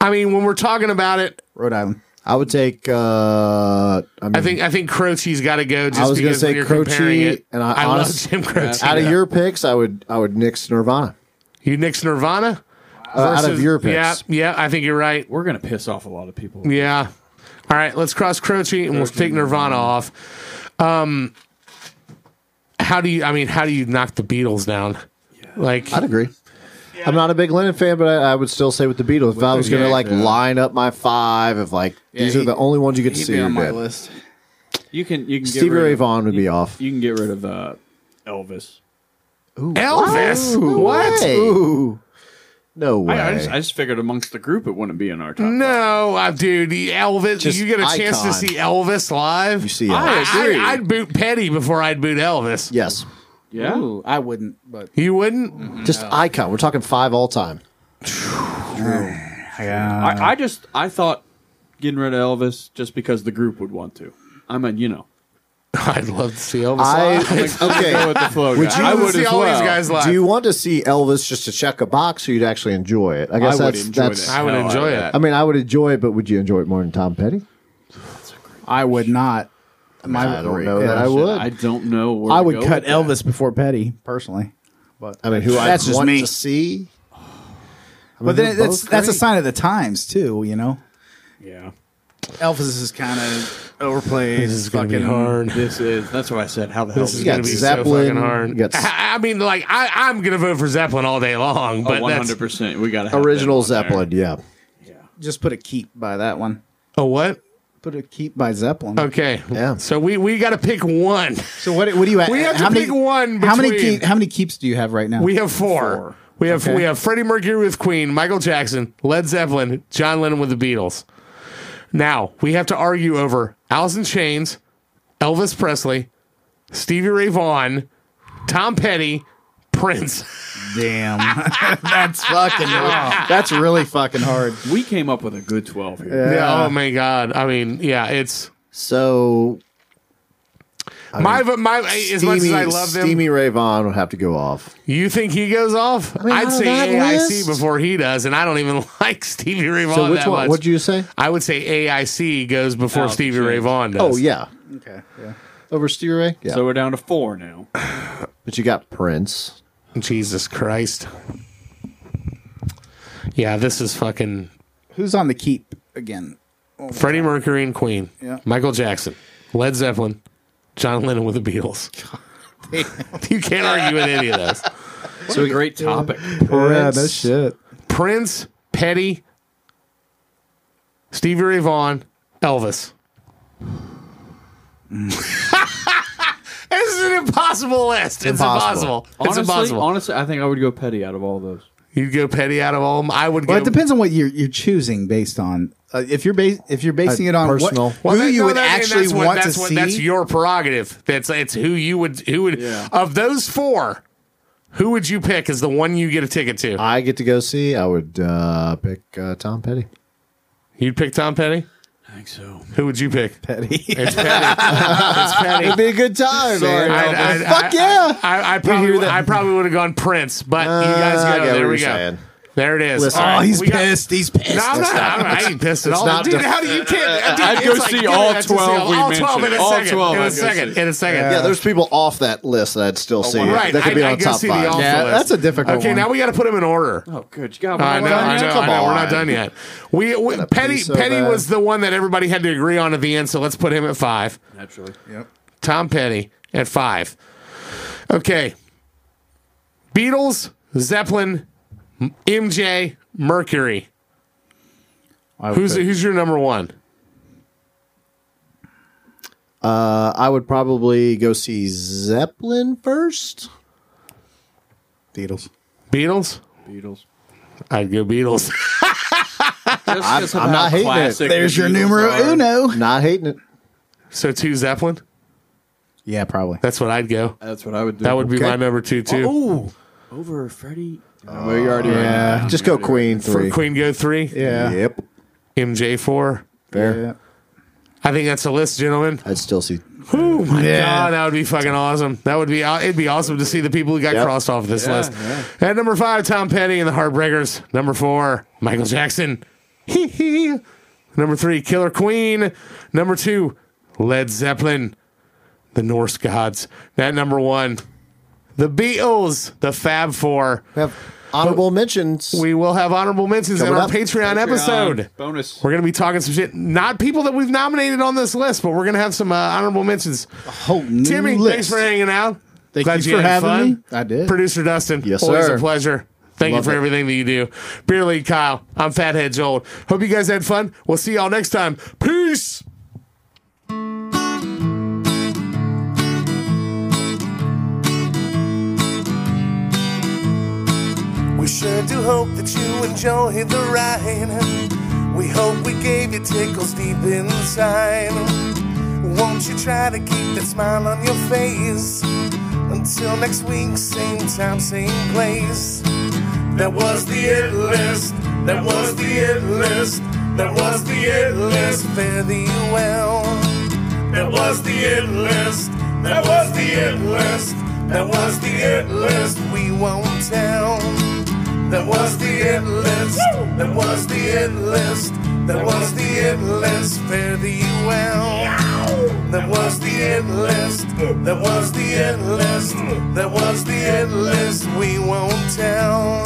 I mean, when we're talking about it,
Rhode Island.
I would take. Uh, I
Mm.
mean,
I think I think Croce's got to go. Just
was gonna
because
say
when you're
Croce,
comparing it,
and I honest-
love Jim Croce.
out of your picks, I would. I would nix Nirvana.
you Nick's Nirvana.
Uh, out of
versus-
your picks.
Yeah, yeah, I think you're right.
We're going to piss off a lot of people.
Yeah. All right, let's cross Croce and we'll take Nirvana off. Um, how do you? I mean, how do you knock the Beatles down? Like,
I'd agree. I'm not a big Lennon fan, but I, I would still say with the Beatles. If I was going to
yeah,
like line up my five, of like these
he-
are the only ones you get to
He'd
see,
be on my
but
list.
You can you can get
Stevie
rid
Ray
of,
Vaughan would be off.
You can get rid of uh, Elvis.
Elvis,
What? Ooh. No way.
I, I, just, I just figured amongst the group it wouldn't be in our top.
No, uh, dude, the Elvis.
Just
you get a chance to
icon.
see Elvis live.
you see, uh,
I,
I agree.
I, would boot Petty before I'd boot Elvis.
yes,
Yeah.
Ooh, I wouldn't, but
You wouldn't?
Mm,
just icon. We're talking five all time.
I, I just I thought getting rid of Elvis just because the group would want to. I mean, you know,
I'd love to see Elvis.
I
live.
go
okay.
with the flow.
Would
guy.
you
I
I'd
would
see
as
all
well.
these guys live.
Do you want to see Elvis just to check a box, or you'd actually enjoy it? I
I
guess
would
that's
enjoy
that's.
that.
I would
Hell,
enjoy
would.
it.
I mean, I would enjoy it, but would you enjoy it more than Tom Petty?
I would not. My,
I don't know that I would.
I don't know. Where
I
to
would
go
cut
with that.
Elvis before Petty, personally.
I mean, who
That's
I
just
want
me.
to see. I mean,
But then
they're
that's
both
that's a
great.
sign of the times too, you know.
Yeah.
Elvis is kind of overplayed.
This is gonna be
fucking-
hard.
This is that's what I said. How the hell?
This is
got
gonna be so
Zeppelin,
fucking hard.
you got S-
I, I mean, like I, I'm gonna vote for Zeppelin all day long, but
Oh, One
that's
hundred percent. We got to
Original Zeppelin, yeah.
Just put a keep by that one.
a what?
Put a keep by Zeppelin.
Okay,
Yeah.
So we we got to pick one.
So what? What do you?
We have to pick one
How many?
between.
Keep, how many keeps do you have right now?
We have four. We have
Okay.
we have Freddie Mercury with Queen, Michael Jackson, Led Zeppelin, John Lennon with the Beatles. Now we have to argue over Alice in Chains, Elvis Presley, Stevie Ray Vaughan, Tom Petty, Prince.
Damn, that's fucking. That's really fucking hard.
We came up with a good twelve here.
Yeah, oh my god! I mean, yeah, it's
So
my my as much as I love them.
Steamy Ray Vaughan would have to go off.
You think he goes off? I
mean,
would
out of
say
that
AIC
list?
before he does, and I don't even like Stevie Ray Vaughan
So which
that
one?
much.
What'd you say?
I would say AIC goes before
Alice in
Stevie Ray
Chains.
Vaughan does.
Oh yeah,
Okay. Yeah.
over Stevie Ray. Yeah,
So we're down to four now.
but you got Prince.
Jesus Christ. Yeah, this is fucking
Who's on the keep again?
Freddie Mercury and Queen,
Yeah.
Michael Jackson, Led Zeppelin, John Lennon with the Beatles. you can't argue with any of those.
It's a great topic.
Prince.
shit.
Prince, Petty, Stevie Ray Vaughan, Elvis. this is an impossible list. It's impossible.
Impossible.
it's
Honestly,
impossible.
honestly, I think I would go petty out of all those.
You'd go Petty out of all. of 'em. I would
Well,
go.
it depends on what you're you're choosing based on. Uh, if you're bas- if you're basing it on what-
personal.
Well,
who
that-
you
no,
would
that- and
actually
that's what-
want
that's
to
what-
see.
That's your prerogative. That's it's who you would who would
Yeah.
of those four. Who would you pick as the one you get a ticket to?
I get to go see. I would uh, pick uh, Tom Petty.
You'd pick Tom Petty.
I think so.
Who would you pick? Petty. It's Petty. it's Petty.
Be a good time, man.
I- I-
Fuck
I-
yeah.
I, I probably,
hear
would-
that.
I probably would have gone Prince, but you guys
Uh, I
go.
get what
There we
you're
go.
saying.
There it is.
Listen,
All
Oh, he's
we got-
pissed. He's pissed.
no, I'm not. I'm not. I ain't pissed at all.
not
dude,
def-
how do you can't? dude,
Uh, I'd
it's
go
like,
see
dude,
all
that's a
12 we
all 12 in a
mentioned. All
second.
12
in a
I'd go
second.
see.
In a second.
yeah, there's people off that list that I'd still see.
Right,
That
Oh,
could
I-
be
I
on
go
top
see the
five.
all-
Yeah,
list.
that's a difficult
Okay,
one.
now we got to put them in order.
Oh, good God!
I know, I know,
Come
I know. We're not
on.
done yet. We, we Petty
so
Petty
bad.
was the one that everybody had to agree on at the end, so let's put him at five.
Naturally,
Tom Petty at five. Okay. Beatles, Zeppelin, M- MJ, Mercury.
I would
Who's
pick-
who's your number one?
Uh, I would probably go see Zeppelin first.
Beatles?
Beatles.
Beatles.
I'd go Beatles.
I'm,
I'm not hating it.
There's your numero uno.
Not hating it.
so two Zeppelin.
Yeah, probably.
That's what I'd go.
That's what I would do.
That would be my number two too.
Oh, over Freddie. well, you already.
Yeah, just go Queen
For
three.
Queen go three,
Yeah.
Yep,
MJ four.
fair.
Yeah.
I think that's the list, gentlemen.
I'd still see.
Oh my
Yeah.
god, that would be fucking awesome. That would be it'd be awesome to see the people who got
Yep.
crossed off this
Yeah,
list. At number five, Tom Petty and the Heartbreakers. Number four, Michael Jackson. Hee hee. number three, Killer Queen. Number two, Led Zeppelin, the Norse gods. At number one, the Beatles, the Fab Four.
We have honorable mentions.
We will have honorable mentions in
Coming
our
up.
Patreon, episode.
bonus.
We're gonna be talking some shit. Not people that we've nominated on this list, but we're gonna have some uh, honorable mentions.
Whole new
Timmy,
list.
thanks for hanging out.
Thank
Glad
you
you
for
had
having
fun.
me. I did.
Producer Dustin,
Yes,
always
sir.
a pleasure. Thank
Love
you for
it.
everything that you do. Beer League Kyle, I'm Fathead Joel. Hope you guys had fun. We'll see y'all next time. Peace.
We sure do hope that you enjoyed the ride. We hope we gave you tickles deep inside. Won't you try to keep that smile on your face? Until next week, same time, same place. That was the it list. That was the it list. That was the it list. Fare thee well. That was the it list. That was the it list. That was the it list. We won't tell. That was the it list. That was the it list. That was the it list. Fare thee well. That was the it list. That was the it list. That was the it list. We won't tell.